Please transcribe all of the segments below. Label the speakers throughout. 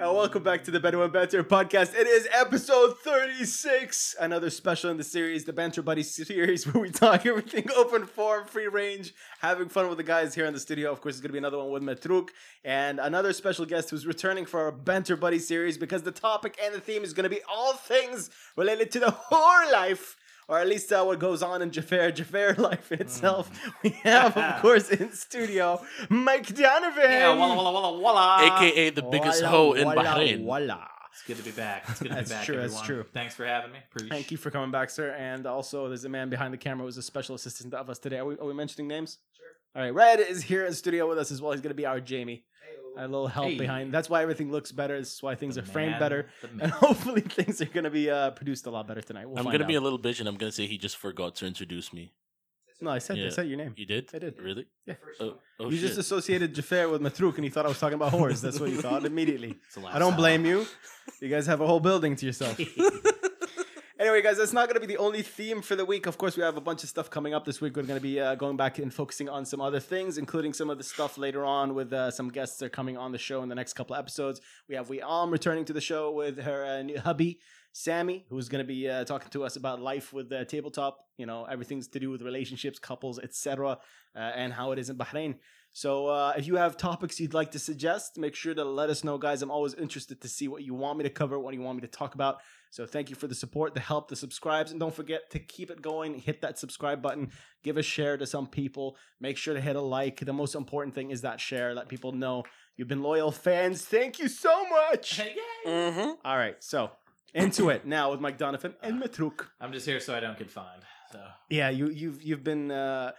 Speaker 1: welcome back to the Better and Banter podcast. It is episode 36, another special in the series, the Banter Buddy series, where we talk everything open form, free range, having fun with the guys here in the studio. Of course, it's going to be another one with Metruk and another special guest who's returning for our Banter Buddy series because the topic and the theme is going to be all things related to the whore life. Or at least uh, what goes on in Jafar, Jafar life in itself. We have, of course, in studio, Mike Donovan.
Speaker 2: Yeah, walla walla walla walla.
Speaker 3: aka the biggest
Speaker 1: Ah, Walla,
Speaker 3: hoe in
Speaker 1: walla,
Speaker 3: Bahrain.
Speaker 1: walla.
Speaker 2: It's good to be back. It's good to be
Speaker 1: That's
Speaker 2: back.
Speaker 1: true, that's
Speaker 2: everyone.
Speaker 1: true.
Speaker 2: Thanks for having me. Preach.
Speaker 1: Thank you for coming back, sir. And also, there's a man behind the camera who's a special assistant of us today. Are we, are we mentioning names? Sure. All right, Red is here in studio with us as well. He's going to be our Jamie. A little help
Speaker 2: Hey.
Speaker 1: behind. That's why everything looks better. This is why things
Speaker 2: The
Speaker 1: are framed
Speaker 2: man,
Speaker 1: better.
Speaker 2: the
Speaker 1: And
Speaker 2: man.
Speaker 1: hopefully, things are going to be uh, produced a lot better tonight. We'll
Speaker 3: I'm
Speaker 1: find
Speaker 3: gonna be a
Speaker 1: out.
Speaker 3: little bitch and I'm gonna say he just forgot to introduce me.
Speaker 1: No, I said, I
Speaker 3: Yeah.
Speaker 1: said your name.
Speaker 3: You did?
Speaker 1: I did.
Speaker 3: Really?
Speaker 1: Yeah.
Speaker 3: Oh, oh
Speaker 1: you
Speaker 3: shit.
Speaker 1: just associated Jafar with Matruk and you thought I was talking about whores. That's what you thought immediately.
Speaker 2: It's a
Speaker 1: I don't blame you. You guys have a whole building to yourself. anyway, guys, that's not going to be the only theme for the week. Of course, we have a bunch of stuff coming up this week. We're going to be uh, going back and focusing on some other things, including some of the stuff later on with uh, some guests that are coming on the show in the next couple of episodes. We have We Om returning to the show with her uh, new hubby. Sammy, who's going to be uh, talking to us about life with the tabletop, you know, everything's to do with relationships, couples, etc., uh, and how it is in Bahrain. So uh, if you have topics you'd like to suggest, make sure to let us know, guys. I'm always interested to see what you want me to cover, what you want me to talk about. So thank you for the support, the help, the subscribes, and don't forget to keep it going. Hit that subscribe button, give a share to some people. Make sure to hit a like. The most important thing is that share. Let people know you've been loyal fans. Thank you so much.
Speaker 2: Yay.
Speaker 3: Mhm.
Speaker 1: All right, so into it now with Mike Donovan and Matruk.
Speaker 2: I'm just here so I don't get fined. So
Speaker 1: Yeah, you you've you've been uh,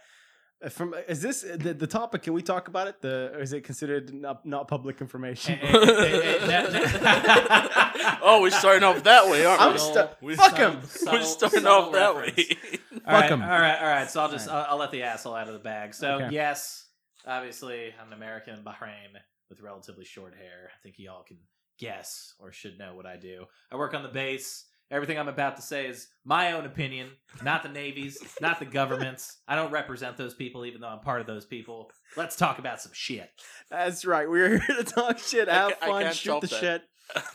Speaker 1: from is this uh, the, the topic? Can we talk about it? The or is it considered not, not public information?
Speaker 2: Eh, eh, eh, eh, that- that-
Speaker 3: oh, we're starting off that way, aren't
Speaker 1: I'm
Speaker 3: we?
Speaker 1: st-
Speaker 2: Subtle-
Speaker 3: we-
Speaker 1: fuck
Speaker 2: subtle-
Speaker 1: 'em.
Speaker 2: subtle-
Speaker 3: we're starting
Speaker 2: subtle
Speaker 3: off that
Speaker 2: reference.
Speaker 3: way.
Speaker 2: All right,
Speaker 1: Fuck 'em.
Speaker 2: All right, all right. So I'll just I'll, I'll let the asshole out of the bag. So
Speaker 1: Okay.
Speaker 2: yes, obviously I'm an American in Bahrain with relatively short hair. I think y'all can guess or should know what I do. I work on the base. Everything I'm about to say is my own opinion, not the navies, not the governments. I don't represent those people, even though I'm part of those people. Let's talk about some shit.
Speaker 1: That's right. We're here to talk shit,
Speaker 3: I
Speaker 1: have
Speaker 3: ca- I
Speaker 1: fun,
Speaker 3: can't
Speaker 1: shoot
Speaker 3: solve
Speaker 1: the
Speaker 3: that.
Speaker 1: shit.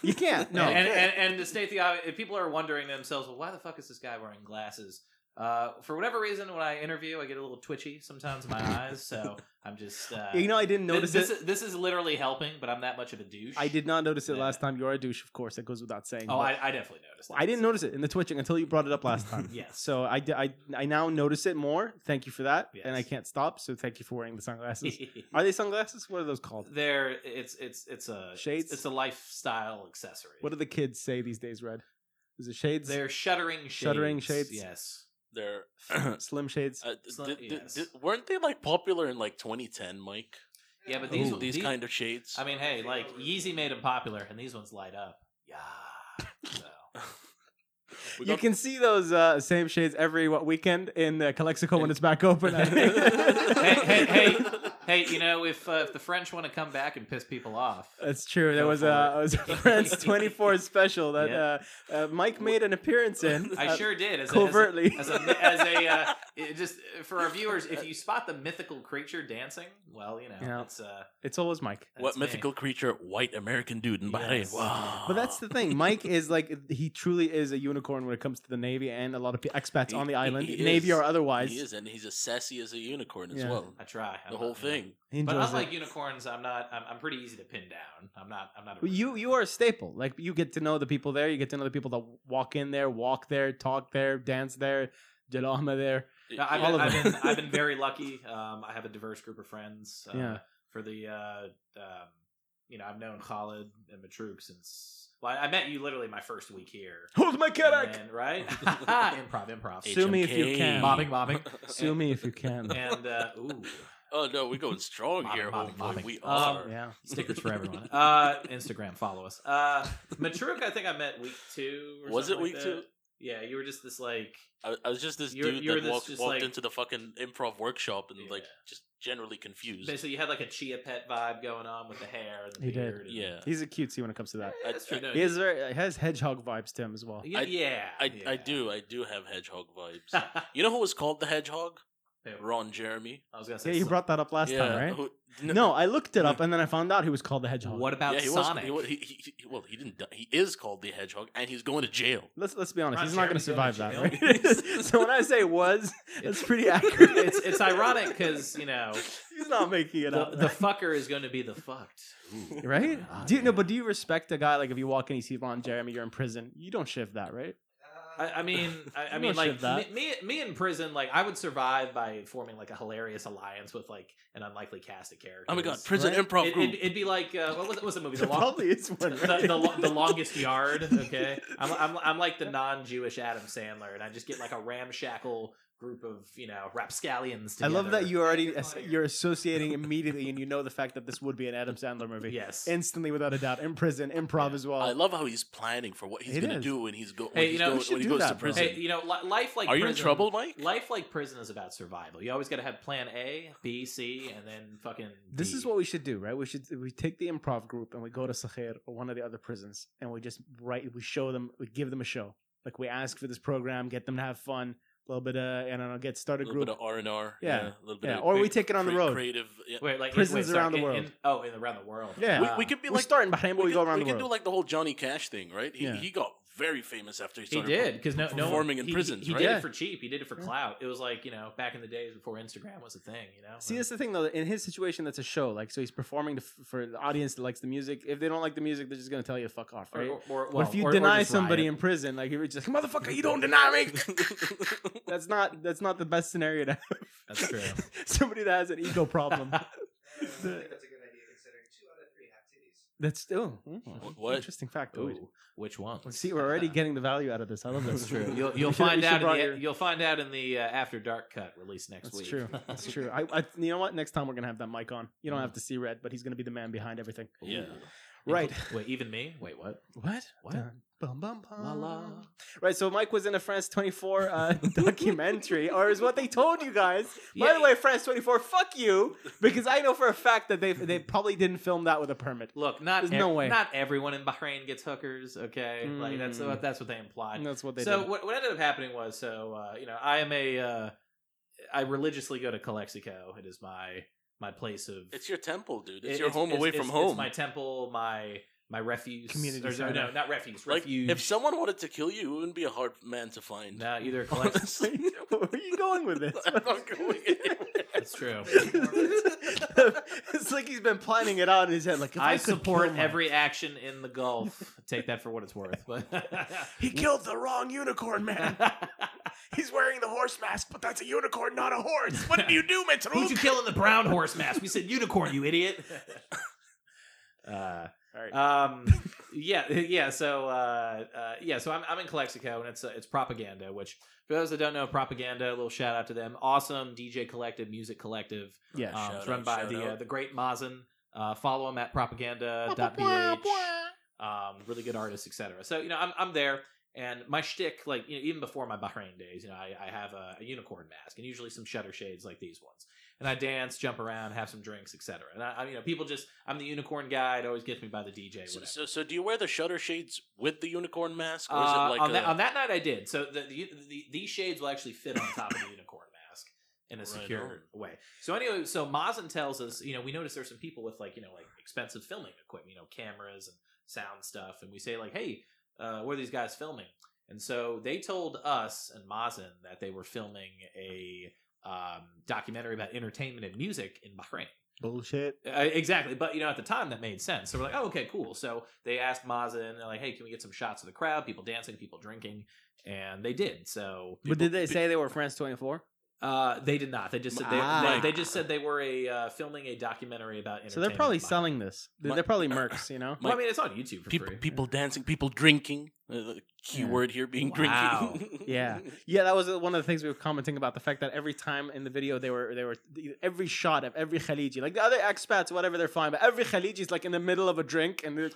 Speaker 1: You can't. No.
Speaker 2: and, and, and, and to state the obvious, if people are wondering themselves, well, why the fuck is this guy wearing glasses? Uh, for whatever reason, when I interview, I get a little twitchy sometimes in my eyes, so I'm just. Uh,
Speaker 1: you know, I didn't
Speaker 2: this,
Speaker 1: notice
Speaker 2: this,
Speaker 1: it.
Speaker 2: is, this is literally helping, but I'm that much of a douche.
Speaker 1: I did not notice it
Speaker 2: Yeah.
Speaker 1: last time. You are a douche, of course. That goes without saying.
Speaker 2: Oh,
Speaker 1: but-
Speaker 2: I, I definitely noticed.
Speaker 1: I didn't notice it in the twitching until you brought it up last time.
Speaker 2: Yes.
Speaker 1: So I, d- I, I now notice it more. Thank you for that.
Speaker 2: Yes.
Speaker 1: And I can't stop. So thank you for wearing the sunglasses.
Speaker 2: notice.
Speaker 1: Are they sunglasses? What are those called?
Speaker 2: there, it's it's it's a
Speaker 1: Shades?
Speaker 2: It's a lifestyle accessory.
Speaker 1: What do the kids say these days, Red? Is it shades?
Speaker 2: They're shuddering shades.
Speaker 1: Shuddering shades?
Speaker 2: Yes.
Speaker 3: They're
Speaker 1: Slim shades.
Speaker 3: uh,
Speaker 2: It's not-
Speaker 3: did- did-
Speaker 2: yes.
Speaker 3: did- weren't they like popular in like 2010, Mike?
Speaker 2: Yeah, but
Speaker 3: These,
Speaker 2: these
Speaker 1: Ooh.
Speaker 3: these kind of shades.
Speaker 2: I mean, hey, like Yeezy made them popular, and these ones light up. Yeah. So.
Speaker 3: We
Speaker 1: You
Speaker 3: got-
Speaker 1: can see those uh, same shades every what weekend in uh, Calexico when it's back open. I think.
Speaker 2: Hey, hey, hey. Hey, you know, if uh, if the French want to come back and piss people off,
Speaker 1: That's true. There
Speaker 2: Go
Speaker 1: was
Speaker 2: for
Speaker 1: a,
Speaker 2: it.
Speaker 1: was a France 24 special that
Speaker 2: Yeah.
Speaker 1: uh, uh, Mike made an appearance in.
Speaker 2: I
Speaker 1: uh,
Speaker 2: sure did. As
Speaker 1: covertly.
Speaker 2: a, as a, as a, as a uh, it just for our viewers, if you spot the mythical creature dancing, well, you know,
Speaker 1: Yeah.
Speaker 2: it's uh,
Speaker 1: it's always Mike.
Speaker 3: what
Speaker 2: that's me.
Speaker 3: mythical creature? White American dude in Bahrain.
Speaker 2: Yes.
Speaker 3: Wow.
Speaker 1: But that's the thing. Mike is like he truly is a unicorn when it comes to the navy and a lot of pe- expats
Speaker 3: He-
Speaker 1: on the
Speaker 3: he-
Speaker 1: island,
Speaker 3: he
Speaker 1: navy
Speaker 3: is.
Speaker 1: or otherwise.
Speaker 3: He is, and he's as sassy as a unicorn as
Speaker 1: Yeah.
Speaker 3: well.
Speaker 2: I try I'm
Speaker 3: The
Speaker 2: not,
Speaker 3: whole
Speaker 2: you know.
Speaker 3: thing.
Speaker 1: He
Speaker 2: But
Speaker 1: enjoys it.
Speaker 2: unlike unicorns, I'm not. I'm, I'm pretty easy to pin down. I'm not. I'm not. A
Speaker 1: Well, You
Speaker 2: rooster.
Speaker 1: you are a staple. Like you get to know the people there. You get to know the people that walk in there, walk there, talk there, dance there, Jalama there.
Speaker 2: No, I've,
Speaker 1: All of
Speaker 2: been, I've,
Speaker 1: them.
Speaker 2: been, I've been very lucky. Um, I have a diverse group of friends. Uh,
Speaker 1: Yeah.
Speaker 2: For the, uh, um, you know, I've known Khalid and Matrouk since. Well, I met you literally my first week here.
Speaker 1: Hold my
Speaker 2: And
Speaker 1: karak.
Speaker 2: then- right? improv, improv.
Speaker 1: Hey. Sue me if you
Speaker 3: HMK.
Speaker 1: can.
Speaker 2: Mobbing, mobbing.
Speaker 1: Sue me if you can.
Speaker 2: And uh, ooh,
Speaker 3: Oh no, we're going strong
Speaker 2: Mobbing,
Speaker 3: here.
Speaker 2: mobbing,
Speaker 3: homeboy.
Speaker 2: mobbing.
Speaker 3: We
Speaker 2: Um,
Speaker 3: are.
Speaker 1: Yeah.
Speaker 2: stickers for everyone. Uh, Instagram, follow us. Uh, Matrouk, I think I met week two. Or
Speaker 3: Was it
Speaker 2: something
Speaker 3: week
Speaker 2: like
Speaker 3: two?
Speaker 2: that. Yeah, you were just this like.
Speaker 3: I, I was just this
Speaker 2: You're-
Speaker 3: dude
Speaker 2: you're
Speaker 3: that
Speaker 2: this
Speaker 3: walked,
Speaker 2: just,
Speaker 3: walked
Speaker 2: like-
Speaker 3: into the fucking improv workshop and like
Speaker 2: Yeah.
Speaker 3: just generally confused.
Speaker 2: Basically, you had like a chia pet vibe going on with the hair and the
Speaker 1: He did.
Speaker 2: beard. and-
Speaker 3: Yeah.
Speaker 1: He's a cutesy when it comes to that.
Speaker 2: Yeah, that's true. No,
Speaker 1: He has very he has hedgehog vibes to him as well.
Speaker 2: Yeah,
Speaker 3: I-
Speaker 2: yeah,
Speaker 3: I, I
Speaker 2: yeah.
Speaker 3: do I do have hedgehog vibes. you know who was called the hedgehog?
Speaker 2: Payable.
Speaker 3: Ron Jeremy.
Speaker 2: I was gonna say.
Speaker 1: Yeah, you
Speaker 2: Sly-
Speaker 1: brought that up last
Speaker 3: yeah,
Speaker 1: time, right?
Speaker 3: who-
Speaker 1: No, I looked it up and then I found out he was called the Hedgehog.
Speaker 2: Oh, What about
Speaker 3: yeah, he
Speaker 2: Sonic?
Speaker 3: was. He, wa- he, he, he- well, he didn't. die. He is called the Hedgehog, and he's going to jail.
Speaker 1: Let's let's be honest,
Speaker 2: Ron
Speaker 1: he's not going to survive that,
Speaker 2: Jeremy's going to
Speaker 1: right? so when I say was, that's pretty accurate.
Speaker 2: it's it's ironic because you know
Speaker 1: he's not making it
Speaker 2: the,
Speaker 1: up,
Speaker 2: the fucker is going to be the fucked.
Speaker 1: right?
Speaker 2: Ah,
Speaker 1: Do you, no,
Speaker 2: man.
Speaker 1: but do you respect a guy like if you walk in, you see Ron Jeremy, you're in prison, you don't shift that, right?
Speaker 2: I, I mean, I, I
Speaker 1: I'm
Speaker 2: mean,
Speaker 1: not sure
Speaker 2: like
Speaker 1: of that.
Speaker 2: me, me, me in prison, like I would survive by forming like a hilarious alliance with like an unlikely cast of characters.
Speaker 3: Oh my god, prison
Speaker 1: right?
Speaker 3: improv
Speaker 2: It,
Speaker 3: group.
Speaker 2: it, it'd be like uh, what was it? What was the movie? The
Speaker 1: There
Speaker 2: long,
Speaker 1: probably is one.
Speaker 2: the,
Speaker 1: Right?
Speaker 2: the, lo- the longest yard. Okay, I'm, I'm, I'm like the non-Jewish Adam Sandler, and I just get like a ramshackle group of you know rapscallions.
Speaker 1: I
Speaker 2: Together.
Speaker 1: love that you already as- you're associating immediately, and you know the fact that this would be an Adam Sandler movie.
Speaker 2: Yes.
Speaker 1: Instantly, without a doubt, in prison, improv
Speaker 2: Yeah.
Speaker 1: as well.
Speaker 3: I love how he's planning for what he's
Speaker 1: oh. It
Speaker 3: going to
Speaker 1: is.
Speaker 3: do when he's go- when,
Speaker 2: Hey, you
Speaker 3: he's
Speaker 2: know,
Speaker 3: go-
Speaker 2: we
Speaker 1: should
Speaker 3: when he
Speaker 1: do
Speaker 3: goes
Speaker 1: that,
Speaker 3: to
Speaker 1: bro.
Speaker 3: prison.
Speaker 2: hey, you know, li- life like
Speaker 3: Are you in
Speaker 2: prison-
Speaker 3: trouble, Mike?
Speaker 2: Life like prison is about survival. You always got to have plan A, B, C, and then fucking.
Speaker 1: This
Speaker 2: D.
Speaker 1: is what we should do, right? We should we take the improv group and we go to Sahir or one of the other prisons and we just write we show them we give them a show. Like we ask for this program, get them to have fun, a little bit of and I don't know, get
Speaker 3: a
Speaker 1: started
Speaker 3: little
Speaker 1: group.
Speaker 3: bit of R and R.
Speaker 1: Yeah.
Speaker 3: a little bit.
Speaker 1: yeah,
Speaker 3: of
Speaker 1: or we
Speaker 3: crea-
Speaker 1: take it on the
Speaker 3: crea-
Speaker 1: road.
Speaker 3: Creative. Yeah.
Speaker 2: Wait, like
Speaker 1: prisons
Speaker 2: wait, sorry,
Speaker 1: around the
Speaker 2: in-
Speaker 1: world.
Speaker 2: in- oh, in around the world.
Speaker 1: Yeah.
Speaker 3: We,
Speaker 2: Wow.
Speaker 3: we could be
Speaker 1: we
Speaker 3: like
Speaker 1: start in Bahrain, but we,
Speaker 3: could,
Speaker 1: go around
Speaker 3: we
Speaker 1: the
Speaker 3: could do
Speaker 1: world.
Speaker 3: like the whole Johnny Cash thing, right? He,
Speaker 1: Yeah.
Speaker 3: he got very famous after he
Speaker 2: He
Speaker 3: started.
Speaker 2: did because no, no,
Speaker 3: performing in
Speaker 2: he,
Speaker 3: prisons,
Speaker 2: He,
Speaker 3: right?
Speaker 2: did
Speaker 1: Yeah.
Speaker 2: it for cheap. He did it for
Speaker 1: Yeah.
Speaker 2: clout. It was like you know back in the days before Instagram was a thing. You know.
Speaker 1: See,
Speaker 2: Like,
Speaker 1: that's the thing though. In his situation, that's a show. Like, so he's performing to, for the audience that likes the music. If they don't like the music, they're just gonna tell you to fuck off,
Speaker 2: or,
Speaker 1: right?
Speaker 2: or, or,
Speaker 1: But
Speaker 2: well,
Speaker 1: if you
Speaker 2: or- or
Speaker 1: deny
Speaker 2: just riot.
Speaker 1: somebody in prison, like you're just like motherfucker, you don't deny me. that's not that's not the best scenario to
Speaker 2: that's true.
Speaker 1: somebody that has an ego problem.
Speaker 4: I don't think that's a good idea considering two out of three have titties.
Speaker 1: That's still
Speaker 3: what?
Speaker 1: interesting fact. Ooh.
Speaker 2: Ooh, which one?
Speaker 1: Let's see, we're already getting the value out of this. I love this.
Speaker 2: That's true. You'll, you'll
Speaker 1: We should- we
Speaker 2: find
Speaker 1: should
Speaker 2: out. In
Speaker 1: brought
Speaker 2: the,
Speaker 1: your-
Speaker 2: You'll find out in the uh, After Dark cut released next
Speaker 1: That's
Speaker 2: week.
Speaker 1: true. That's true. I, I, you know what? Next time we're gonna have that mic on. You don't have to see red, but he's gonna be the man behind everything.
Speaker 3: Yeah.
Speaker 1: Right.
Speaker 2: Wait, even me? Wait, what?
Speaker 1: What?
Speaker 2: What?
Speaker 1: Dun, Bum, bum, bum.
Speaker 2: La la.
Speaker 1: Right. So Mike was in a France 24 uh, documentary, or is what they told you guys. By
Speaker 2: Yeah.
Speaker 1: the way, France 24, fuck you, because I know for a fact that they they probably didn't film that with a permit.
Speaker 2: Look, not
Speaker 1: There's no
Speaker 2: ev-
Speaker 1: way.
Speaker 2: Not everyone in Bahrain gets hookers. Okay, like that's
Speaker 1: Mm.
Speaker 2: what that's what they implied.
Speaker 1: And that's what they
Speaker 2: so
Speaker 1: did.
Speaker 2: what, what ended up happening was so uh, you know I am a uh, I religiously go to Calexico. It is my my place of
Speaker 3: It's your temple, dude. It's
Speaker 2: it-
Speaker 3: your home away
Speaker 2: it's-
Speaker 3: from
Speaker 2: it's
Speaker 3: home.
Speaker 2: my temple, my my refuse
Speaker 1: Community
Speaker 2: Or,
Speaker 1: center.
Speaker 2: no, not refuse.
Speaker 3: like,
Speaker 2: refuge.
Speaker 3: if someone wanted to kill you, it wouldn't be a hard man to find.
Speaker 2: no, either Calexico.
Speaker 1: Honestly, where are you going with this?
Speaker 3: I'm not going anywhere.
Speaker 2: that's true.
Speaker 1: it's like he's been planning it out in his head. Like if I,
Speaker 2: I
Speaker 1: could
Speaker 2: support
Speaker 1: kill my-
Speaker 2: every action in the Gulf. Take that for what it's worth. But
Speaker 1: He killed the wrong unicorn man. He's wearing the horse mask, but that's a unicorn, not a horse. What did you do,
Speaker 2: Who'd
Speaker 1: Mitzruk?
Speaker 2: you kill in the brown horse mask? We said unicorn, you idiot. uh, um, yeah, yeah. So, uh, uh, yeah. So I'm, I'm in Calexico, and it's uh, it's propaganda. Which for those that don't know, propaganda. A little shout out to them. Awesome DJ collective, music collective.
Speaker 1: Yeah.
Speaker 2: Um,
Speaker 3: shout
Speaker 2: it's run
Speaker 3: out,
Speaker 2: by
Speaker 3: shout
Speaker 2: the uh,
Speaker 3: out.
Speaker 2: the great Mazen. Uh, follow him at uh, propaganda.bh. Um, really good artists, etc. So you know, I'm I'm there, and my shtick, like you know, even before my Bahrain days, you know, I, I have a, a unicorn mask and usually some shutter shades like these ones, and I dance, jump around, have some drinks, etc. And I, I, you know, people just, I'm the unicorn guy. It always gets me by the DJ.
Speaker 3: So,
Speaker 2: Whatever.
Speaker 3: so, so do you wear the shutter shades with the unicorn mask, or is
Speaker 2: Uh,
Speaker 3: it like
Speaker 2: on,
Speaker 3: a,
Speaker 2: that, on that night, I did. So the, the, the these shades will actually fit on top of the unicorn mask in a
Speaker 3: Right
Speaker 2: secure way. So anyway, so Mazen tells us, you know, we notice there's some people with like you know like expensive filming equipment, you know, cameras and sound stuff, and we say like, hey, uh, where are these guys filming? And so they told us and Mazen that they were filming a um, documentary about entertainment and music in Bahrain.
Speaker 1: Bullshit.
Speaker 2: Uh, exactly, but you know, at the time that made sense. So we're like, oh, okay, cool. So they asked Mazin, they're like, hey, can we get some shots of the crowd, people dancing, people drinking, and they did. So
Speaker 1: But did they say they were France 24?
Speaker 2: uh, they did not. They just said they,
Speaker 1: Ah.
Speaker 2: they, they just said they were a uh, filming a documentary about.
Speaker 1: So they're probably
Speaker 2: entertainment.
Speaker 1: selling this. They're, they're probably mercs, you know?
Speaker 2: Well, I mean, it's on YouTube for
Speaker 3: people,
Speaker 2: free.
Speaker 3: people dancing, people drinking? Uh, the key
Speaker 1: Yeah.
Speaker 3: word here being
Speaker 2: Wow.
Speaker 3: drinking.
Speaker 1: Yeah. Yeah, that was one of the things we were commenting about the fact that every time in the video they were they were every shot of every Khaliji, like the other expats, whatever they're fine, but every Khaliji is like in the middle of a drink and they're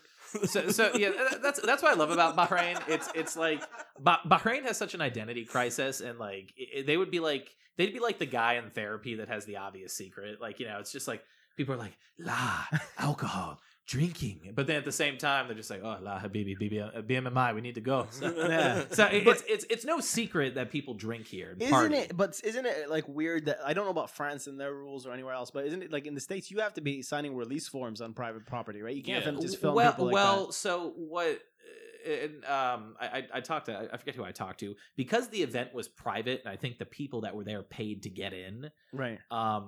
Speaker 2: so, so yeah, that- that's that's what I love about Bahrain. It's it's like bah- Bahrain has such an identity crisis, and like i i- they would be like they'd be like the guy in therapy that has the obvious secret. Like you know, it's just like people are like la alcohol. drinking. But then at the same time, they're just like, oh, la habibi, BB, uh, BMMI, we need to go. So, yeah. so it- it's, it's, it's no secret that people drink here. and
Speaker 1: Isn't
Speaker 2: party.
Speaker 1: it? But isn't it like weird that I don't know about France and their rules or anywhere else? But isn't it like in the states you have to be signing release forms on private property, right? You can't
Speaker 3: Yeah.
Speaker 1: film- just
Speaker 2: W-
Speaker 1: film
Speaker 2: well,
Speaker 1: people like
Speaker 2: well. So what? uh, And, um, I, I- I talked to I- I forget who I talked to because the event was private, and I think the people that were there paid to get in.
Speaker 1: that. right?
Speaker 2: Um,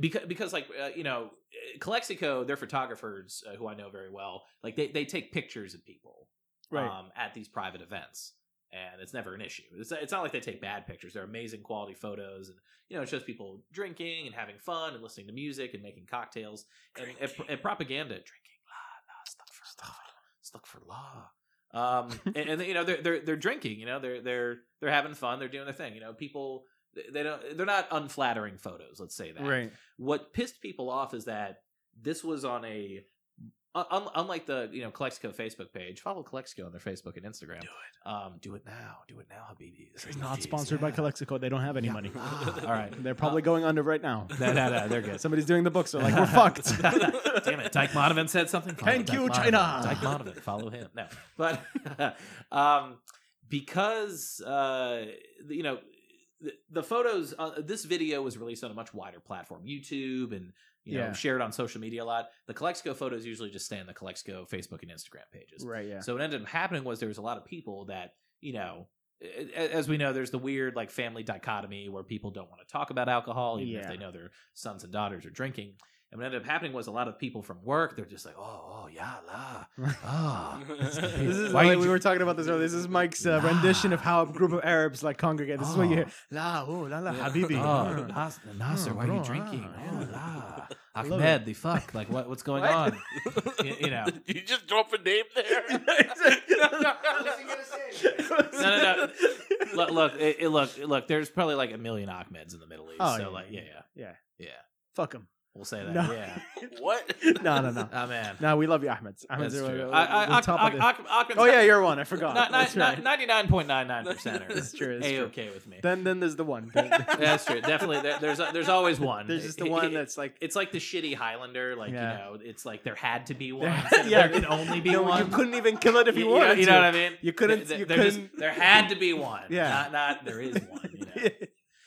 Speaker 2: because because like uh, you know, uh, Calexico, their photographers uh, who I know very well, like they they take pictures of people
Speaker 1: Right.
Speaker 2: um, at these private events. And it's never an issue. It's, it's not like they take bad pictures. They're amazing quality photos, and you know it shows people drinking and having fun and listening to music and making cocktails and, and,
Speaker 3: Drinking.
Speaker 2: and propaganda. Drinking, la la, stuck for stuff, stuck for law. Um, and, and you know they're they're they're drinking. You know they're they're they're having fun. They're doing their thing. You know people they- they don't they're not unflattering photos. Let's say that
Speaker 1: right.
Speaker 2: what pissed people off is that this was on a un- un- unlike the you know Calexico Facebook page. Follow Calexico on their Facebook and Instagram. Do it. Um, do it now. Do it now, Habibi.
Speaker 1: It's not sponsored by Calexico. They don't have any
Speaker 2: Yeah.
Speaker 1: money.
Speaker 2: Ah, all right.
Speaker 1: They're probably going under right now.
Speaker 2: No, no, no, they're good.
Speaker 1: Somebody's doing the books. They're like, we're fucked.
Speaker 2: Damn it. Tyke Monovan said something. Follow
Speaker 1: Thank
Speaker 2: Tyke
Speaker 1: you,
Speaker 2: Monovan.
Speaker 1: China.
Speaker 2: Tyke Monovan, follow him. No. But um, because, uh, the- you know, the, the photos, uh, this video was released on a much wider platform, YouTube and, you know,
Speaker 1: Yeah.
Speaker 2: shared on social media a lot. The Calexico photos usually just stay on the Calexico Facebook and Instagram pages.
Speaker 1: Right. Yeah.
Speaker 2: So what ended up happening was there was a lot of people that you know, a- a- as we know, there's the weird like family dichotomy where people don't want to talk about alcohol, even if
Speaker 1: Yeah.
Speaker 2: they know their sons and daughters are drinking. And what ended up happening was a lot of people from work they're just like, oh, oh, yeah, la, ah.
Speaker 1: This is
Speaker 2: Why
Speaker 1: like
Speaker 2: did
Speaker 1: we
Speaker 2: you-
Speaker 1: were talking about this earlier. This is Mike's uh, rendition of how a group of Arabs like congregate. This is what you hear. La, oh, la, la,
Speaker 3: Yeah.
Speaker 1: Habibi.
Speaker 2: Oh,
Speaker 1: Mm.
Speaker 2: Nas- Nasser,
Speaker 1: Oh,
Speaker 2: why are
Speaker 1: bro,
Speaker 2: you drinking?
Speaker 1: ah,
Speaker 2: Oh, la.
Speaker 1: I love
Speaker 2: Ahmed, the fuck? Like, what, what's going
Speaker 1: What?
Speaker 2: on? You- you know.
Speaker 3: you just drop a name there.
Speaker 4: What was he gonna say?
Speaker 2: No, no, look, look, it, it- look, look. There's probably like a million Ahmeds in the Middle East.
Speaker 1: Oh,
Speaker 2: so,
Speaker 1: yeah,
Speaker 2: like, yeah, yeah,
Speaker 1: yeah.
Speaker 2: yeah.
Speaker 1: Fuck him.
Speaker 2: We'll say that.
Speaker 1: No.
Speaker 2: Yeah.
Speaker 3: what?
Speaker 1: No, no, no.
Speaker 2: Oh man.
Speaker 1: No, we love you, Ahmed. Ahmed's
Speaker 2: That's
Speaker 1: are-
Speaker 2: true.
Speaker 1: are-
Speaker 2: I, I,
Speaker 1: the
Speaker 2: Ak-
Speaker 1: top of
Speaker 2: Ak-
Speaker 1: the-
Speaker 2: Ak- Akram's
Speaker 1: Oh yeah, you're one. I forgot.
Speaker 2: not-
Speaker 1: That's
Speaker 2: not-
Speaker 1: right.
Speaker 2: not- 99.99% are
Speaker 1: That's true, that's
Speaker 2: a
Speaker 1: true.
Speaker 2: okay with me.
Speaker 1: Then, then there's the one.
Speaker 2: that's true. Definitely, there, there's there's always one.
Speaker 1: There's just the
Speaker 2: It-
Speaker 1: one
Speaker 2: it-
Speaker 1: that's like,
Speaker 2: it's like the shitty Highlander. Like
Speaker 1: Yeah.
Speaker 2: you know, it's like there had to be one.
Speaker 1: There-
Speaker 2: instead of
Speaker 1: yeah.
Speaker 2: there can only be
Speaker 1: no,
Speaker 2: one.
Speaker 1: you couldn't even kill it if you,
Speaker 2: You- you know-
Speaker 1: wanted
Speaker 2: you
Speaker 1: to.
Speaker 2: know what I mean?
Speaker 1: You couldn't-
Speaker 2: There,
Speaker 1: you
Speaker 2: there just-
Speaker 1: couldn't-
Speaker 2: there had to be one.
Speaker 1: Yeah.
Speaker 2: Not, not there is one. You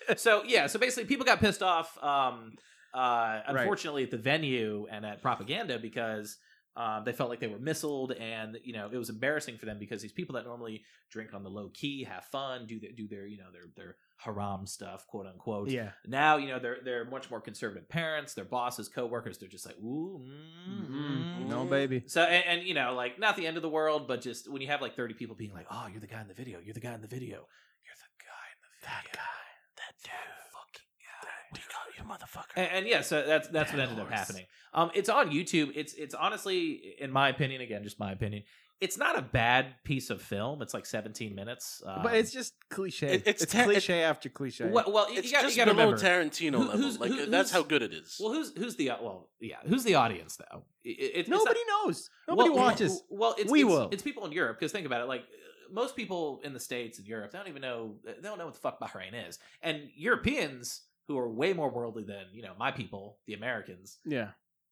Speaker 2: know? so yeah so basically people got pissed off um uh unfortunately at the venue and at propaganda because um, they felt like they were missiled and you know it was embarrassing for them because these people that normally drink on the low key have fun do their do their you know their their haram stuff quote unquote
Speaker 1: yeah.
Speaker 2: now you know they're they're much more conservative parents their bosses coworkers they're just like ooh mm,
Speaker 1: Mm-mm.
Speaker 2: mm,
Speaker 1: No, baby.
Speaker 2: so and, and you know, like not the end of the world, but just when you have like thirty people being like, "Oh, you're the guy in the video. You're the guy in the video. You're the guy in the video. That guy. That dude. Fucking guy.
Speaker 3: you motherfucker.
Speaker 2: And, and yeah, so that's that's what
Speaker 3: That
Speaker 2: ended up
Speaker 3: horse.
Speaker 2: happening. Um, it's on YouTube. It's it's honestly, in my opinion, again, just my opinion, it's not a bad piece of film. It's like seventeen minutes, um,
Speaker 1: But it's just cliche.
Speaker 3: It-
Speaker 1: it's
Speaker 3: it's te-
Speaker 1: cliche after cliche.
Speaker 2: well, well, you-
Speaker 3: It's
Speaker 2: you got,
Speaker 3: just
Speaker 2: you got to
Speaker 3: below
Speaker 2: remember.
Speaker 3: Tarantino
Speaker 2: Who-
Speaker 3: level.
Speaker 2: who's-
Speaker 3: Like
Speaker 2: who-
Speaker 3: that's how
Speaker 2: who's-
Speaker 3: good it is.
Speaker 2: well, who's who's the well, yeah, who's the audience though? It, it, it's not-
Speaker 1: Nobody knows. Nobody
Speaker 2: Well,
Speaker 1: watches.
Speaker 2: Well, it's,
Speaker 1: We
Speaker 2: it's,
Speaker 1: will.
Speaker 2: It's people in Europe because think about it. Like uh, most people in the states and Europe, they don't even know. They don't know what the fuck Bahrain is. And Europeans who are way more worldly than you know my people, the Americans.
Speaker 1: yeah,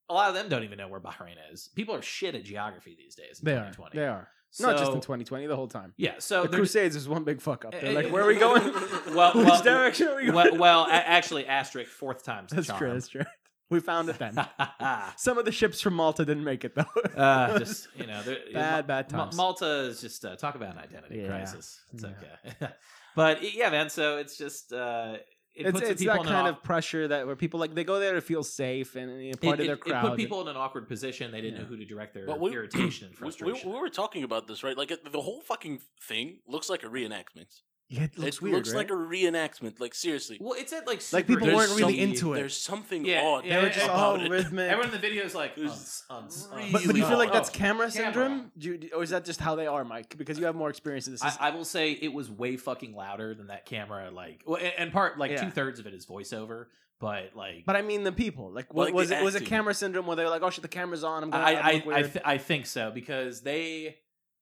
Speaker 2: A lot of them don't even know where Bahrain is. People are shit at geography these days. In
Speaker 1: they are.
Speaker 2: 2020.
Speaker 1: They are.
Speaker 2: So,
Speaker 1: Not just in 2020. The whole time.
Speaker 2: Yeah. So
Speaker 1: the
Speaker 2: they're just-
Speaker 1: Crusades is one big fuck up. They're
Speaker 2: Eh,
Speaker 1: like,
Speaker 2: eh,
Speaker 1: where are we going?
Speaker 2: well,
Speaker 1: Which
Speaker 2: well,
Speaker 1: direction are we going?
Speaker 2: well, well, a- actually, asterisk fourth time's the
Speaker 1: that's
Speaker 2: charm.
Speaker 1: true. That's true. We found it then.
Speaker 2: ah,
Speaker 1: Some of the ships from Malta didn't make it though.
Speaker 2: Uh, just you know, they're-
Speaker 1: bad, bad
Speaker 2: Ma-
Speaker 1: times.
Speaker 2: Malta is just uh, talk about an identity
Speaker 1: Yeah.
Speaker 2: crisis. It's
Speaker 1: Yeah.
Speaker 2: okay, but y- yeah, man. So it's just uh, it
Speaker 1: it's
Speaker 2: puts the
Speaker 1: it's
Speaker 2: people
Speaker 1: that
Speaker 2: in
Speaker 1: kind
Speaker 2: an
Speaker 1: of pressure that where people like they go there to feel safe and, you know, part
Speaker 2: it,
Speaker 1: of their
Speaker 2: it-
Speaker 1: crowd.
Speaker 2: It put people in an awkward position. They didn't
Speaker 1: Yeah.
Speaker 2: know who to direct their
Speaker 3: But we-
Speaker 2: irritation and
Speaker 3: We- we-
Speaker 2: frustration.
Speaker 3: We, were talking about this, right? Like it- the whole fucking thing looks like a reenactment.
Speaker 1: yeah, it looks
Speaker 3: it
Speaker 1: weird.
Speaker 3: looks
Speaker 1: right?
Speaker 3: like a reenactment. Like seriously,
Speaker 2: well, it's at like
Speaker 1: Like,
Speaker 2: super
Speaker 1: people
Speaker 3: There's
Speaker 1: weren't really
Speaker 3: some-
Speaker 1: into it.
Speaker 3: There's something
Speaker 2: Yeah,
Speaker 3: odd.
Speaker 2: yeah,
Speaker 1: they were just
Speaker 2: and-
Speaker 1: all
Speaker 3: about it.
Speaker 1: Oh, rhythmic.
Speaker 2: Everyone in the video is like,
Speaker 3: There's
Speaker 2: "Uns, uns,
Speaker 1: but,
Speaker 2: uns."
Speaker 1: but do you
Speaker 3: really
Speaker 1: feel like
Speaker 2: Oh,
Speaker 1: that's
Speaker 2: oh.
Speaker 1: camera
Speaker 2: camera.
Speaker 1: syndrome? Do you, or is that just how they are, Mike? Because you have more experience in this.
Speaker 2: I, I will say it was way fucking louder than that camera. Like, well, and, and part like
Speaker 1: Yeah.
Speaker 2: two thirds of it is voiceover, but like,
Speaker 1: But I mean the people. Like, what
Speaker 3: Like
Speaker 1: was
Speaker 3: the
Speaker 1: it? Was it
Speaker 3: acting.
Speaker 1: camera syndrome where they're like, "Oh shit, the camera's on. I'm gonna."
Speaker 2: I I,
Speaker 1: look
Speaker 2: I,
Speaker 1: weird."
Speaker 2: th- I think so because they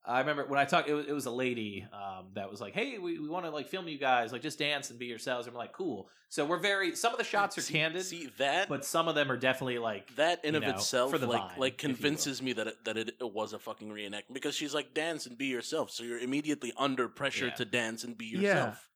Speaker 2: I remember when I talked, it was, it was a lady um, that was like, "Hey, we, we want to like film you guys, like just dance and be yourselves." And we're like, "Cool." So we're very. Some of the shots are
Speaker 3: see,
Speaker 2: candid,
Speaker 3: See that
Speaker 2: but some of them are definitely like
Speaker 3: that in
Speaker 2: you
Speaker 3: of
Speaker 2: know,
Speaker 3: itself
Speaker 2: for the
Speaker 3: like
Speaker 2: vibe,
Speaker 3: like
Speaker 2: if you will.
Speaker 3: convinces me that it, that it, it was a fucking reenactment because she's like dance and be yourself. So you're immediately under pressure
Speaker 2: Yeah.
Speaker 3: to dance and be
Speaker 1: Yeah.
Speaker 3: yourself.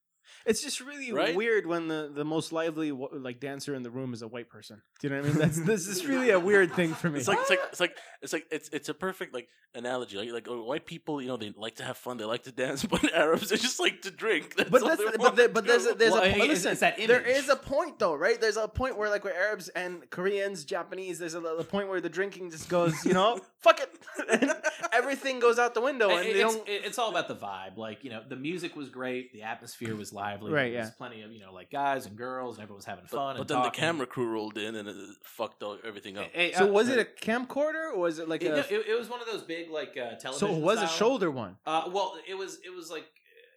Speaker 1: It's just really
Speaker 3: Right?
Speaker 1: weird when the, the most lively wa- like dancer in the room is a white person. Do you know what I mean? That's this is really a weird thing for me.
Speaker 3: It's like it's like it's like it's like it's it's a perfect like analogy. Like like oh, white people, you know, they like to have fun, they like to dance, but Arabs they just like to drink. That's
Speaker 1: but
Speaker 3: all
Speaker 1: that's
Speaker 3: they
Speaker 1: but,
Speaker 3: want
Speaker 1: there,
Speaker 3: to
Speaker 1: but there's
Speaker 3: do.
Speaker 1: a, there's
Speaker 2: Well,
Speaker 1: a
Speaker 2: it-
Speaker 1: point.
Speaker 2: it's-
Speaker 1: Listen,
Speaker 2: it's that
Speaker 1: there
Speaker 2: image.
Speaker 1: is a point though, right? There's a point where like where Arabs and Koreans, Japanese, there's a, a point where the drinking just goes, you know, fuck it, and everything goes out the window, and
Speaker 2: It-
Speaker 1: they
Speaker 2: it's,
Speaker 1: don't.
Speaker 2: it- it's all about the vibe. Like you know, the music was great, the atmosphere was lively,
Speaker 1: Right,
Speaker 2: There was plenty of you know, like guys and girls, and everyone was having
Speaker 3: But,
Speaker 2: fun.
Speaker 3: but
Speaker 2: and
Speaker 3: then the
Speaker 2: talking.
Speaker 3: camera crew rolled in and it fucked all, everything up.
Speaker 2: Eh, eh,
Speaker 1: So
Speaker 2: uh,
Speaker 1: was
Speaker 2: uh,
Speaker 1: it a camcorder or was it like
Speaker 2: It, no,
Speaker 1: a?
Speaker 2: it, it was one of those big like uh, television.
Speaker 1: so it was a
Speaker 2: style.
Speaker 1: shoulder one.
Speaker 2: Uh, well, it was it was like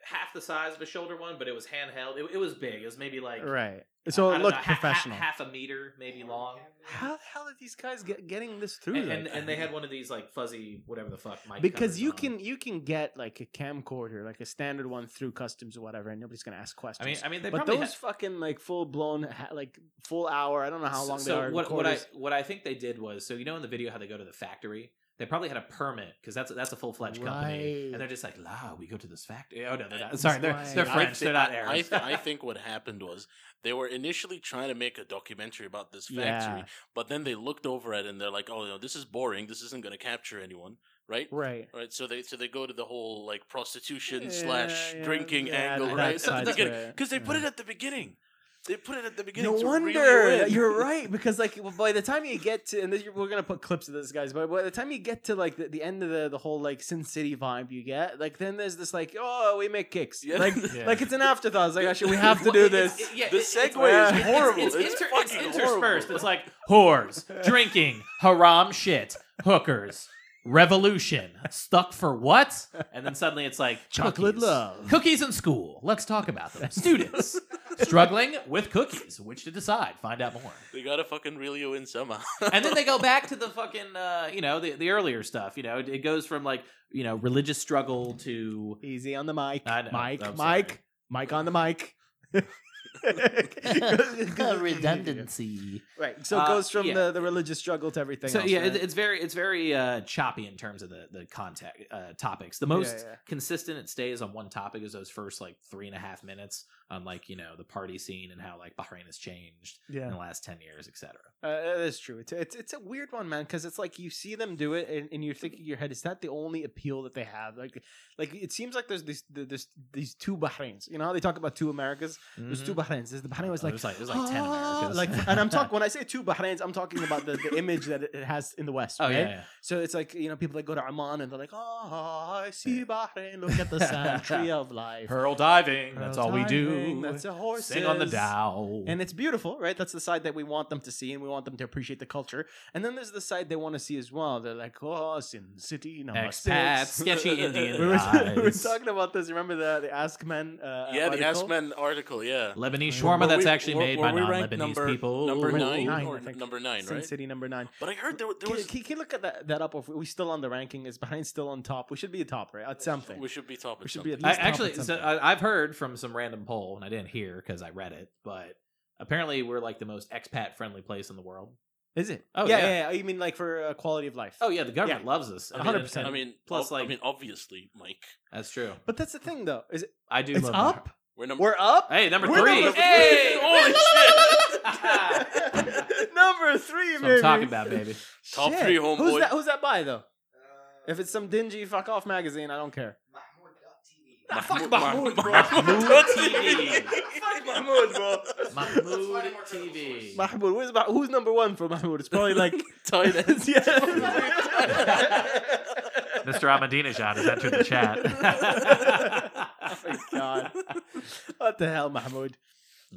Speaker 2: half the size of a shoulder one, but it was handheld. It, it was big. It was maybe like
Speaker 1: Right.
Speaker 2: I-
Speaker 1: So it
Speaker 2: I don't
Speaker 1: looked
Speaker 2: know, ha- ha-
Speaker 1: professional.
Speaker 2: half, a meter maybe long.
Speaker 1: How the hell are these guys get, getting this through?
Speaker 2: And,
Speaker 1: like
Speaker 2: and,
Speaker 1: that?
Speaker 2: and they had one of these like fuzzy whatever the fuck mic
Speaker 1: because
Speaker 2: covers
Speaker 1: you
Speaker 2: on.
Speaker 1: can you can get like a camcorder, like a standard one through customs or whatever, and nobody's gonna ask
Speaker 2: I
Speaker 1: questions.
Speaker 2: mean, I mean, they
Speaker 1: but
Speaker 2: probably
Speaker 1: those
Speaker 2: had-
Speaker 1: fucking like full blown ha- like full hour. I don't know how
Speaker 2: So-
Speaker 1: long
Speaker 2: so
Speaker 1: they are.
Speaker 2: what, what I
Speaker 1: recorders.
Speaker 2: what I think they did was so you know in the video how they go to the factory. They probably had a permit because that's that's a full fledged company,
Speaker 1: Right.
Speaker 2: and they're just like, "La, we go to this factory." Oh no, they're not.
Speaker 3: That's
Speaker 2: Sorry, they're,
Speaker 1: why-
Speaker 2: they're
Speaker 1: I
Speaker 2: French.
Speaker 3: thi-
Speaker 2: they're not
Speaker 3: I-
Speaker 2: Arabs.
Speaker 3: I, thi- I think what happened was they were initially trying to make a documentary about this factory,
Speaker 1: Yeah.
Speaker 3: but then they looked over it and they're like, "Oh, no, this is boring. This isn't going to capture anyone, right?"
Speaker 1: right.
Speaker 3: Right. So they so they go to the whole like prostitution
Speaker 1: Yeah,
Speaker 3: slash
Speaker 1: yeah,
Speaker 3: drinking
Speaker 1: yeah,
Speaker 3: angle,
Speaker 1: that
Speaker 3: right?
Speaker 1: side's great.
Speaker 3: Because they put
Speaker 1: Yeah.
Speaker 3: it at the beginning. They put it at the beginning.
Speaker 1: No
Speaker 3: to reel you
Speaker 1: wonder
Speaker 3: in.
Speaker 1: you're right because like well, by the time you get to and this, we're gonna put clips of this guys, but by the time you get to like the, the end of the, the whole like Sin City vibe you get, like then there's this like oh we make kicks
Speaker 3: Yeah.
Speaker 1: like
Speaker 2: Yeah.
Speaker 1: like it's an afterthought. It's like actually we have to
Speaker 2: Well,
Speaker 1: do
Speaker 2: it-
Speaker 1: this.
Speaker 2: it- yeah,
Speaker 3: The
Speaker 2: it- it's-
Speaker 3: segue
Speaker 1: is
Speaker 2: it's-
Speaker 3: horrible.
Speaker 2: It's,
Speaker 3: It's
Speaker 2: inter- it's
Speaker 3: fucking
Speaker 2: interspersed.
Speaker 3: horrible.
Speaker 2: It's like whores, drinking, haram shit, hookers, revolution, stuck for what? And then suddenly it's like
Speaker 1: Chocolate
Speaker 2: cookies.
Speaker 1: love.
Speaker 2: cookies in school. Let's talk about them. Students struggling with cookies. Which to decide. Find out more.
Speaker 3: They gotta fucking reel you in somehow.
Speaker 2: And then they go back to the fucking uh, you know the, the earlier stuff. You know it, it goes from like you know religious struggle to
Speaker 1: Easy on the mic.
Speaker 2: I know,
Speaker 1: Mike,
Speaker 2: I'm sorry.
Speaker 1: Mike, Mike on the mic.
Speaker 2: redundancy.
Speaker 1: Right. So it
Speaker 2: Uh,
Speaker 1: goes from
Speaker 2: yeah.
Speaker 1: the, the religious struggle to everything.
Speaker 2: So
Speaker 1: else,
Speaker 2: yeah,
Speaker 1: right?
Speaker 2: it, it's very it's very uh, choppy in terms of the the contact uh, topics. The most
Speaker 1: yeah.
Speaker 2: consistent it stays on one topic is those first like three and a half minutes on like you know the party scene and how like Bahrain has changed in
Speaker 1: yeah,
Speaker 2: the last ten years, etc.
Speaker 1: uh, that's true. It's, it's it's a weird one, man, because it's like you see them do it, and, and you're thinking in your head, is that the only appeal that they have? Like, like it seems like there's this there's these two Bahrains. You know how they talk about two Americas? There's two Bahrains. There's the Bahrain Mm-hmm. was
Speaker 2: Oh,
Speaker 1: like.
Speaker 2: there's like there's like ten
Speaker 1: "Ah,"
Speaker 2: Americas.
Speaker 1: like, and I'm talking when I say two Bahrains, I'm talking about the, the image that it it has in the West.
Speaker 2: Oh
Speaker 1: right?
Speaker 2: yeah, yeah.
Speaker 1: So it's like you know people that go to Amman and they're like, oh, I see Bahrain. Look at the sand, tree of life.
Speaker 2: Pearl diving.
Speaker 1: Pearl
Speaker 2: that's all we do.
Speaker 1: diving, That's a horse.
Speaker 2: Sing on the Dow.
Speaker 1: And it's beautiful, right? That's the side that we want them to see, and we want them to appreciate the culture. And then there's the side they want to see as well. They're like, oh, Sin City number
Speaker 2: expats,
Speaker 1: six.
Speaker 2: sketchy Indian
Speaker 1: We were,
Speaker 2: guys.
Speaker 1: we were talking about this. Remember the the Ask Men? Uh,
Speaker 3: yeah, the
Speaker 1: article?
Speaker 3: Ask Men article. Yeah.
Speaker 2: Lebanese
Speaker 1: Were
Speaker 2: shawarma
Speaker 3: Were
Speaker 2: that's
Speaker 3: we-
Speaker 2: actually
Speaker 3: were-
Speaker 2: made
Speaker 3: were
Speaker 2: by
Speaker 3: we
Speaker 2: non-Lebanese
Speaker 3: ranked number-
Speaker 2: people.
Speaker 3: Number
Speaker 1: Number
Speaker 3: nine,
Speaker 1: nine, I
Speaker 3: or
Speaker 1: think.
Speaker 3: number nine,
Speaker 1: Sin
Speaker 3: right?
Speaker 1: City number nine.
Speaker 3: But I heard there, there
Speaker 1: Can,
Speaker 3: was.
Speaker 1: can, can you look at that, that up? If we still on the ranking? Is Bahrain still on top? We should be a top, right? At something.
Speaker 3: We should be top.
Speaker 1: We should be at
Speaker 2: I
Speaker 1: least top
Speaker 2: actually,
Speaker 1: at
Speaker 2: so
Speaker 1: something.
Speaker 2: I, I've heard from some random poll, and I didn't hear because I read it, but apparently we're like the most expat friendly place in the world.
Speaker 1: Is it?
Speaker 2: Oh,
Speaker 1: yeah,
Speaker 2: yeah.
Speaker 1: yeah. You mean like for uh, quality of life?
Speaker 2: Oh yeah, the government loves us. I mean,
Speaker 1: 100%.
Speaker 2: and-
Speaker 3: I
Speaker 2: and
Speaker 3: mean,
Speaker 2: plus,
Speaker 3: plus,
Speaker 2: like-
Speaker 3: I mean, obviously, Mike,
Speaker 2: that's true.
Speaker 1: But that's the thing, though. Is it,
Speaker 2: I do.
Speaker 1: it's
Speaker 2: love
Speaker 1: up.
Speaker 3: we're number.
Speaker 1: We're up.
Speaker 2: Hey, number
Speaker 1: We're
Speaker 2: three.
Speaker 1: number three.
Speaker 2: Hey,
Speaker 3: Holy shit!
Speaker 2: that's
Speaker 1: number three,
Speaker 2: what
Speaker 1: baby.
Speaker 2: I'm talking about, baby.
Speaker 3: Top
Speaker 1: Shit.
Speaker 3: three,
Speaker 1: Who's
Speaker 3: homeboy.
Speaker 1: that? Who's that by though?
Speaker 4: Uh,
Speaker 1: If it's some dingy fuck off magazine, I don't care.
Speaker 4: Mahmoud.tv.
Speaker 1: Ah, fuck Mahmoud,
Speaker 3: Mahmoud,
Speaker 1: bro.
Speaker 3: Mahmoud
Speaker 2: TV.
Speaker 1: fuck Mahmoud, bro.
Speaker 2: Mahmoud TV.
Speaker 1: Mahmoud, where's Mah- who's number one for Mahmoud? It's probably like
Speaker 3: Tight end.
Speaker 1: yeah.
Speaker 2: Mr. Ahmadinejad has entered the chat.
Speaker 1: my God. what the hell, Mahmoud?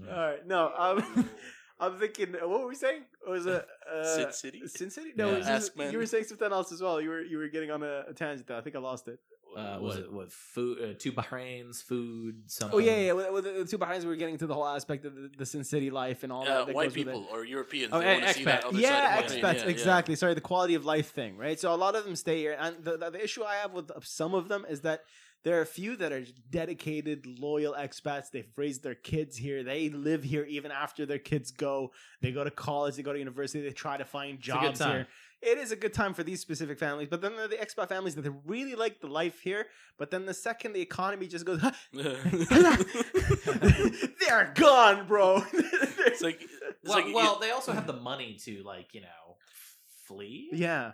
Speaker 1: All right, no, um, I'm thinking. What were we saying? Was it uh,
Speaker 3: Sin City?
Speaker 1: Sin City? No,
Speaker 2: Yeah.
Speaker 1: it was-
Speaker 3: Ask
Speaker 1: you
Speaker 3: Men.
Speaker 1: were saying something else as well. You were you were getting on a, a tangent. There. I think I lost it.
Speaker 2: uh, was
Speaker 3: What?
Speaker 2: it with food? Uh, two Bahrain's food. Something.
Speaker 1: Oh
Speaker 3: Um,
Speaker 1: yeah, yeah. With, with the two behinds, we were getting to the whole aspect of the, the Sin City life and all
Speaker 3: uh,
Speaker 1: that. that
Speaker 3: white
Speaker 1: goes with it.
Speaker 3: people or Europeans.
Speaker 2: Oh,
Speaker 3: they want
Speaker 2: and
Speaker 3: to see that
Speaker 2: expats.
Speaker 3: other
Speaker 1: Yeah,
Speaker 3: side of
Speaker 2: the
Speaker 1: expats.
Speaker 2: plane.
Speaker 3: Bahrain. Yeah, yeah.
Speaker 1: exactly. Sorry, the quality of life thing, right? So a lot of them stay here, and the, the, the issue I have with some of them is that there are a few that are dedicated, loyal expats. They've raised their kids here. They live here even after their kids go. They go to college. They go to university. They try to find
Speaker 2: a good
Speaker 1: jobs
Speaker 2: time.
Speaker 1: here. It is a good time for these specific families, but then there are the expat families that they really like the life here. But then the second the economy just goes, they're gone, bro.
Speaker 3: it's like it's
Speaker 2: Well,
Speaker 3: like
Speaker 2: well, they also have the money to like you know flee.
Speaker 1: Yeah.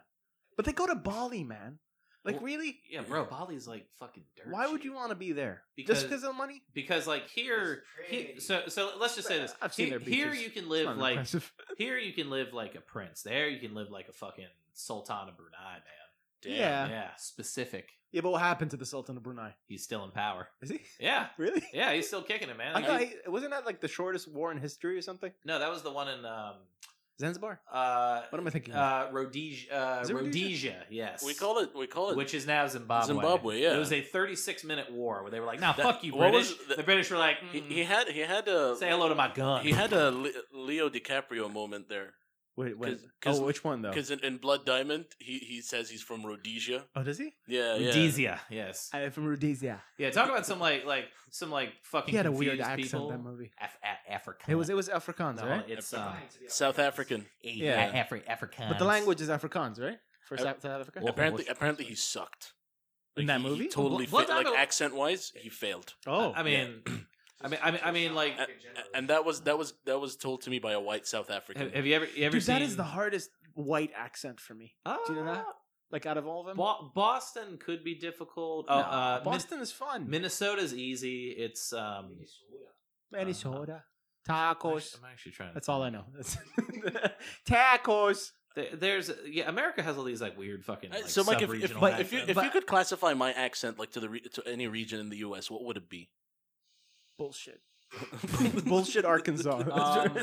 Speaker 1: But they go to Bali, man. Like,
Speaker 2: Well,
Speaker 1: really?
Speaker 2: Yeah, bro. Bali's like fucking dirt.
Speaker 1: Why would
Speaker 2: cheap.
Speaker 1: you want to be there?
Speaker 2: Because-
Speaker 1: Just because of money?
Speaker 2: Because like here,
Speaker 4: It's
Speaker 2: he-
Speaker 4: pretty.
Speaker 2: so so let's just say this.
Speaker 1: I've seen
Speaker 2: He-
Speaker 1: their
Speaker 2: here
Speaker 1: beaches.
Speaker 2: you can
Speaker 1: It's
Speaker 2: live
Speaker 1: not
Speaker 2: like
Speaker 1: impressive.
Speaker 2: here you can live like a prince. There you can live like a fucking sultan of Brunei, man.
Speaker 3: damn.
Speaker 1: Yeah.
Speaker 2: Yeah, specific.
Speaker 1: Yeah, but what happened to the Sultan of Brunei?
Speaker 2: He's still in power.
Speaker 1: Is he
Speaker 2: Yeah,
Speaker 1: really?
Speaker 2: yeah, he's still kicking it, man.
Speaker 1: I
Speaker 2: He-
Speaker 1: thought he, wasn't that like the shortest war in history or something?
Speaker 2: no, that was the one in um
Speaker 1: Zanzibar.
Speaker 2: uh
Speaker 1: What am I thinking? of?
Speaker 2: uh Rhodesia, uh,
Speaker 1: Is it
Speaker 2: Rhodesia,
Speaker 1: Rhodesia?
Speaker 2: yes.
Speaker 3: we call it we call it
Speaker 2: which is now Zimbabwe.
Speaker 3: Zimbabwe, yeah.
Speaker 2: It was a 36 minute war where they were like, "Nah,
Speaker 3: That-
Speaker 2: fuck you,
Speaker 3: what
Speaker 2: British."
Speaker 3: was the-
Speaker 2: the British were like,
Speaker 3: he,
Speaker 2: "Mm,
Speaker 3: he had he had a
Speaker 2: "Say hello to my gun."
Speaker 3: he had a Le- Leo DiCaprio moment there
Speaker 1: Wait, when-
Speaker 3: 'cause- 'cause-
Speaker 1: oh, which one though?
Speaker 3: because in, in Blood Diamond he, he says he's from Rhodesia.
Speaker 1: Oh, does he?
Speaker 3: Yeah, yeah.
Speaker 2: Rhodesia, yes.
Speaker 1: I am from Rhodesia.
Speaker 2: Yeah, talk about some like like some like fucking
Speaker 1: He had a weird
Speaker 2: confused
Speaker 1: accent
Speaker 2: people.
Speaker 1: that movie.
Speaker 2: Af- a- African.
Speaker 1: It was it was Afrikaans,
Speaker 2: no,
Speaker 1: right?
Speaker 2: it's um,
Speaker 4: Fine to be
Speaker 3: South
Speaker 4: honest.
Speaker 3: African.
Speaker 1: Yeah.
Speaker 2: yeah, Afri- African.
Speaker 1: But the language is Afrikaans, right? For
Speaker 3: Uh,
Speaker 1: South South Africa.
Speaker 2: Well,
Speaker 3: apparently,
Speaker 2: what's-
Speaker 3: apparently he sucked.
Speaker 1: In that
Speaker 3: he- he
Speaker 1: movie?
Speaker 3: totally
Speaker 2: Blood
Speaker 3: fa- like
Speaker 2: Diamond-
Speaker 3: accent wise, he failed,
Speaker 1: oh,
Speaker 2: I mean, I mean, I mean, I mean, like,
Speaker 4: African generally.
Speaker 3: and that was that was that was told to me by a white South African.
Speaker 2: have, have you ever you ever
Speaker 1: dude,
Speaker 2: seen
Speaker 1: that is the hardest white accent for me.
Speaker 2: Ah,
Speaker 1: Do you know that? Like out of all of them,
Speaker 2: Bo- Boston could be difficult. Oh,
Speaker 1: No,
Speaker 2: uh, Min-
Speaker 1: Boston is fun.
Speaker 2: Minnesota's easy. It's um. Uh,
Speaker 1: Minnesota.
Speaker 2: I'm
Speaker 1: Tacos.
Speaker 2: actually, I'm actually trying. to
Speaker 1: That's all I
Speaker 2: think.
Speaker 1: know. Tacos.
Speaker 2: There, there's yeah, America has all these like weird fucking.
Speaker 3: Uh,
Speaker 2: Like,
Speaker 3: so, Mike, if, if,
Speaker 2: sub-regional
Speaker 3: if, you,
Speaker 2: accents.
Speaker 3: if you
Speaker 1: But-
Speaker 3: could classify my accent like to the re- to any region in the U.S., what would it be?
Speaker 1: Bullshit. Bullshit, Arkansas.
Speaker 2: Um,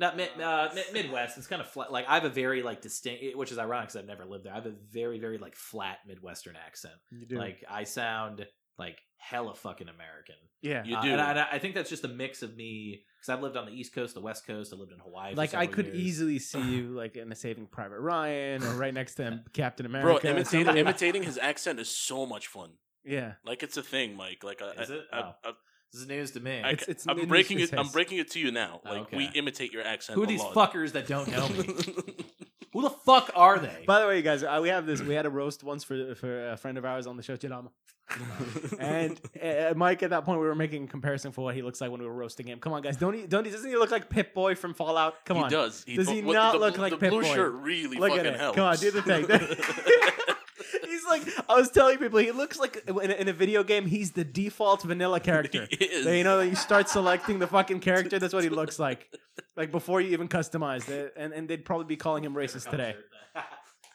Speaker 2: Not mid, uh, mid- Midwest. It's kind of flat. Like I have a very like distinct, which is ironic because I've never lived there. I have a very very like flat Midwestern accent.
Speaker 1: you do.
Speaker 2: Like I sound like hella fucking American.
Speaker 1: yeah.
Speaker 3: You
Speaker 2: Uh,
Speaker 3: do.
Speaker 2: and I, and I think that's just a mix of me because I've lived on the East Coast, the West Coast. I lived in Hawaii. for
Speaker 1: Like I
Speaker 2: several
Speaker 1: could
Speaker 2: years.
Speaker 1: easily see you like in a Saving Private Ryan or right next to him, Captain
Speaker 3: Bro,
Speaker 1: America. or
Speaker 3: imitating,
Speaker 1: something.
Speaker 3: imitating his accent is so much fun.
Speaker 1: Yeah.
Speaker 3: Like it's a thing, Mike. Like I,
Speaker 2: Is it?
Speaker 3: I,
Speaker 2: Oh.
Speaker 3: I,
Speaker 2: This is news to me.
Speaker 3: I,
Speaker 1: It's- it's
Speaker 3: am
Speaker 1: in
Speaker 3: breaking
Speaker 1: his
Speaker 3: it. I'm
Speaker 1: face.
Speaker 3: breaking it to you now.
Speaker 2: Oh,
Speaker 3: Like
Speaker 2: okay.
Speaker 3: we imitate your accent.
Speaker 2: Who are
Speaker 3: a
Speaker 2: these
Speaker 3: lot.
Speaker 2: fuckers that don't know me? Who the fuck are they?
Speaker 1: By the way, you guys, uh, we have this. We had a roast once for for a friend of ours on the show, Jadama. And uh, Mike, at that point, we were making a comparison for what he looks like when we were roasting him. Come on, guys, don't he? Don't he? Doesn't he look like Pip Boy from Fallout? Come
Speaker 3: he
Speaker 1: on,
Speaker 3: does.
Speaker 1: Does
Speaker 3: but
Speaker 1: he
Speaker 3: what-
Speaker 1: not
Speaker 3: the,
Speaker 1: look
Speaker 3: bl-
Speaker 1: like
Speaker 3: the
Speaker 1: Pip
Speaker 3: blue
Speaker 1: Boy?
Speaker 3: shirt? Really
Speaker 1: Look
Speaker 3: fucking
Speaker 1: at it.
Speaker 3: helps.
Speaker 1: Come on, do the thing. he's like, I was telling people, he looks like in a, in a video game, he's the default vanilla character.
Speaker 3: He is.
Speaker 1: So, you know, you start selecting the fucking character, that's what he looks like. Like before you even customize it, and, and they'd probably be calling him racist today.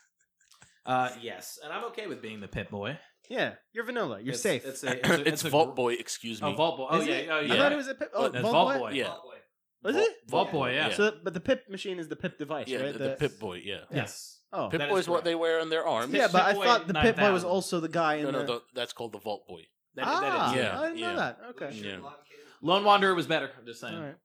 Speaker 2: uh, yes, and I'm okay with being the pit boy.
Speaker 1: Yeah, you're vanilla. You're
Speaker 2: It's-
Speaker 1: safe.
Speaker 2: It's, a, it's, a,
Speaker 3: it's
Speaker 2: a
Speaker 3: Vault
Speaker 2: gr-
Speaker 3: Boy. Excuse me.
Speaker 2: Oh, Vault boy. Oh
Speaker 1: Is
Speaker 2: yeah,
Speaker 1: it?
Speaker 2: oh yeah.
Speaker 1: I thought it was a pip. Oh,
Speaker 3: That's
Speaker 1: Vault Boy?
Speaker 2: Boy.
Speaker 3: Yeah.
Speaker 4: Oh, boy.
Speaker 1: Was
Speaker 3: Vault-
Speaker 1: it?
Speaker 2: Vault Boy, yeah.
Speaker 1: So, but the pip machine is the pip device,
Speaker 3: Yeah,
Speaker 1: right?
Speaker 3: the, the Pip Boy. Yeah.
Speaker 2: Yes.
Speaker 1: Oh,
Speaker 3: Pip
Speaker 2: That
Speaker 3: Boy
Speaker 2: is
Speaker 3: is what
Speaker 2: correct.
Speaker 3: they wear on their arms.
Speaker 1: yeah. uh, But I
Speaker 2: Pip Boy
Speaker 1: thought the pip boy was
Speaker 2: 9000.
Speaker 1: also the guy in
Speaker 3: No, no,
Speaker 1: the.
Speaker 3: th that's called the Vault Boy.
Speaker 2: That, that
Speaker 1: Ah,
Speaker 2: is,
Speaker 3: yeah.
Speaker 1: I didn't know
Speaker 3: yeah.
Speaker 1: that.
Speaker 4: Blue
Speaker 1: Okay. Oh,
Speaker 4: shirt,
Speaker 3: Yeah.
Speaker 4: blonde kid.
Speaker 2: Lone Wanderer was better. I'm just saying.
Speaker 1: All right.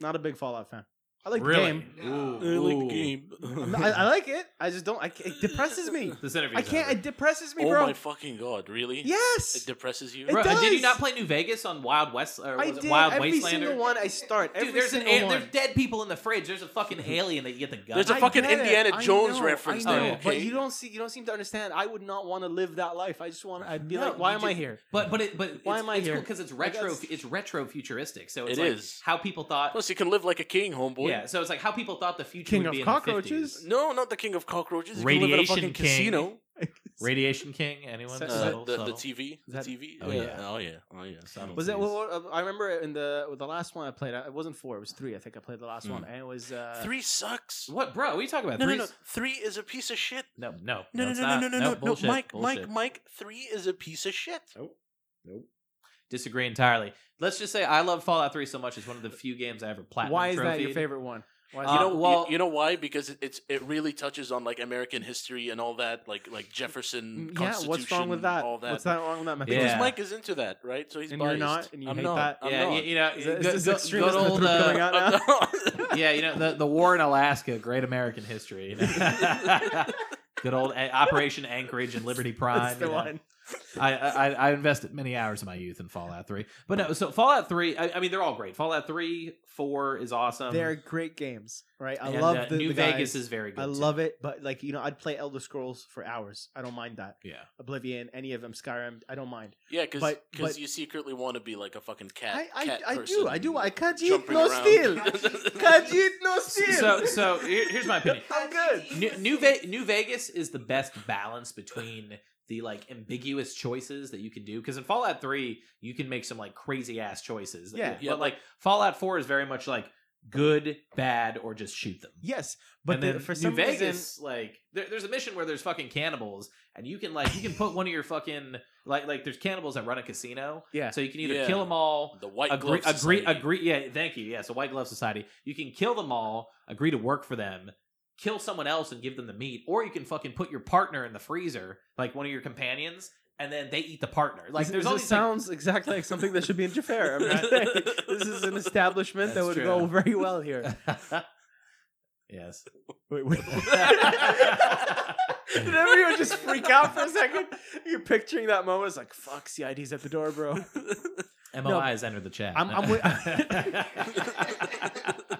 Speaker 1: Not a big Fallout fan. I like
Speaker 2: really?
Speaker 1: the game.
Speaker 4: No.
Speaker 2: Ooh. Ooh.
Speaker 1: I'm not- I, I like it. I just don't. I, ca- it depresses me.
Speaker 2: This interview.
Speaker 1: I can't. It depresses me,
Speaker 3: oh
Speaker 1: bro.
Speaker 3: my fucking god! Really? It
Speaker 1: yes.
Speaker 3: depresses you.
Speaker 1: It
Speaker 2: Bro,
Speaker 1: does.
Speaker 2: did you not play New Vegas on Wild West or was
Speaker 1: I
Speaker 2: it
Speaker 1: did
Speaker 2: Wild
Speaker 1: every
Speaker 2: Wastelander?
Speaker 1: single one. I start
Speaker 2: Dude,
Speaker 1: every
Speaker 2: there's an
Speaker 1: single
Speaker 2: a-
Speaker 1: one.
Speaker 2: there's dead people in the fridge. There's a fucking alien that you get the gun.
Speaker 3: There's a
Speaker 1: I
Speaker 3: fucking
Speaker 1: get it.
Speaker 3: Indiana
Speaker 1: I
Speaker 3: Jones
Speaker 1: know,
Speaker 3: reference
Speaker 1: I know,
Speaker 2: there,
Speaker 1: but
Speaker 3: okay?
Speaker 1: you don't see. You don't seem to understand. I would not want to live that life. I just want. to I'd be
Speaker 2: No,
Speaker 1: like, why
Speaker 2: you
Speaker 1: am I
Speaker 2: just-
Speaker 1: here?
Speaker 2: But but it but
Speaker 1: Why
Speaker 2: it's,
Speaker 1: am I
Speaker 2: it's
Speaker 1: here?
Speaker 2: Because it's
Speaker 1: Like,
Speaker 2: retro.
Speaker 1: that's-
Speaker 2: it's retro futuristic. So it's
Speaker 3: It
Speaker 2: like
Speaker 3: is.
Speaker 2: how people thought.
Speaker 3: Plus, you can live like a king, homeboy.
Speaker 2: yeah. So it's like how people thought the future
Speaker 1: King
Speaker 2: would
Speaker 1: of
Speaker 2: be
Speaker 1: cockroaches?
Speaker 2: In
Speaker 3: No, not the king of cockroaches. You can live in a
Speaker 2: Radiation
Speaker 3: fucking
Speaker 2: King.
Speaker 3: casino.
Speaker 2: the 50s. Radiation King. Anyone?
Speaker 1: So-
Speaker 3: Uh,
Speaker 1: Is that-
Speaker 2: Subtle,
Speaker 3: the, the
Speaker 2: subtle.
Speaker 3: TV. The
Speaker 1: that-
Speaker 3: TV.
Speaker 2: Oh, yeah.
Speaker 3: Oh yeah. Oh yeah.
Speaker 2: Subtle.
Speaker 1: Was it?
Speaker 2: Please.
Speaker 1: Well, well, I remember in the the last one I played. It wasn't four. It was three. I think I played the last
Speaker 3: Hmm.
Speaker 1: one, and it was uh,
Speaker 3: Three sucks.
Speaker 2: What, bro? What are you talking about?
Speaker 3: No, no,
Speaker 2: Three
Speaker 3: no. Three is a piece of shit.
Speaker 2: No, no,
Speaker 3: No, no,
Speaker 2: it's
Speaker 3: no, no,
Speaker 2: not.
Speaker 3: no, no, no, no.
Speaker 2: bullshit,
Speaker 3: Mike, Mike,
Speaker 2: bullshit.
Speaker 3: Mike. Three is a piece of shit.
Speaker 2: Disagree entirely. Let's just say I love Fallout Three so much; it's one of the few games I ever platinum.
Speaker 1: Why is that
Speaker 2: trophied.
Speaker 1: your favorite one?
Speaker 2: Why
Speaker 3: You know,
Speaker 2: uh,
Speaker 3: you-
Speaker 2: well,
Speaker 3: you, know why? Because it, it's it really touches on like American history and all that, like like Jefferson.
Speaker 1: Mm, yeah, what's wrong with
Speaker 3: Mm, Constitution,
Speaker 1: that?
Speaker 3: All that.
Speaker 1: What's that wrong with that?
Speaker 3: Because
Speaker 1: Methodius?
Speaker 2: Yeah.
Speaker 3: Mike is into that, right? So he's
Speaker 1: And you're
Speaker 3: biased.
Speaker 1: not, and you
Speaker 3: I'm
Speaker 1: hate
Speaker 3: not.
Speaker 1: that?
Speaker 3: I'm
Speaker 2: yeah,
Speaker 3: not.
Speaker 2: you, you know,
Speaker 1: Is, that, is
Speaker 2: good-
Speaker 1: this
Speaker 2: good-
Speaker 1: extremism
Speaker 2: good
Speaker 1: that
Speaker 2: old,
Speaker 1: they're
Speaker 2: uh,
Speaker 1: throwing out
Speaker 3: I'm
Speaker 1: now?
Speaker 3: not.
Speaker 2: yeah, you know the, the war in Alaska, great American history. you know. Good old A- Operation Anchorage and Liberty Prime.
Speaker 1: That's the
Speaker 2: you know.
Speaker 1: one.
Speaker 2: I, I I invested many hours of my youth in Fallout Three, but no. So Fallout Three, I, I mean, they're all great. Fallout Three, Four is awesome.
Speaker 1: They're great games, right? I
Speaker 2: And,
Speaker 1: love
Speaker 2: uh,
Speaker 1: the
Speaker 2: New
Speaker 1: the
Speaker 2: Vegas
Speaker 1: guys.
Speaker 2: is very good.
Speaker 1: I
Speaker 2: too.
Speaker 1: love it, but like you know, I'd play Elder Scrolls for hours. I don't mind that.
Speaker 2: Yeah.
Speaker 1: Oblivion, any of them, Skyrim, I don't mind.
Speaker 3: yeah, because
Speaker 1: But- but-
Speaker 3: you secretly want to be like a fucking cat.
Speaker 1: I I,
Speaker 3: cat
Speaker 1: I
Speaker 3: person
Speaker 1: do, I do. I can't eat
Speaker 3: jumping
Speaker 1: no
Speaker 3: around.
Speaker 1: steel. can't eat no steel.
Speaker 2: So so here- here's my opinion.
Speaker 1: I'm good.
Speaker 2: New New, Ve- New Vegas is the best balance between the like ambiguous choices that you can do because in Fallout 3 you can make some like crazy ass choices.
Speaker 1: Yeah.
Speaker 2: But
Speaker 3: Yeah.
Speaker 2: like Fallout 4 is very much like good, bad or just shoot them.
Speaker 1: Yes, but
Speaker 2: and
Speaker 1: the,
Speaker 2: then
Speaker 1: for
Speaker 2: New
Speaker 1: some reason,
Speaker 2: Vegas, like there, there's a mission where there's fucking cannibals, and you can like you can put one of your fucking like like there's cannibals that run a casino,
Speaker 1: yeah,
Speaker 2: so you can either
Speaker 3: Yeah.
Speaker 2: kill them all,
Speaker 3: The white
Speaker 2: agree,
Speaker 3: glove
Speaker 2: agree,
Speaker 3: society.
Speaker 2: agree. Yeah, thank you. Yeah, so white glove society. You can kill them all, agree to work for them, kill someone else and give them the meat, or you can fucking put your partner in the freezer, like one of your companions, and then they eat the partner. Like
Speaker 1: This-
Speaker 2: there's
Speaker 1: this
Speaker 2: all these like,
Speaker 1: sounds exactly like something that should be in Jafar. I'm not- this is an establishment that would
Speaker 2: That's true.
Speaker 1: go very well here.
Speaker 2: yes.
Speaker 1: Wait, wait. Did everyone just freak out for a second? You're picturing that moment. It's like, fuck, CID's at the door, bro.
Speaker 2: MLI has entered the chat.
Speaker 1: I'm- I'm with-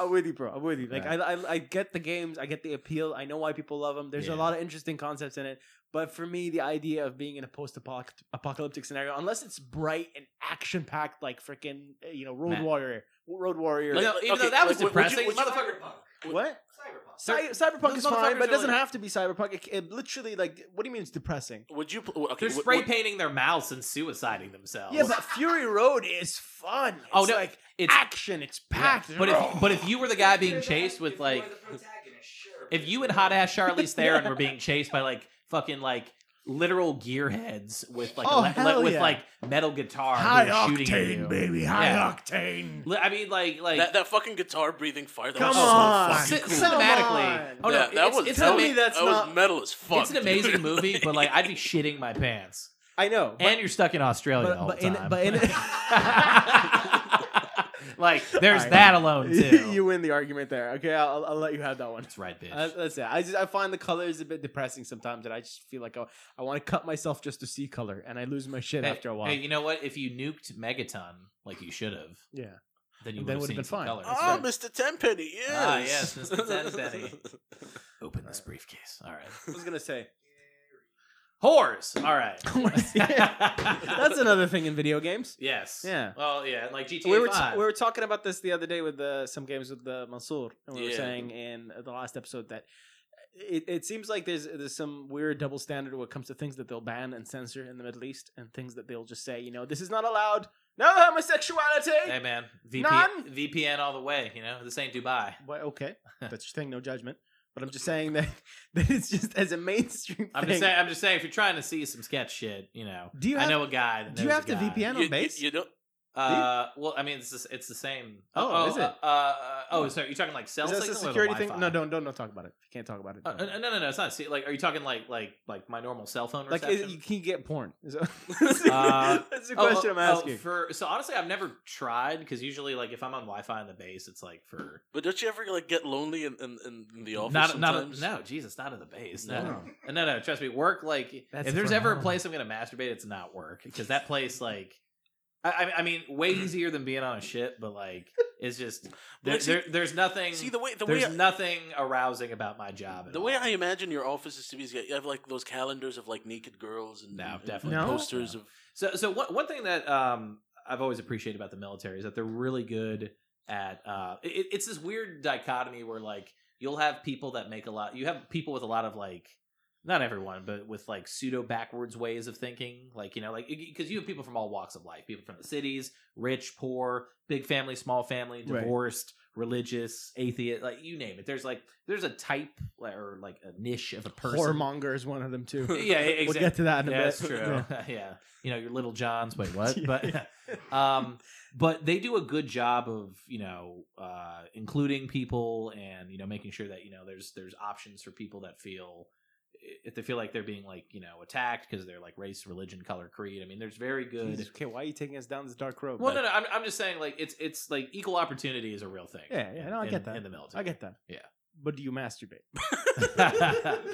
Speaker 1: I'm with you, bro. I'm with you. Like,
Speaker 2: Right.
Speaker 1: I, I, I get the games. I get the appeal. I know why people love them. There's
Speaker 2: Yeah.
Speaker 1: a lot of interesting concepts in it. But for me, the idea of being in a post-apocalyptic scenario, unless it's bright and action-packed, like freaking, eh, you know, Road
Speaker 2: Matt.
Speaker 1: Warrior, Road Warrior.
Speaker 2: You
Speaker 3: Like,
Speaker 2: know, even
Speaker 3: okay,
Speaker 2: though that was
Speaker 3: like, would- would you-
Speaker 2: depressing,
Speaker 3: would you-
Speaker 2: motherfucker.
Speaker 1: what?
Speaker 4: Cyberpunk.
Speaker 1: Cy- cyberpunk
Speaker 2: those
Speaker 1: is fine,
Speaker 2: motherfuckers
Speaker 1: but it
Speaker 2: are
Speaker 1: doesn't
Speaker 2: like-
Speaker 1: have to be cyberpunk. It, it literally, like, what do you mean it's depressing?
Speaker 3: Would you? pl- Okay,
Speaker 2: They're
Speaker 3: would-
Speaker 2: spray
Speaker 3: would-
Speaker 2: painting their mouths and suiciding themselves.
Speaker 1: Yeah, but Fury Road is fun. It's
Speaker 2: Oh, no,
Speaker 1: like
Speaker 2: it's
Speaker 1: action. It's packed.
Speaker 2: But if but if you were the guy being chased with like if you and hot ass Charlize Theron were being chased by like fucking like literal gearheads with like
Speaker 1: Oh,
Speaker 2: ele-
Speaker 1: hell
Speaker 2: le- with
Speaker 1: yeah.
Speaker 2: like metal guitar who are shooting at you.
Speaker 1: High
Speaker 2: Yeah.
Speaker 1: octane.
Speaker 2: Li- I mean like like
Speaker 3: that, that fucking guitar breathing fire. That
Speaker 1: Come
Speaker 3: was
Speaker 1: on.
Speaker 3: so
Speaker 2: cin-
Speaker 3: fucking cool.
Speaker 1: Come
Speaker 2: cinematically.
Speaker 1: on.
Speaker 2: Oh no,
Speaker 3: Yeah, that
Speaker 2: it's,
Speaker 3: was
Speaker 2: it's,
Speaker 1: tell
Speaker 2: an,
Speaker 1: me
Speaker 2: ama-
Speaker 1: that's
Speaker 3: that was
Speaker 1: not-
Speaker 3: metal as fuck.
Speaker 2: it's an amazing movie, but like I'd be shitting my pants.
Speaker 1: I know. But,
Speaker 2: and you're stuck in Australia
Speaker 1: but-
Speaker 2: the whole
Speaker 1: but in-
Speaker 2: time.
Speaker 1: but
Speaker 2: like there's
Speaker 1: Alright.
Speaker 2: that alone too.
Speaker 1: you win the argument there. Okay, I'll, I'll let you have that one.
Speaker 2: That's right, bitch.
Speaker 1: Uh, that's it. I just I find the colors a bit depressing sometimes, and I just feel like I, I want to cut myself just to see color, and I lose my shit
Speaker 2: hey,
Speaker 1: after a while.
Speaker 2: hey, you know what? If you nuked Megaton like you should have,
Speaker 1: Yeah.
Speaker 2: then you
Speaker 1: Then
Speaker 2: would have
Speaker 1: would've
Speaker 2: seen
Speaker 1: been
Speaker 2: some
Speaker 1: fine.
Speaker 2: color. That's
Speaker 3: Oh,
Speaker 2: right.
Speaker 3: Mr. Tenpenny, yes.
Speaker 2: Ah, yes, Mr. Tenpenny. Open this briefcase. All right.
Speaker 1: I was gonna say
Speaker 2: Whores. All right.
Speaker 1: that's another thing in video games.
Speaker 2: yes.
Speaker 1: Yeah.
Speaker 2: Well, yeah, and like GTA
Speaker 1: we were,
Speaker 2: 5.
Speaker 1: we were talking about this the other day with uh some games with uh, Mansoor, and we were
Speaker 3: Yeah.
Speaker 1: saying in the last episode that uh, it, it seems like there's there's some weird double standard when it comes to things that they'll ban and censor in the Middle East, and things that they'll just say, you know, this is not allowed. No homosexuality.
Speaker 2: hey man, VPN,
Speaker 1: None.
Speaker 2: VPN all the way. You know, this ain't Dubai.
Speaker 1: Well, okay, that's your thing. No judgment. But I'm just saying that, that it's just as a mainstream.
Speaker 2: I'm
Speaker 1: thing.
Speaker 2: just saying. I'm just saying. If you're trying to see some sketch shit, you know,
Speaker 1: Do you
Speaker 2: I
Speaker 1: have-
Speaker 2: know a guy. That
Speaker 1: do you
Speaker 2: knows
Speaker 1: have
Speaker 2: a
Speaker 1: to
Speaker 2: guy.
Speaker 1: VPN?
Speaker 3: You,
Speaker 1: on base?
Speaker 3: You, you don't.
Speaker 2: Uh, well, I mean, it's the, it's the same.
Speaker 1: Oh, is it?
Speaker 2: Uh, uh, oh, so you're talking like cell
Speaker 1: Is this a
Speaker 2: signal or the
Speaker 1: security thing?
Speaker 2: Wi-Fi?
Speaker 1: No, don't don't don't talk about it. You can't talk about it.
Speaker 2: Uh, uh, no, no, no. It's not. See, like, are you talking like like like my normal cell phone
Speaker 1: like
Speaker 2: reception?
Speaker 1: is, you can get porn. Is that-
Speaker 2: Uh,
Speaker 1: that's the
Speaker 2: Oh,
Speaker 1: question I'm
Speaker 2: oh, oh,
Speaker 1: asking.
Speaker 2: for so honestly, I've never tried because usually, like, if I'm on Wi-Fi in the base, it's like for
Speaker 3: But don't you ever like get lonely in, in, in, in the office?
Speaker 2: not
Speaker 3: sometimes?
Speaker 2: not no Jesus, not in the base. No, no,
Speaker 1: No.
Speaker 2: no. no, trust me, work like
Speaker 1: That's
Speaker 2: if there's
Speaker 1: for
Speaker 2: ever a
Speaker 1: home.
Speaker 2: place I'm gonna masturbate, it's not work because that place like. I, I- I mean, way easier than being on a ship, but like, it's just there,
Speaker 3: like, see-
Speaker 2: there- there's nothing.
Speaker 3: See the way the way
Speaker 2: there's
Speaker 3: I,
Speaker 2: nothing arousing about my job. at
Speaker 3: the way
Speaker 2: all.
Speaker 3: I imagine your office is to be is you have like those calendars of like naked girls and,
Speaker 2: No,
Speaker 3: and- and
Speaker 2: definitely
Speaker 1: No?
Speaker 3: posters
Speaker 2: No.
Speaker 3: of
Speaker 2: So, so one, one thing that um, I've always appreciated about the military is that they're really good at. Uh, it, it's this weird dichotomy where like you'll have people that make a lot. You have people with a lot of like, not everyone, but with like pseudo backwards ways of thinking. Like you know, like because you have people from all walks of life, people from the cities, rich, poor, big family, small family,
Speaker 1: Right.
Speaker 2: divorced, religious, atheist, like you name it. There's like there's a type like, or like a niche of a person.
Speaker 1: Whoremonger is one of them too.
Speaker 2: Yeah, yeah, exactly.
Speaker 1: We'll get to that in a
Speaker 2: yeah,
Speaker 1: bit.
Speaker 2: that's true. Yeah. you know your little Johns. Wait, what? But um, but they do a good job of you know uh, including people and you know making sure that you know there's there's options for people that feel if they feel like they're being like you know attacked because they're like race, religion, color, creed. I mean, there's very good.
Speaker 1: Jesus, okay, why are you taking us down this dark road?
Speaker 2: Well, no, no. I'm, I'm just saying, like it's it's like equal opportunity is a real thing.
Speaker 1: Yeah, yeah, no, I
Speaker 2: in-
Speaker 1: get that.
Speaker 2: in the military.
Speaker 1: I get that.
Speaker 2: Yeah.
Speaker 1: But do you masturbate?
Speaker 2: that.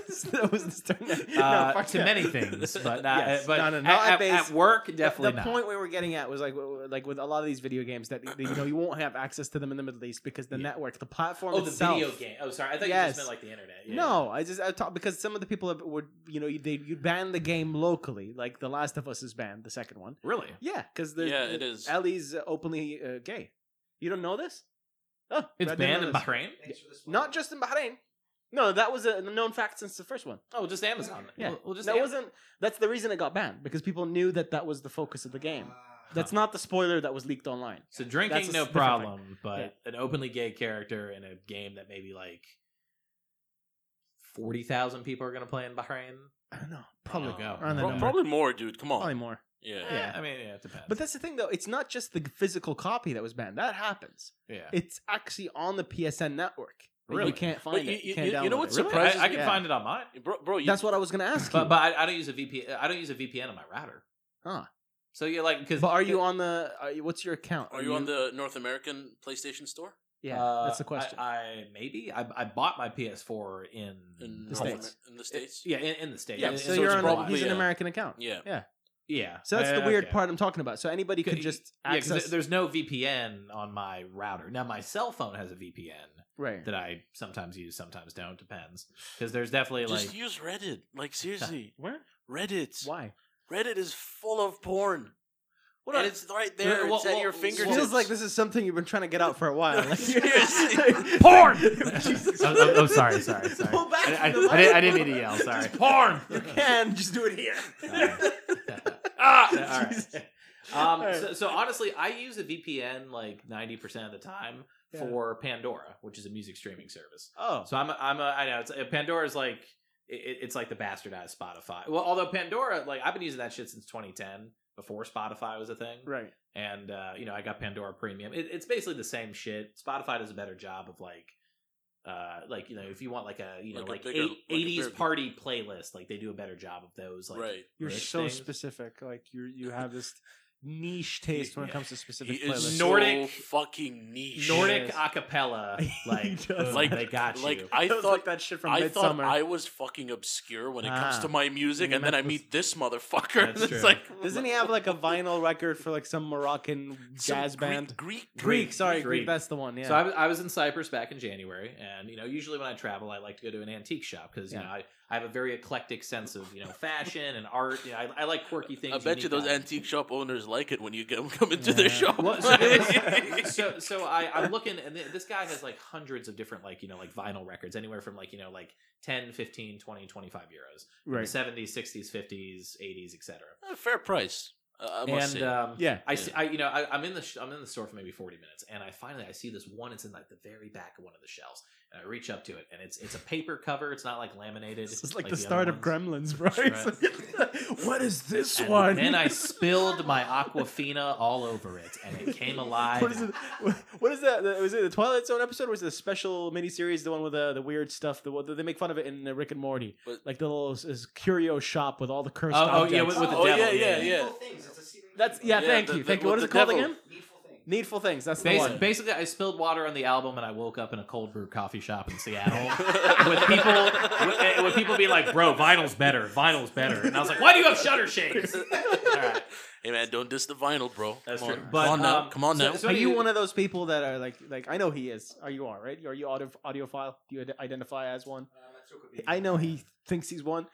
Speaker 1: that was the turn.
Speaker 2: uh, to many things, but not, uh,
Speaker 1: Yes.
Speaker 2: but
Speaker 1: No, no,
Speaker 2: at-
Speaker 1: not
Speaker 2: at,
Speaker 1: based-
Speaker 2: at work,
Speaker 1: The-
Speaker 2: definitely
Speaker 1: the
Speaker 2: not.
Speaker 1: point we were getting at was like w- w- like with a lot of these video games that you know you won't have access to them in the Middle East because the
Speaker 2: Yeah.
Speaker 1: network, the platform
Speaker 2: oh, the
Speaker 1: itself.
Speaker 2: video game. Oh, sorry, I thought you
Speaker 1: Yes.
Speaker 2: just meant like the internet. Yeah,
Speaker 1: No, I just I talk because some of the people would you know they you ban the game locally, like The Last of Us is banned, the second one.
Speaker 2: yeah. really,
Speaker 1: Yeah, because
Speaker 3: Yeah, it is.
Speaker 1: Ellie's openly uh, gay. You don't know this? Oh, I
Speaker 2: it's
Speaker 1: didn't
Speaker 2: banned
Speaker 1: know
Speaker 2: in
Speaker 1: this.
Speaker 2: Bahrain.
Speaker 4: Thanks for the spoiler.
Speaker 1: Not just in Bahrain. No, that was a known fact since the first one.
Speaker 2: Oh, just Amazon.
Speaker 1: Yeah.
Speaker 2: well, well, just
Speaker 1: that
Speaker 2: Am-
Speaker 1: wasn't. That's the reason it got banned because people knew that that was the focus of the game.
Speaker 4: Uh,
Speaker 1: That's not the spoiler that was leaked online.
Speaker 2: so drinking
Speaker 1: a
Speaker 2: no
Speaker 1: different thing.
Speaker 2: problem, but an openly gay character in a game that maybe like forty thousand people are going to play in Bahrain.
Speaker 1: I don't know. Probably
Speaker 2: Oh, no.
Speaker 1: around that
Speaker 2: Pro-
Speaker 1: number.
Speaker 3: Probably more, dude. Come on.
Speaker 1: Probably more.
Speaker 3: Yeah.
Speaker 2: Eh, I mean, yeah, it depends.
Speaker 1: But that's the thing, though. It's not just the physical copy that was banned. That happens.
Speaker 2: yeah,
Speaker 1: It's actually on the PSN network. But
Speaker 2: Really?
Speaker 1: You can't
Speaker 3: But
Speaker 1: find
Speaker 3: you-
Speaker 1: it. You,
Speaker 3: you-
Speaker 1: can't
Speaker 3: you- you know
Speaker 1: download
Speaker 3: what's
Speaker 1: it.
Speaker 2: Really?
Speaker 3: surprises
Speaker 2: I, I can
Speaker 1: me-
Speaker 2: find it on mine.
Speaker 3: Bro, bro, you,
Speaker 1: That's what I was going to ask
Speaker 2: but
Speaker 1: you.
Speaker 2: but I, I don't use a VPN. I don't use a VPN on my router.
Speaker 1: Huh.
Speaker 2: So you're like, because
Speaker 1: But are you on the? Are you, what's your account?
Speaker 3: are you on the North American PlayStation store?
Speaker 1: Yeah,
Speaker 2: Uh,
Speaker 1: that's the question.
Speaker 2: I, I maybe I, I bought my PS4 in
Speaker 3: In
Speaker 1: The
Speaker 3: North Amer-
Speaker 1: States.
Speaker 3: In the States?
Speaker 2: Yeah, in, in the states.
Speaker 3: yeah,
Speaker 2: In-
Speaker 1: so
Speaker 2: in
Speaker 3: so
Speaker 1: you're
Speaker 3: it's
Speaker 2: North
Speaker 1: on.
Speaker 2: Carolina.
Speaker 1: a, he's an
Speaker 3: yeah.
Speaker 1: American account.
Speaker 3: Yeah.
Speaker 2: yeah.
Speaker 1: So that's the
Speaker 2: Uh,
Speaker 1: weird
Speaker 2: okay.
Speaker 1: part I'm talking about. So anybody could
Speaker 2: Could-
Speaker 1: just
Speaker 2: Yeah, 'cause
Speaker 1: access.
Speaker 2: th- there's no VPN on my router. Now my cell phone has a VPN
Speaker 1: right.
Speaker 2: that I sometimes use, sometimes don't. Depends. Because there's definitely
Speaker 3: Just
Speaker 2: like
Speaker 3: use Reddit. Like, seriously.
Speaker 1: Where?
Speaker 3: Reddit.
Speaker 1: Why?
Speaker 3: Reddit is full of porn.
Speaker 2: Well,
Speaker 3: and
Speaker 2: no,
Speaker 3: it's right there.
Speaker 2: well,
Speaker 3: it's at
Speaker 2: well,
Speaker 3: your
Speaker 2: well,
Speaker 1: It
Speaker 3: fingertips.
Speaker 1: feels like this is something you've been trying to get out for a while. Like,
Speaker 3: Seriously.
Speaker 2: Porn!
Speaker 1: Jesus.
Speaker 2: I'm, I'm- I'm sorry, sorry, sorry.
Speaker 1: Pull back
Speaker 2: I, I,
Speaker 1: from the
Speaker 2: I didn't, I
Speaker 1: mic.
Speaker 2: didn't mean to yell. Sorry.
Speaker 1: Just
Speaker 2: porn.
Speaker 1: You can just do it here.
Speaker 2: ah, all right.
Speaker 1: Jesus.
Speaker 2: Um,
Speaker 1: All right.
Speaker 2: So, so honestly, I use a VPN like ninety percent of the time
Speaker 1: Yeah.
Speaker 2: for Pandora, which is a music streaming service.
Speaker 1: Oh,
Speaker 2: So I'm, a, I'm, a, I know it's uh, Pandora is like it, it's like the bastardized Spotify. Well, although Pandora, like I've been using that shit since 2010, before Spotify was a thing,
Speaker 1: right.
Speaker 2: and uh, you know I got Pandora Premium. It, it's basically the same shit. Spotify does a better job of like. Uh, like you know, if you want like a you know
Speaker 3: Like a
Speaker 2: like,
Speaker 3: bigger-
Speaker 2: eight,
Speaker 3: like a
Speaker 2: 80s
Speaker 3: bigger-
Speaker 2: party playlist, like they do a better job of those. Like
Speaker 3: right.
Speaker 1: You're
Speaker 2: rich
Speaker 1: so
Speaker 2: things.
Speaker 1: specific. Like you, you have this niche taste when it
Speaker 3: Yeah.
Speaker 1: comes to
Speaker 3: He
Speaker 1: specific
Speaker 3: is
Speaker 1: playlists.
Speaker 2: so- Nordic-
Speaker 3: Nordic fucking niche.
Speaker 2: Nordic
Speaker 1: Yes.
Speaker 2: acapella,
Speaker 1: He does.
Speaker 2: like, boom,
Speaker 3: Like-
Speaker 2: they got
Speaker 3: like,
Speaker 2: you.
Speaker 3: I
Speaker 1: It was
Speaker 3: thought
Speaker 1: like that shit from
Speaker 3: I thought
Speaker 1: Midsummer.
Speaker 3: I was fucking obscure when it comes
Speaker 1: Ah.
Speaker 3: to my music,
Speaker 1: You
Speaker 3: and then I
Speaker 1: meant this-
Speaker 3: meet this
Speaker 2: That's
Speaker 3: motherfucker. and it's
Speaker 2: true.
Speaker 3: like,
Speaker 1: Doesn't he have like a vinyl record for like some Moroccan
Speaker 3: some
Speaker 1: jazz
Speaker 3: Greek-
Speaker 1: band?
Speaker 3: Greek,
Speaker 1: Greek, sorry, Greek.
Speaker 2: Greek.
Speaker 1: That's the one. Yeah.
Speaker 2: So I was, I was in Cyprus back in January, and you know, usually when I travel, I like to go to an antique shop because you
Speaker 1: Yeah.
Speaker 2: know I, I have a very eclectic sense of you know fashion and art. You know, I, I like quirky things.
Speaker 3: I bet you
Speaker 2: unique
Speaker 3: those
Speaker 2: items.
Speaker 3: antique shop owners like it when you get, come into
Speaker 1: Yeah.
Speaker 3: their shop.
Speaker 2: Well, so, there was- so so I I'm looking, and th- this guy has like hundreds of different like you know like vinyl records, anywhere from like you know like 10, 15, 20, 25 euros, from
Speaker 1: right.
Speaker 2: the 70s, 60s, 50s, 80s, etc.
Speaker 3: Uh, Fair price. Uh, I must
Speaker 2: And
Speaker 3: say.
Speaker 2: um,
Speaker 1: Yeah.
Speaker 2: I,
Speaker 3: Yeah.
Speaker 2: see, I you know I, I'm in the sh- I'm in the store for maybe 40 minutes and I finally I see this one it's in like the very back of one of the shelves and I reach up to it and it's it's a paper cover it's not like laminated
Speaker 1: This is like, the
Speaker 2: other
Speaker 1: start of
Speaker 2: ones.
Speaker 1: Gremlins, bro. what is this
Speaker 2: and
Speaker 1: one?
Speaker 2: then I spilled my Aquafina all over it and it came alive
Speaker 1: What is it? What is that? Was it the Twilight Zone episode? Or was it the special miniseries, the one with the, the weird stuff? The one- they make fun of it in uh, Rick and Morty,
Speaker 3: But-
Speaker 1: like the little s- s- curio shop with all the cursed
Speaker 2: Oh, oh,
Speaker 1: objects.
Speaker 2: yeah, with- with the
Speaker 3: Oh,
Speaker 2: devil.
Speaker 3: yeah, yeah, yeah.
Speaker 4: Needful things. It's a secret
Speaker 1: That's
Speaker 4: ingredient.
Speaker 1: yeah.
Speaker 3: Yeah,
Speaker 1: thank
Speaker 3: the-
Speaker 1: you,
Speaker 3: the-
Speaker 1: thank you.
Speaker 3: with
Speaker 1: What is
Speaker 3: the
Speaker 1: it called
Speaker 3: devil.
Speaker 1: again?
Speaker 4: Needful things.
Speaker 1: Needful things. That's the
Speaker 2: Basi-
Speaker 1: one.
Speaker 2: Basically, I spilled water on the album, and I woke up in a cold brew coffee shop in Seattle with people with, eh, with people being like, "Bro, vinyl's better. Vinyl's better." And I was like, "Why do you have shutter shades?" All right.
Speaker 3: hey man, don't diss the vinyl, bro.
Speaker 2: That's
Speaker 3: come
Speaker 2: true.
Speaker 3: On.
Speaker 2: But,
Speaker 3: come on now,
Speaker 2: um,
Speaker 3: come on
Speaker 2: so-
Speaker 3: now.
Speaker 2: so-
Speaker 1: are you one of those people that are like like I know he is. Are you are right? Are you audio audiophile? Do you ad- identify as one?
Speaker 4: Um, that's what could be.
Speaker 1: I know he thinks he's one,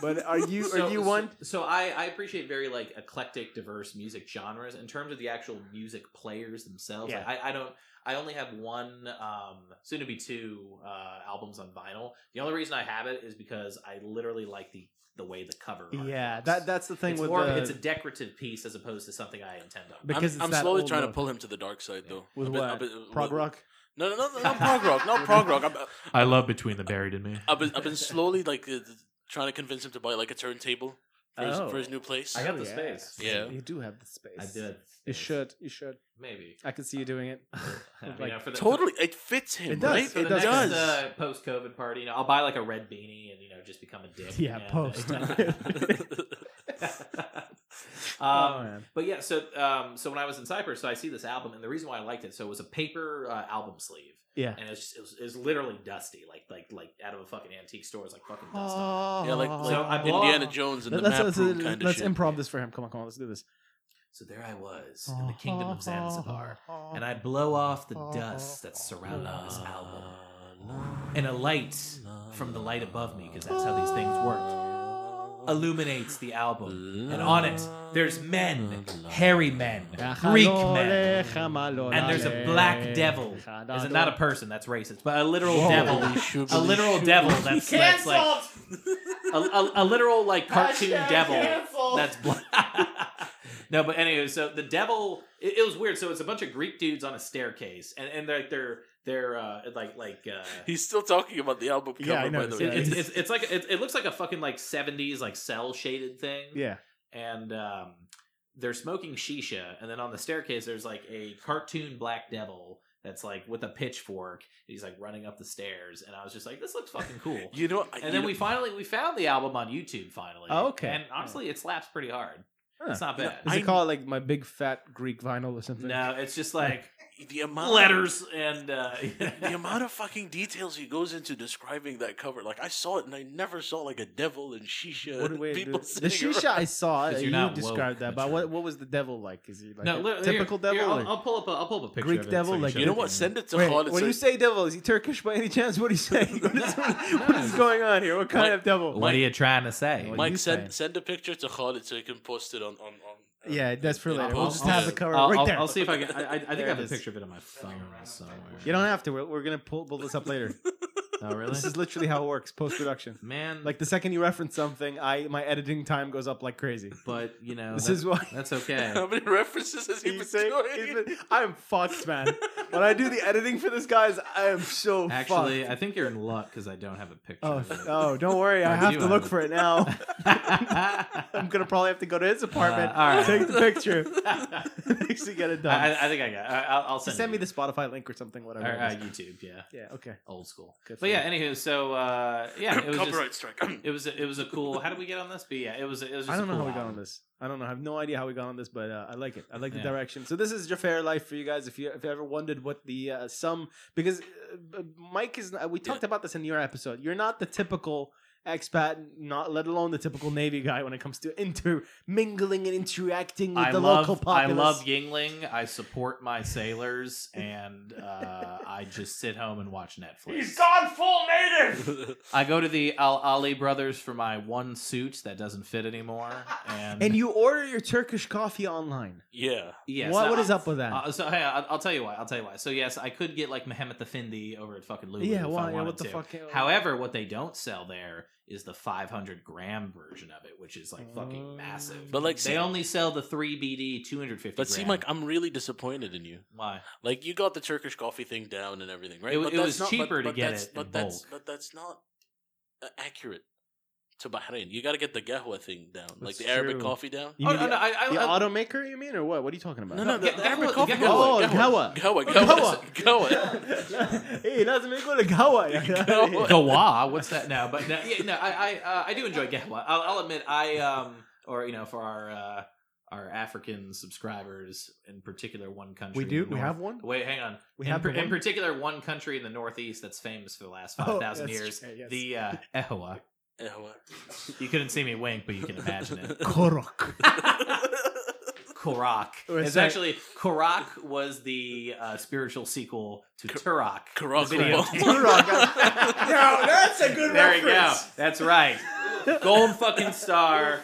Speaker 1: but are you are
Speaker 2: So-
Speaker 1: you one?
Speaker 2: So, so I, I appreciate very like eclectic, diverse music genres. In terms of the actual music players themselves,
Speaker 1: Yeah.
Speaker 2: like, I, I don't. I only have one, um, soon to be two uh, albums on vinyl. The only reason I have it is because I literally like the the way the cover. art
Speaker 1: Yeah,
Speaker 2: looks.
Speaker 1: that that's the thing
Speaker 2: it's
Speaker 1: with
Speaker 2: more,
Speaker 1: the,
Speaker 2: it's a decorative piece as opposed to something I intend on.
Speaker 1: because
Speaker 3: I'm,
Speaker 1: it's
Speaker 3: I'm
Speaker 1: that
Speaker 3: slowly
Speaker 1: old
Speaker 3: trying
Speaker 1: look.
Speaker 3: to pull him to the dark side, though.
Speaker 1: With
Speaker 3: I've been-
Speaker 1: what?
Speaker 3: I've been-
Speaker 1: prog
Speaker 3: with-
Speaker 1: rock.
Speaker 3: No, no, no, no, no prog rock, no prog rock. I'm,
Speaker 2: I love Between the Buried and Me.
Speaker 3: I've been, I've been slowly like uh, trying to convince him to buy like a turntable for,
Speaker 1: Oh.
Speaker 3: his, for his new place.
Speaker 2: I got the
Speaker 1: Yeah.
Speaker 2: space.
Speaker 3: Yeah.
Speaker 1: You do have the space.
Speaker 2: I did.
Speaker 1: You should. You should.
Speaker 2: Maybe.
Speaker 1: I can see you doing it.
Speaker 2: I mean,
Speaker 1: Like,
Speaker 2: uh, for the,
Speaker 3: totally, it fits him.
Speaker 1: It does,
Speaker 3: Right?
Speaker 2: For the
Speaker 1: it does.
Speaker 2: next uh, post-COVID party, you know, I'll buy like a red beanie and you know just become a dick.
Speaker 1: Yeah,
Speaker 2: and,
Speaker 1: post.
Speaker 2: uh,
Speaker 1: oh,
Speaker 2: um,
Speaker 1: man.
Speaker 2: but yeah, so um, so when I was in Cyprus, so I see this album, and the reason why I liked it, so it was a paper uh, album sleeve,
Speaker 1: Yeah.
Speaker 2: and it was, just, it was it was literally dusty, like like like out of a fucking antique store, it was like fucking dust. on
Speaker 1: Oh.
Speaker 2: it.
Speaker 3: yeah, like, like
Speaker 2: So I blow-
Speaker 3: Indiana Jones and the
Speaker 1: let's
Speaker 3: map
Speaker 1: let's,
Speaker 3: room
Speaker 1: let's,
Speaker 3: kind of
Speaker 1: let's
Speaker 3: shit.
Speaker 1: improv this for him. Come on, come on. Let's do this.
Speaker 2: So there I was in the kingdom of Zanzibar, and I blow off the dust that surrounded this album, and a light from the light above me, because that's how these things work, illuminates the album. And on it, there's men, hairy men, Greek men. And there's a black devil. Is it not a person? That's racist, but a literal devil. A literal devil. That's, that's like a, a, a literal like cartoon devil. That's black. no, but anyway, so the devil. It, it was weird. So it's a bunch of Greek dudes on a staircase, and and they're they're they're uh, like like. Uh,
Speaker 3: He's still talking about the album cover,
Speaker 1: Yeah, I
Speaker 3: by the
Speaker 1: noticed,
Speaker 3: way.
Speaker 1: yeah.
Speaker 2: it- it's, it's, it's like it, it looks like a fucking like 70s like cell shaded thing
Speaker 1: Yeah.
Speaker 2: and um, they're smoking shisha. And then on the staircase, there's like a cartoon black devil that's like with a pitchfork. And he's like running up the stairs, and I was just like, this looks fucking cool.
Speaker 3: you know,
Speaker 2: and then we finally we found the album on YouTube finally.
Speaker 1: Oh, okay.
Speaker 2: And honestly, it slaps pretty hard.
Speaker 1: Huh.
Speaker 2: It's not bad.
Speaker 1: Does
Speaker 3: I-
Speaker 1: it call it like my big fat Greek vinyl or something?
Speaker 2: no, it's just like
Speaker 3: the amount
Speaker 2: letters and uh,
Speaker 3: the amount of fucking details he goes into describing that cover. Like I saw it and I never saw like a devil and shisha
Speaker 1: What,
Speaker 3: and
Speaker 1: wait,
Speaker 3: people
Speaker 1: the, the
Speaker 3: sitting
Speaker 1: shisha
Speaker 3: around.
Speaker 1: I saw,
Speaker 2: 'Cause
Speaker 1: you
Speaker 2: you're not woke,
Speaker 1: described that, but
Speaker 2: that's
Speaker 1: what,
Speaker 2: right.
Speaker 1: what was the devil like? Is he like a
Speaker 2: no, look, here-
Speaker 1: typical
Speaker 2: here, oh,
Speaker 1: devil?
Speaker 2: I'll-
Speaker 1: or-
Speaker 2: I'll, pull up a I'll pull up a picture.
Speaker 1: Greek
Speaker 2: of it
Speaker 1: devil,
Speaker 2: so
Speaker 1: like-
Speaker 2: show
Speaker 3: You know
Speaker 2: it.
Speaker 3: what? Send it to
Speaker 1: Wait,
Speaker 3: Hall and
Speaker 1: when you
Speaker 3: say-
Speaker 1: say devil, is he Turkish by any chance? What are you saying? what, is, what is going on here? What kind
Speaker 3: Mike-
Speaker 1: of devil?
Speaker 2: What are you trying to say?
Speaker 1: What- you
Speaker 3: Mike, send
Speaker 1: saying?
Speaker 3: send a picture to Khalid so he can post it on on. on uh,
Speaker 1: yeah, that's for
Speaker 3: I'll-
Speaker 1: later. We'll
Speaker 3: I'll-
Speaker 1: just have the
Speaker 3: I'll-
Speaker 1: cover
Speaker 2: I'll,
Speaker 1: right
Speaker 2: I'll-
Speaker 1: there.
Speaker 2: I'll see if I can. I, I, I think
Speaker 1: There
Speaker 2: I have
Speaker 1: it
Speaker 2: a
Speaker 1: is.
Speaker 2: picture of it on my phone somewhere.
Speaker 1: you don't have to. We're, we're gonna pull, pull this up later.
Speaker 2: Oh, really?
Speaker 1: this is literally how it works post production.
Speaker 2: man.
Speaker 1: Like the second you reference something, I my editing time goes up like crazy.
Speaker 2: but you know,
Speaker 1: This
Speaker 2: Oh, that-
Speaker 1: is Oh, why
Speaker 2: that's okay.
Speaker 3: How many references has he been
Speaker 1: he's saying. he's
Speaker 3: doing?
Speaker 1: been- I'm fucked, man. When I do the editing for this, guys, I am so
Speaker 2: Actually,
Speaker 1: fucked.
Speaker 2: I think you're in luck because I don't have a picture.
Speaker 1: Oh,
Speaker 2: of it.
Speaker 1: oh, don't worry. I
Speaker 2: I
Speaker 1: have
Speaker 2: do
Speaker 1: to look
Speaker 2: have-
Speaker 1: for it now. I'm gonna probably have to go to
Speaker 2: Uh,
Speaker 1: his apartment,
Speaker 2: all right.
Speaker 1: take the picture,
Speaker 2: I,
Speaker 1: actually get it done.
Speaker 2: I, I think I got. I, I'll, I'll send.
Speaker 1: Just send me
Speaker 2: you.
Speaker 1: the Spotify link or something,
Speaker 2: Or,
Speaker 1: whatever. it
Speaker 2: uh,
Speaker 1: is.
Speaker 2: YouTube, yeah,
Speaker 1: yeah, okay.
Speaker 2: old school.
Speaker 1: Good for
Speaker 2: But yeah, anywho, so uh, yeah, it was just,
Speaker 3: Copyright strike.
Speaker 2: it was a, it was a cool. How did we get on this? But yeah, it was a- it was. Just
Speaker 1: I
Speaker 2: a
Speaker 1: don't know
Speaker 2: cool
Speaker 1: how we got
Speaker 2: album.
Speaker 1: on this. I don't know. I have no idea how we got on this, but uh, I like it. I like the
Speaker 2: Yeah.
Speaker 1: direction. So this is Jafar life for you guys. If you if you ever wondered what the uh, sum because uh, b- Mike is not- we talked about this in your episode. You're not the typical expat, not let alone the typical Navy guy when it comes to intermingling and interacting with
Speaker 2: I
Speaker 1: the
Speaker 2: love
Speaker 1: local
Speaker 2: I
Speaker 1: populace.
Speaker 2: love Yingling. I support my sailors, and uh, I just sit home and watch Netflix.
Speaker 3: gone full native.
Speaker 2: I go to the Al Ali Brothers for my one suit that doesn't fit anymore, and,
Speaker 1: and you order your Turkish coffee online.
Speaker 3: yeah.
Speaker 2: yes,
Speaker 1: what,
Speaker 2: I-
Speaker 1: what is up with that?
Speaker 2: Uh, so hang on, I'll, I'll tell you why. I'll tell you why. So yes, I could get like Mehmet Effendi over at fucking Lulu.
Speaker 1: yeah,
Speaker 2: if
Speaker 1: why?
Speaker 2: I
Speaker 1: yeah,
Speaker 2: wanted
Speaker 1: what the
Speaker 2: to.
Speaker 1: fuck?
Speaker 2: However, what they don't sell there is the 500 gram version of it, which is like
Speaker 1: Oh.
Speaker 2: fucking massive.
Speaker 3: But like,
Speaker 2: they
Speaker 3: see,
Speaker 2: only sell the three BD 250.
Speaker 3: but see,
Speaker 2: gram.
Speaker 3: Mike, I'm really disappointed in you.
Speaker 2: why?
Speaker 3: Like you got the Turkish coffee thing down and everything, right?
Speaker 2: It w-
Speaker 3: but
Speaker 2: it was
Speaker 3: that's
Speaker 2: cheaper to get
Speaker 3: that's,
Speaker 2: it
Speaker 3: But
Speaker 2: in
Speaker 3: that's
Speaker 2: bulk.
Speaker 3: but that's not uh, accurate to Bahrain. You got to get the Gahwa thing down,
Speaker 1: That's
Speaker 3: like the Arabic
Speaker 1: true.
Speaker 3: coffee down.
Speaker 1: You
Speaker 2: oh
Speaker 1: mean
Speaker 2: no,
Speaker 1: the,
Speaker 2: no, I, I,
Speaker 1: the
Speaker 2: I-
Speaker 1: automaker, you mean, or what? What are you talking about?
Speaker 3: No, no,
Speaker 2: No,
Speaker 3: the,
Speaker 2: Ga-
Speaker 3: the Arabic
Speaker 2: Gahwa-
Speaker 3: coffee.
Speaker 2: Gahwa.
Speaker 1: Oh, Gahwa.
Speaker 3: Gahwa, Gahwa, Gahwa.
Speaker 1: hey, lazım ilk öyle gawa ya.
Speaker 3: Gawa.
Speaker 2: Gawa, what's that now? But no, yeah, no, I I, uh, I do enjoy Gawa. I'll, I'll admit, I um, or you know, for our uh, our African subscribers in particular, one country
Speaker 1: We do.
Speaker 2: in the
Speaker 1: We
Speaker 2: north-
Speaker 1: have one.
Speaker 2: Wait, hang on.
Speaker 1: We
Speaker 2: in,
Speaker 1: have
Speaker 2: par-
Speaker 1: the
Speaker 2: in
Speaker 1: one?
Speaker 2: particular one country in the Northeast that's famous for the last
Speaker 1: Oh,
Speaker 2: 5,000
Speaker 1: that's
Speaker 2: years.
Speaker 1: true, yes.
Speaker 2: The uh, Ehowa.
Speaker 3: Gahwa.
Speaker 2: You couldn't see me wink, but you can imagine it.
Speaker 1: Korok.
Speaker 2: Korak.
Speaker 1: Or
Speaker 2: It's
Speaker 1: sorry.
Speaker 2: actually Korak was the uh, spiritual sequel to Turok.
Speaker 3: Karak
Speaker 2: the video
Speaker 3: Ball.
Speaker 2: game.
Speaker 1: Turok. Now, that's a good
Speaker 2: There we go.
Speaker 1: reference.
Speaker 2: That's right. Gold fucking star,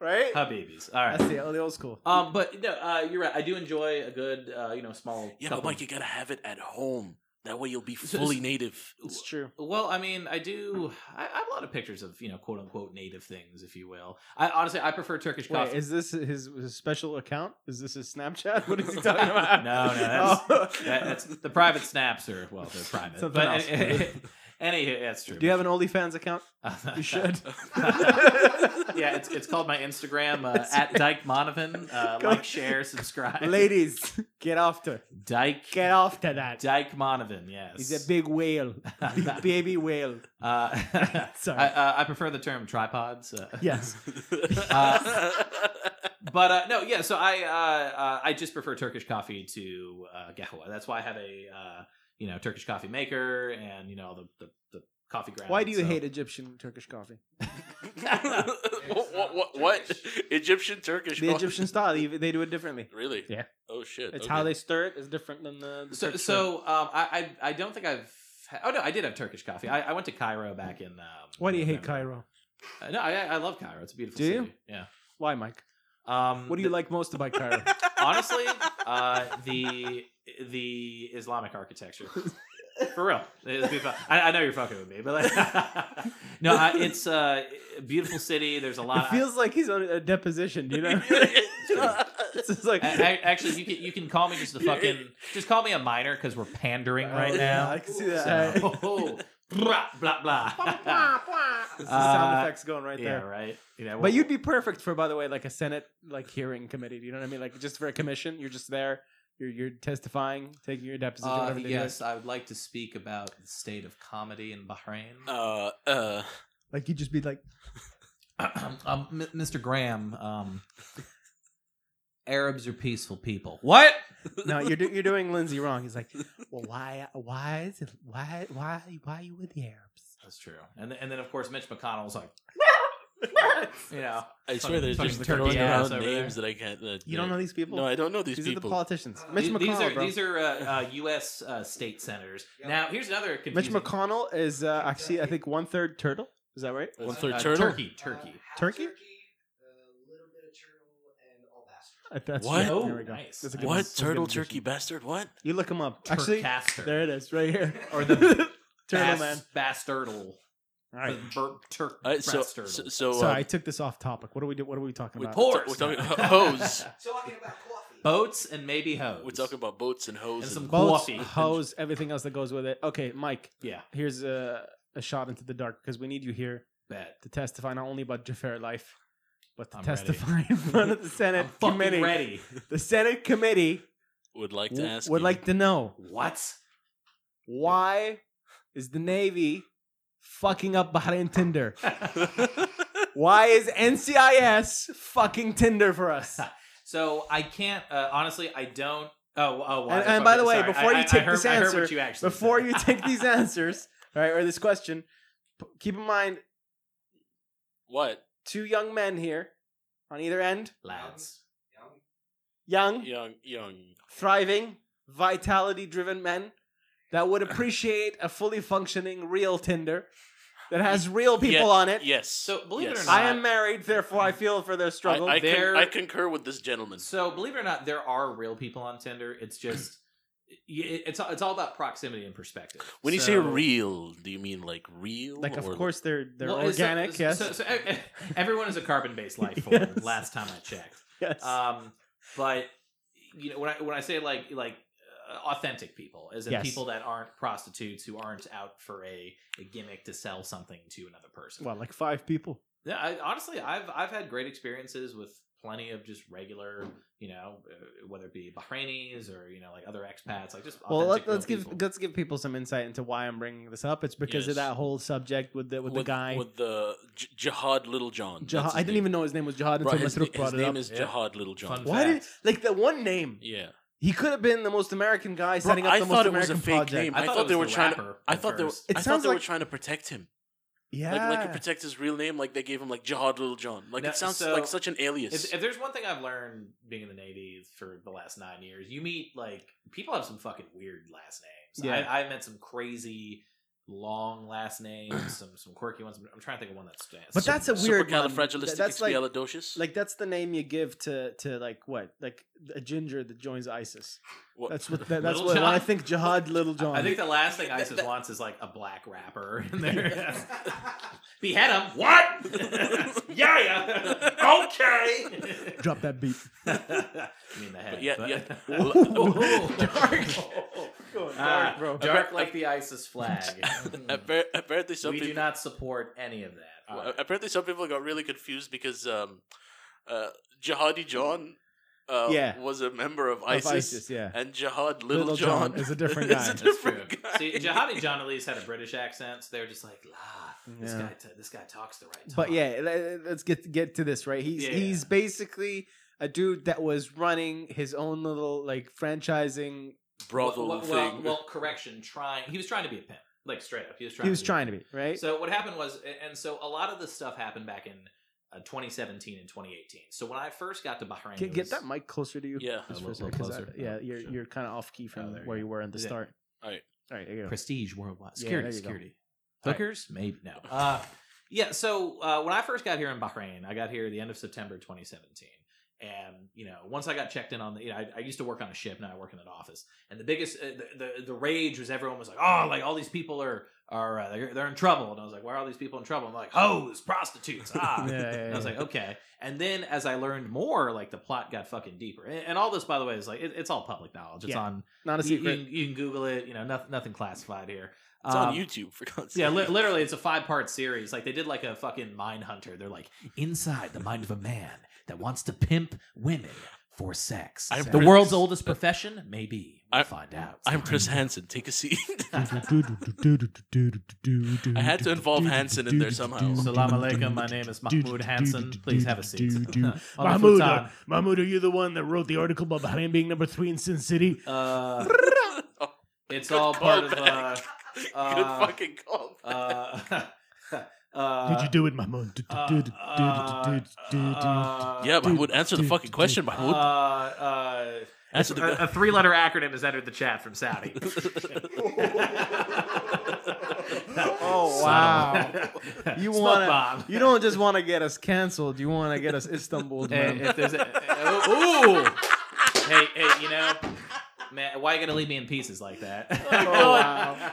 Speaker 1: right?
Speaker 2: Habibis. All
Speaker 1: That's
Speaker 2: right.
Speaker 1: the, the old school.
Speaker 2: Um, but no, uh, you're right. I do enjoy a good, uh, you know, small.
Speaker 3: Yeah, but
Speaker 2: couple-
Speaker 3: Mike, you gotta have it at home. That way you'll be
Speaker 2: So-
Speaker 3: fully native.
Speaker 1: It's true.
Speaker 2: Well, I mean, I do. I, I have a lot of pictures of you know, quote unquote, native things, if you will. I honestly, I prefer Turkish
Speaker 1: Wait,
Speaker 2: coffee.
Speaker 1: is this his, his special account? Is this his Snapchat? What is he talking about? Oh.
Speaker 2: No, no, that's- That- that's the private snaps are well, they're private.
Speaker 1: Something
Speaker 2: but
Speaker 1: else.
Speaker 2: any, any- that's true. Uh,
Speaker 1: Do you have an OnlyFans account?
Speaker 2: have?
Speaker 1: You should.
Speaker 2: yeah, it's, it's called my Instagram uh, at Dyke Monovan. Uh,
Speaker 1: Go-
Speaker 2: like, share, subscribe.
Speaker 1: Ladies, get off to
Speaker 2: Dyke
Speaker 1: get off to that.
Speaker 2: Dyke Monovan. Yes,
Speaker 1: He's a big whale, Big baby whale.
Speaker 2: uh,
Speaker 1: Sorry.
Speaker 2: I, uh, I prefer the term tripods. Uh,
Speaker 1: yes.
Speaker 2: but uh, no, yeah. So I uh, uh, I just prefer Turkish coffee to uh, kahwa. That's why I have a uh, you know Turkish coffee maker and you know all the the, the coffee ground.
Speaker 1: Why do you
Speaker 2: so-
Speaker 1: hate Egyptian Turkish coffee?
Speaker 3: what, what, what, what? Egyptian Turkish?
Speaker 1: The
Speaker 3: coffee?
Speaker 1: Egyptian style, they- they do it differently.
Speaker 3: Really?
Speaker 1: Yeah.
Speaker 3: Oh shit.
Speaker 1: It's
Speaker 3: okay.
Speaker 1: how they stir it is different than the. the
Speaker 2: So
Speaker 1: Turkish
Speaker 2: so um, I, I I don't think I've. ha- Oh no, I did have Turkish coffee. I, I went to Cairo back in. Um,
Speaker 1: Why do you hate
Speaker 2: November.
Speaker 1: Cairo?
Speaker 2: Uh, no, I, I love Cairo. It's a beautiful
Speaker 1: Do
Speaker 2: city.
Speaker 1: you?
Speaker 2: Yeah.
Speaker 1: Why, Mike?
Speaker 2: Um,
Speaker 1: What do you like most about Cairo?
Speaker 2: honestly, uh, the the Islamic architecture. For real, It'd be fun. I, I know you're fucking with me, but like, no, I, it's uh, a beautiful city. There's a
Speaker 1: it
Speaker 2: lot.
Speaker 1: feels like he's on a deposition. You know, it's just like
Speaker 2: I, I- actually, you can you can call me just the fucking just call me a minor because we're pandering right
Speaker 1: Oh, yeah,
Speaker 2: now.
Speaker 1: I can see that.
Speaker 2: So, oh, blah blah blah.
Speaker 1: It's the sound
Speaker 2: Uh,
Speaker 1: effects going right
Speaker 2: yeah,
Speaker 1: there.
Speaker 2: right. You know,
Speaker 1: But you'd be perfect for, by the way, like a Senate like hearing committee. Do you know what I mean? Like just for a commission, you're just there. You're you're testifying, taking your deposition.
Speaker 2: Uh,
Speaker 1: whatever they do.
Speaker 2: yes, I would like to speak about the state of comedy in Bahrain.
Speaker 3: Uh, uh,
Speaker 1: Like you'd just be like,
Speaker 2: um, M- Mr. Graham, um, Arabs are peaceful people. What?
Speaker 1: no, you're do, you're doing Lindsay wrong. He's like, well, why why is it why why why are you with the Arabs?
Speaker 2: That's true. And th- and then of course Mitch McConnell's like, you know,
Speaker 3: I swear they're
Speaker 2: Fucking
Speaker 3: just
Speaker 2: turkey
Speaker 3: throwing
Speaker 2: ass
Speaker 3: around
Speaker 2: over there.
Speaker 3: names that I can't. Uh,
Speaker 1: You don't know these people.
Speaker 3: No, I don't know these,
Speaker 1: these are the
Speaker 3: people.
Speaker 1: politicians.
Speaker 4: Uh,
Speaker 1: Mitch
Speaker 2: th- these
Speaker 1: McConnell,
Speaker 2: are
Speaker 1: bro.
Speaker 2: these are uh, uh, U.S. Uh, state senators.
Speaker 4: Yeah.
Speaker 2: Now here's another
Speaker 1: Mitch
Speaker 2: confusing.
Speaker 1: McConnell is uh, actually I think one third turtle. Is that right?
Speaker 3: One
Speaker 2: Uh,
Speaker 3: third
Speaker 2: uh,
Speaker 3: turtle.
Speaker 2: Turkey, Turkey.
Speaker 4: half
Speaker 1: Turkey?
Speaker 4: a little bit of turtle, and all bastard.
Speaker 1: I- That's
Speaker 3: What?
Speaker 1: right.
Speaker 2: Oh,
Speaker 1: There we go.
Speaker 2: nice.
Speaker 1: That's a good one.
Speaker 3: What
Speaker 1: That's a good
Speaker 3: turtle
Speaker 1: addition.
Speaker 3: turkey bastard? What?
Speaker 1: You look him up. Actually,
Speaker 2: Turcaster.
Speaker 1: there it is, right here.
Speaker 2: Or the
Speaker 1: turtle
Speaker 2: Bas-
Speaker 1: man.
Speaker 2: Bastardle.
Speaker 1: All right.
Speaker 2: The burp Turk
Speaker 3: All right, so,
Speaker 2: Bastardle.
Speaker 3: so, so, uh,
Speaker 1: Sorry, I took this off topic. What do we do? What are we talking
Speaker 3: we-
Speaker 1: about?
Speaker 2: Horse.
Speaker 3: We're talking about hose.
Speaker 4: Talking about coffee.
Speaker 2: Boats and maybe hoes.
Speaker 3: we're talking about boats and hose.
Speaker 2: And some
Speaker 1: Boats,
Speaker 2: Coffee.
Speaker 1: hose, everything else that goes with it. Okay, Mike.
Speaker 2: Yeah,
Speaker 1: Here's a, a shot into the dark because we need you here
Speaker 2: bet.
Speaker 1: to testify not only about Jafar life, but to
Speaker 2: I'm
Speaker 1: testify in front of the Senate
Speaker 2: I'm fucking
Speaker 1: committee.
Speaker 2: ready.
Speaker 1: The Senate committee
Speaker 3: would like to
Speaker 1: w-
Speaker 3: ask.
Speaker 1: would
Speaker 3: you-
Speaker 1: like to know
Speaker 2: What?
Speaker 1: why is the Navy fucking up Bahrain Tinder? Why is NCIS fucking Tinder for us?
Speaker 2: So I can't. Uh, honestly, I don't. Oh, oh. why
Speaker 1: And-
Speaker 2: the
Speaker 1: and
Speaker 2: fuck-
Speaker 1: by the way,
Speaker 2: sorry.
Speaker 1: before you
Speaker 2: I- I-
Speaker 1: take
Speaker 2: I heard,
Speaker 1: this
Speaker 2: I heard
Speaker 1: answer,
Speaker 2: what you actually
Speaker 1: Before
Speaker 2: said.
Speaker 1: you take these answers, all right, or this question, p- keep in mind
Speaker 3: what?
Speaker 1: two young men here on either end,
Speaker 2: lads,
Speaker 4: Yum.
Speaker 1: young,
Speaker 3: Young, young.
Speaker 1: thriving, vitality driven men that would appreciate a fully functioning real Tinder that has real people
Speaker 3: Yeah,
Speaker 1: on it.
Speaker 3: Yes.
Speaker 2: So, believe it
Speaker 3: yes.
Speaker 2: or not,
Speaker 1: I am married, therefore I feel for their struggle.
Speaker 3: I, I,
Speaker 2: They're-
Speaker 3: con- I concur with this gentleman.
Speaker 2: so believe it or not, there are real people on Tinder. It's just, y- it's all- it's all about proximity and perspective.
Speaker 3: When you
Speaker 2: so,
Speaker 3: say real, do you mean like real?
Speaker 1: like of
Speaker 3: or-
Speaker 1: course they're they're
Speaker 2: well, it's-
Speaker 1: organic,
Speaker 2: So,
Speaker 1: yes.
Speaker 2: so, so,
Speaker 1: eh,
Speaker 2: e- everyone is a carbon-based life form.
Speaker 1: Yes.
Speaker 2: Last time I checked.
Speaker 1: yes.
Speaker 2: Um, but you know when I when I say like like uh, authentic people, as in
Speaker 1: Yes.
Speaker 2: people that aren't prostitutes who aren't out for a, a gimmick to sell something to another person.
Speaker 1: well, like five people.
Speaker 2: yeah, I, honestly, I've I've had great experiences with plenty of just regular, you know, uh, whether it be Bahrainis or you know like other expats, like just
Speaker 1: Well, let, let's
Speaker 2: authentic real
Speaker 1: give
Speaker 2: people.
Speaker 1: let's give people some insight into why I'm bringing this up. It's because of
Speaker 3: Yes.
Speaker 1: that whole subject with the with, the guy.
Speaker 3: with the J- Jihad Little John.
Speaker 1: Jihad, I didn't even know his name was Jihad until
Speaker 3: Right, his,
Speaker 1: Masruk
Speaker 3: his
Speaker 1: brought it up.
Speaker 3: name is
Speaker 2: Yeah.
Speaker 3: Jihad Little John.
Speaker 2: Fun
Speaker 1: why did
Speaker 2: fact.
Speaker 1: like that one name?
Speaker 3: Yeah,
Speaker 1: He could have been the most American guy
Speaker 3: Bro,
Speaker 1: setting up
Speaker 3: I
Speaker 1: the most
Speaker 3: thought it was
Speaker 1: American
Speaker 3: a fake
Speaker 1: project.
Speaker 3: name. I thought they were trying to- I thought they were.
Speaker 1: It
Speaker 3: I thought
Speaker 1: sounds
Speaker 3: they were
Speaker 1: like-
Speaker 3: trying to protect him,
Speaker 1: Yeah,
Speaker 3: like like to protect his real name. Like they gave him like Jihad Little John. Like
Speaker 2: No,
Speaker 3: it sounds
Speaker 2: so-
Speaker 3: like such an alias.
Speaker 2: If, if there's one thing I've learned being in the Navy for the last nine years, you meet like people have some fucking weird last names.
Speaker 1: Yeah.
Speaker 2: I, I met some crazy long last names, some some quirky ones. I'm trying to think of one that stands.
Speaker 1: But that's a weird one. Th- That's like,
Speaker 3: Supercalifragilisticexpialidocious.
Speaker 1: like that's the name you give to to like what like a ginger that joins ISIS.
Speaker 3: What-
Speaker 1: That's what that, that's
Speaker 2: Little
Speaker 1: what when I
Speaker 2: John?
Speaker 1: think Jihad Little John.
Speaker 2: I think the last thing ISIS wants is like a black rapper in there. Behead him. What? yeah, yeah. okay.
Speaker 1: drop that beat.
Speaker 2: I mean the head.
Speaker 3: yeah,
Speaker 2: but-
Speaker 3: yeah.
Speaker 2: Oh,
Speaker 3: Oh.
Speaker 2: dark. Ah,
Speaker 1: bro.
Speaker 2: dark like the ISIS flag.
Speaker 3: Appar- Apparently, some
Speaker 2: we do
Speaker 3: people.
Speaker 2: not support any of that.
Speaker 3: Well, apparently, some people got really confused because um, uh, Jihadi John uh,
Speaker 1: Yeah.
Speaker 3: was a member of
Speaker 1: ISIS,
Speaker 3: ISIS,
Speaker 1: ISIS yeah.
Speaker 3: and Jihad Little,
Speaker 1: Little, John,
Speaker 3: John,
Speaker 1: is a different
Speaker 3: is
Speaker 1: guy.
Speaker 3: a
Speaker 2: That's true.
Speaker 3: different guy.
Speaker 2: See, Jihadi John at least had a British accent, so they were just like, "Ah, this
Speaker 1: Yeah.
Speaker 2: guy, t- this guy talks the right." Talk.
Speaker 1: But yeah, le- let's get get to this right. He's
Speaker 2: Yeah.
Speaker 1: he's basically a dude that was running his own little like franchising.
Speaker 3: brothel
Speaker 2: well, well, well,
Speaker 3: thing.
Speaker 2: well, correction. Trying, he was trying to be a pimp, like straight up. He was trying.
Speaker 1: He was
Speaker 2: to be a
Speaker 1: trying to be right.
Speaker 2: So what happened was, and so a lot of this stuff happened back in uh, 2017 and 2018. So when I first got to Bahrain,
Speaker 1: Get,
Speaker 2: it
Speaker 1: get
Speaker 2: was-
Speaker 1: that mic closer to you.
Speaker 3: yeah,
Speaker 2: A
Speaker 1: Just for
Speaker 2: little-
Speaker 1: a second,
Speaker 2: little
Speaker 1: 'cause I-
Speaker 2: closer.
Speaker 1: yeah,
Speaker 2: Oh,
Speaker 1: you're
Speaker 2: sure. Oh,
Speaker 1: you're kind of off key from
Speaker 2: there you
Speaker 1: where
Speaker 2: go.
Speaker 1: you were in the
Speaker 2: Yeah.
Speaker 1: start.
Speaker 3: Alright.
Speaker 1: all right, there you go.
Speaker 2: prestige worldwide.
Speaker 1: Yeah,
Speaker 2: Security,
Speaker 1: there you go.
Speaker 2: security.
Speaker 1: All right.
Speaker 2: Hookers, maybe no. Uh, yeah. So uh, when I first got here in Bahrain, I got here the end of September 2017. And you know, once I got checked in on the, you know, I, I used to work on a ship. Now I work in an office. And the biggest, uh, the, the the rage was everyone was like, oh, like all these people are are uh, they're, they're in trouble. And I was like, why are all these people in trouble? I'm like, hoes, prostitutes, ah.
Speaker 1: Yeah, yeah, yeah,
Speaker 2: And I was
Speaker 1: yeah.
Speaker 2: like, okay. And then as I learned more, like the plot got fucking deeper. And, and all this, by the way, is like it, it's all public knowledge. It's
Speaker 1: Yeah.
Speaker 2: on.
Speaker 1: not a
Speaker 2: You,
Speaker 1: secret.
Speaker 2: you can, you can Google it. You know, nothing, nothing classified here.
Speaker 3: it's
Speaker 2: Um,
Speaker 3: on YouTube for God's sake.
Speaker 2: Yeah, li- literally, it's a five part series. Like they did like a fucking Mind Hunter. They're like inside the mind of a man that wants to pimp women for sex.
Speaker 3: I'm
Speaker 2: the
Speaker 3: Chris. uh,
Speaker 2: world's oldest profession, maybe. We'll
Speaker 3: I-
Speaker 2: find out.
Speaker 3: I'm Chris Hansen. Take a seat.
Speaker 5: I
Speaker 3: had to involve Hanson in there somehow.
Speaker 2: Salam alaikum. My name is Mahmoud Hansen. Please have a seat. Wala
Speaker 5: Mahmoud,
Speaker 2: futan.
Speaker 5: uh, Mahmoud, are you the one that wrote the article about Bahrain being number three in Sin City?
Speaker 2: Uh, it's
Speaker 3: Oh, Good
Speaker 2: all part of. Uh,
Speaker 3: callback.
Speaker 2: uh,
Speaker 3: Good fucking call.
Speaker 2: uh, uh,
Speaker 5: Did you do it, Mahmoud?
Speaker 2: uh, uh, uh,
Speaker 3: yeah,
Speaker 5: dude,
Speaker 3: Mahmoud, answer the
Speaker 5: dude,
Speaker 3: fucking
Speaker 5: dude.
Speaker 3: question,
Speaker 2: Uh,
Speaker 3: Mahmoud.
Speaker 2: uh,
Speaker 3: answer
Speaker 2: a,
Speaker 3: the.
Speaker 2: three letter acronym has entered the chat from Saudi.
Speaker 1: Oh, wow. You
Speaker 2: Smoke
Speaker 1: wanna-
Speaker 2: bomb.
Speaker 1: You don't just want to get us canceled. You want to get us Istanbul,
Speaker 2: Hey,
Speaker 1: man.
Speaker 2: if there's a, oh, ooh. hey, hey, you know, man, why you gonna leave me in pieces like that?
Speaker 1: Oh, wow.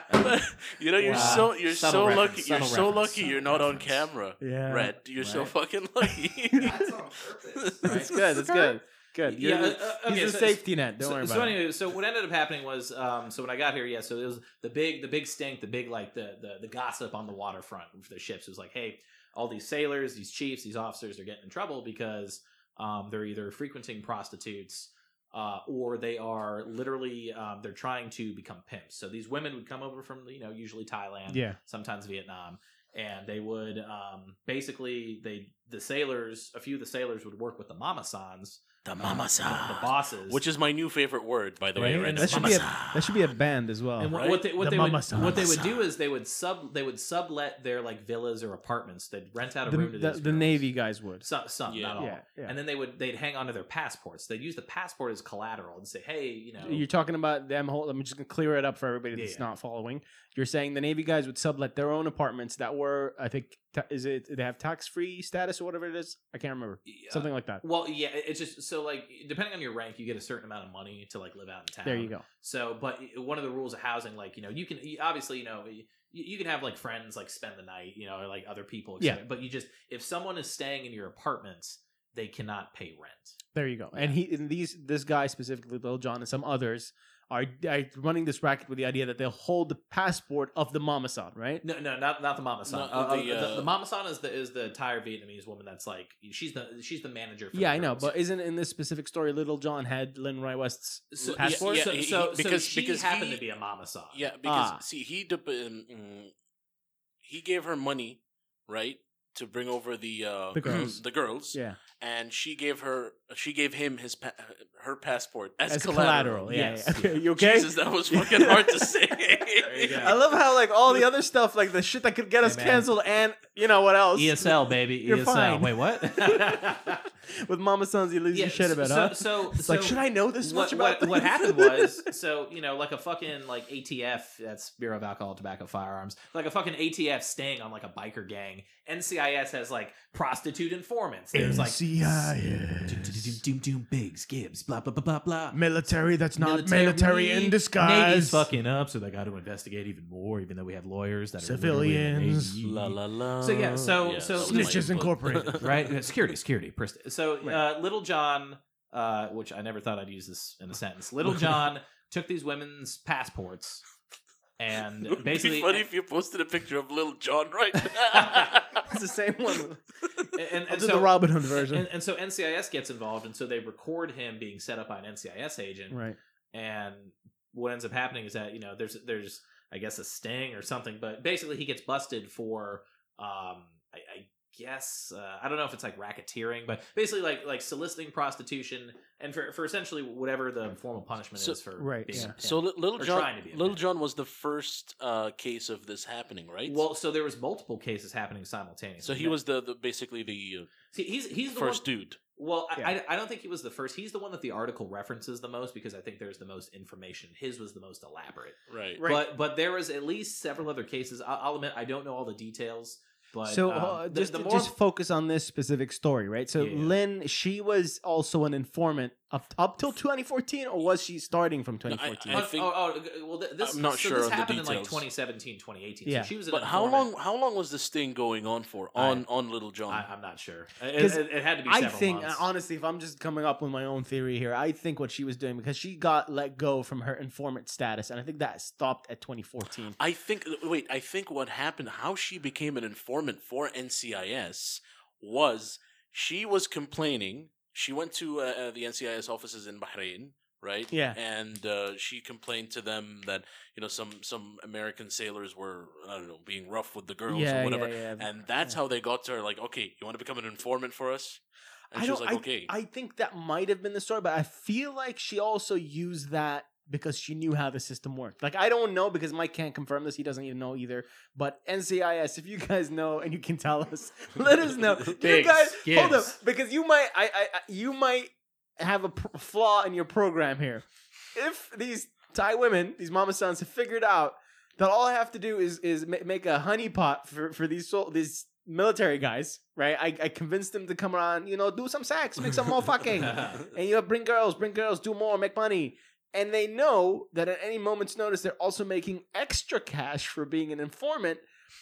Speaker 3: you know, you're
Speaker 2: Wow.
Speaker 3: so you're
Speaker 2: uh, Subtle
Speaker 3: so
Speaker 2: reference,
Speaker 3: lucky. You're
Speaker 2: subtle
Speaker 3: so
Speaker 2: reference,
Speaker 3: lucky. You're
Speaker 2: subtle
Speaker 3: not on
Speaker 2: reference.
Speaker 3: camera.
Speaker 1: yeah,
Speaker 3: Red, you're so
Speaker 2: Right.
Speaker 3: fucking lucky.
Speaker 4: That's on purpose.
Speaker 2: Right.
Speaker 1: It's good. It's good. Good. You're
Speaker 2: Yeah,
Speaker 1: the-
Speaker 2: uh, uh,
Speaker 1: he's
Speaker 2: okay,
Speaker 1: the
Speaker 2: so-
Speaker 1: safety net. Don't
Speaker 2: so,
Speaker 1: worry about
Speaker 2: so
Speaker 1: it.
Speaker 2: anyway, so what ended up happening was, um, so when I got here, yeah, so it was the big, the big stink, the big like the the, the gossip on the waterfront for the ships was like, hey, all these sailors, these chiefs, these officers are getting in trouble because um, they're either frequenting prostitutes uh, or they are literally um, they're trying to become pimps. So these women would come over from you know usually Thailand,
Speaker 1: Yeah.
Speaker 2: sometimes Vietnam, and they would um, basically they the sailors, a few of the sailors would work with the mamasans,
Speaker 3: the
Speaker 2: um,
Speaker 3: mama
Speaker 2: the bosses,
Speaker 3: which is my new favorite word, by the way.
Speaker 1: Right?
Speaker 3: Right? now.
Speaker 1: That should be a
Speaker 3: Mama-san.
Speaker 1: that should be a band as well.
Speaker 2: And what,
Speaker 3: right?
Speaker 2: what they what
Speaker 5: The
Speaker 2: they would
Speaker 5: mama-san.
Speaker 2: what they would do
Speaker 3: Mama-san.
Speaker 2: is they would sub they would sublet their like villas or apartments. They'd rent out a
Speaker 1: the,
Speaker 2: room to
Speaker 1: the,
Speaker 2: these
Speaker 1: the
Speaker 2: girls.
Speaker 1: Navy guys would.
Speaker 2: Some, some
Speaker 3: Yeah.
Speaker 2: not all.
Speaker 1: Yeah, yeah.
Speaker 2: And then they would they'd hang onto their passports. They'd use the passport as collateral and say, hey, you know,
Speaker 1: You're talking about them whole. I'm just gonna clear it up for everybody
Speaker 2: Yeah,
Speaker 1: that's
Speaker 2: yeah.
Speaker 1: not following. You're saying the Navy guys would sublet their own apartments that were, I think, ta- is it they have tax free status or whatever it is? I can't remember.
Speaker 2: Yeah.
Speaker 1: Something like that.
Speaker 2: uh, Well, yeah, it- it's just so like depending on your rank, you get a certain amount of money to like live out in town.
Speaker 1: There you go.
Speaker 2: So, but one of the rules of housing, like you know, you can you- obviously you know you, you can have like friends like spend the night, you know, or, like other people. et
Speaker 1: Yeah.
Speaker 2: cetera. But you just if someone is staying in your apartments, they cannot pay rent.
Speaker 1: There you go. And he, and these, this guy specifically, Lil John, and some others are, are running this racket with the idea that they'll hold the passport of the Mamasan, right?
Speaker 2: No, no, not not the Mama San.
Speaker 3: No,
Speaker 2: Uh, uh,
Speaker 3: the,
Speaker 2: the,
Speaker 3: uh,
Speaker 2: the Mama San is the is the Thai or Vietnamese woman that's like she's the she's the manager. For
Speaker 1: Yeah,
Speaker 2: the
Speaker 1: I know,
Speaker 2: girls.
Speaker 1: but isn't in this specific story, Little John had Lynn Roy West's
Speaker 2: so,
Speaker 1: passport?
Speaker 2: yeah,
Speaker 3: Yeah,
Speaker 2: so,
Speaker 3: he-
Speaker 2: so,
Speaker 3: he-
Speaker 2: because
Speaker 3: because-
Speaker 2: she
Speaker 3: because
Speaker 2: happened
Speaker 3: he-
Speaker 2: to be a Mama San.
Speaker 3: Yeah, because
Speaker 1: Ah.
Speaker 3: see, he dep- um, mm, he gave her money, right, to bring over the uh,
Speaker 1: The girls.
Speaker 3: the girls,
Speaker 1: Yeah.
Speaker 3: and she gave her she gave him his pa- her her passport as,
Speaker 1: As
Speaker 3: collateral.
Speaker 1: collateral. Yeah.
Speaker 2: Yes.
Speaker 1: yeah. Okay. You okay?
Speaker 3: Jesus, that was fucking hard to say.
Speaker 2: you go.
Speaker 1: I love how like all the other stuff, like the shit that could get us
Speaker 2: man.
Speaker 1: canceled, and you know what else?
Speaker 2: ESL E baby,
Speaker 1: You're
Speaker 2: ESL.
Speaker 1: fine.
Speaker 2: Wait, what?
Speaker 1: With Mama Sons, you lose
Speaker 2: Yeah,
Speaker 1: your shit about,
Speaker 2: so,
Speaker 1: huh?
Speaker 2: So,
Speaker 1: It's like,
Speaker 2: so
Speaker 1: should I know this
Speaker 2: what,
Speaker 1: much about
Speaker 2: what, what
Speaker 1: this?
Speaker 2: happened was so you know like a fucking like atf that's bureau of alcohol tobacco firearms like a fucking atf sting on like a biker gang ncis has like prostitute informants there's like doom, doom, doom,
Speaker 5: NCIS.
Speaker 2: doom, doom, bigs gibbs blah blah blah blah blah
Speaker 5: Military that's not military, in
Speaker 2: Navy's
Speaker 5: disguise.
Speaker 2: fucking up, so they got to investigate even more. Even though we have lawyers that
Speaker 5: Civilians.
Speaker 2: are literally in the Navy.
Speaker 3: La la la.
Speaker 2: So, yeah, so-
Speaker 3: that
Speaker 2: so-
Speaker 3: was
Speaker 5: Snitches
Speaker 3: my input.
Speaker 5: Incorporated.
Speaker 2: right? Yeah, security, security. Prist- So,
Speaker 1: Right.
Speaker 2: uh, Little John, uh, which I never thought I'd use this in a sentence. Little John took these women's passports and
Speaker 3: It would
Speaker 2: basically,
Speaker 3: be funny if you posted a picture of Little John right now.
Speaker 1: it's the same one.
Speaker 2: and, and,
Speaker 1: I'll
Speaker 2: and
Speaker 1: do
Speaker 2: so.
Speaker 1: the Robin Hood version.
Speaker 2: and, and so NCIS gets involved, and so they record him being set up by an NCIS agent.
Speaker 1: right.
Speaker 2: And what ends up happening is that you know there's there's I guess a sting or something, but basically he gets busted for um I, I guess uh, I don't know if it's like racketeering, but basically like like soliciting prostitution and for for essentially whatever the formal punishment
Speaker 3: So-
Speaker 2: is for
Speaker 1: right,
Speaker 2: Being
Speaker 1: yeah.
Speaker 2: a pimp.
Speaker 3: So Li- Little
Speaker 2: Or
Speaker 3: John,
Speaker 2: trying to be a
Speaker 3: Little
Speaker 2: man.
Speaker 3: John was the first uh, case of this happening, right?
Speaker 2: well, so there was multiple cases happening simultaneously.
Speaker 3: so he was the, the basically the
Speaker 2: See, he's he's
Speaker 3: uh,
Speaker 2: the
Speaker 3: first
Speaker 2: one,
Speaker 3: dude.
Speaker 2: Well, I
Speaker 1: Yeah.
Speaker 2: I, I don't think he was the first. He's the one that the article references the most because I think there's the most information. His was the most elaborate.
Speaker 3: Right.
Speaker 1: Right.
Speaker 2: But but there was at least several other cases. I'll, I'll admit I don't know all the details. But
Speaker 1: so
Speaker 2: um,
Speaker 1: uh,
Speaker 2: the-
Speaker 1: just
Speaker 2: the more-
Speaker 1: just focus on this specific story, right? So
Speaker 2: Yeah.
Speaker 1: Lynn, she was also an informant up up till 2014, or was she starting from
Speaker 3: I-
Speaker 1: 2014?
Speaker 2: Oh,
Speaker 3: I think-
Speaker 2: oh, oh, well, th- this,
Speaker 3: I'm not
Speaker 2: so
Speaker 3: sure
Speaker 2: This
Speaker 3: on the
Speaker 2: happened in like
Speaker 3: details.
Speaker 2: 2017, 2018.
Speaker 1: Yeah.
Speaker 2: So she was. an
Speaker 3: But how long
Speaker 2: informant.
Speaker 3: how long was this thing going on for on on Little John?
Speaker 2: I, I'm not sure. It,
Speaker 1: 'Cause
Speaker 2: it- it had to be.
Speaker 1: I
Speaker 2: several
Speaker 1: think uh,
Speaker 2: months.
Speaker 1: honestly, if I'm just coming up with my own theory here, I think what she was doing because she got let go from her informant status, and I think that stopped at 2014.
Speaker 3: I think wait, I think what happened how she became an informant for NCIS was she was complaining. She went to uh, uh, the NCIS offices in Bahrain, right?
Speaker 1: Yeah.
Speaker 3: And uh, she complained to them that, you know, some some American sailors were I don't know, being rough with the girls or whatever.
Speaker 1: yeah,
Speaker 3: And that's how they got to her like, "Okay, you want to become an informant for us?" And
Speaker 1: I
Speaker 3: she was
Speaker 1: don't-
Speaker 3: like, "Okay."
Speaker 1: I think that might have been the story, but I feel like she also used that because she knew how the system worked. Like I don't know because Mike can't confirm this; he doesn't even know either. But NCIS, if you guys know and you can tell us, let us know. you
Speaker 2: Gigs,
Speaker 1: guys, hold up,
Speaker 2: gigs.
Speaker 1: because you might, I, I, I you might have a pr- flaw in your program here. If these Thai women, these mama sons, have figured out that all I have to do is is ma- make a honeypot for for these sol- these military guys, right? I, I convinced them to come around, you know, do some sex, make some more fucking, and you know, bring girls, bring girls, do more, make money. And they know that at any moment's notice, they're also making extra cash for being an informant.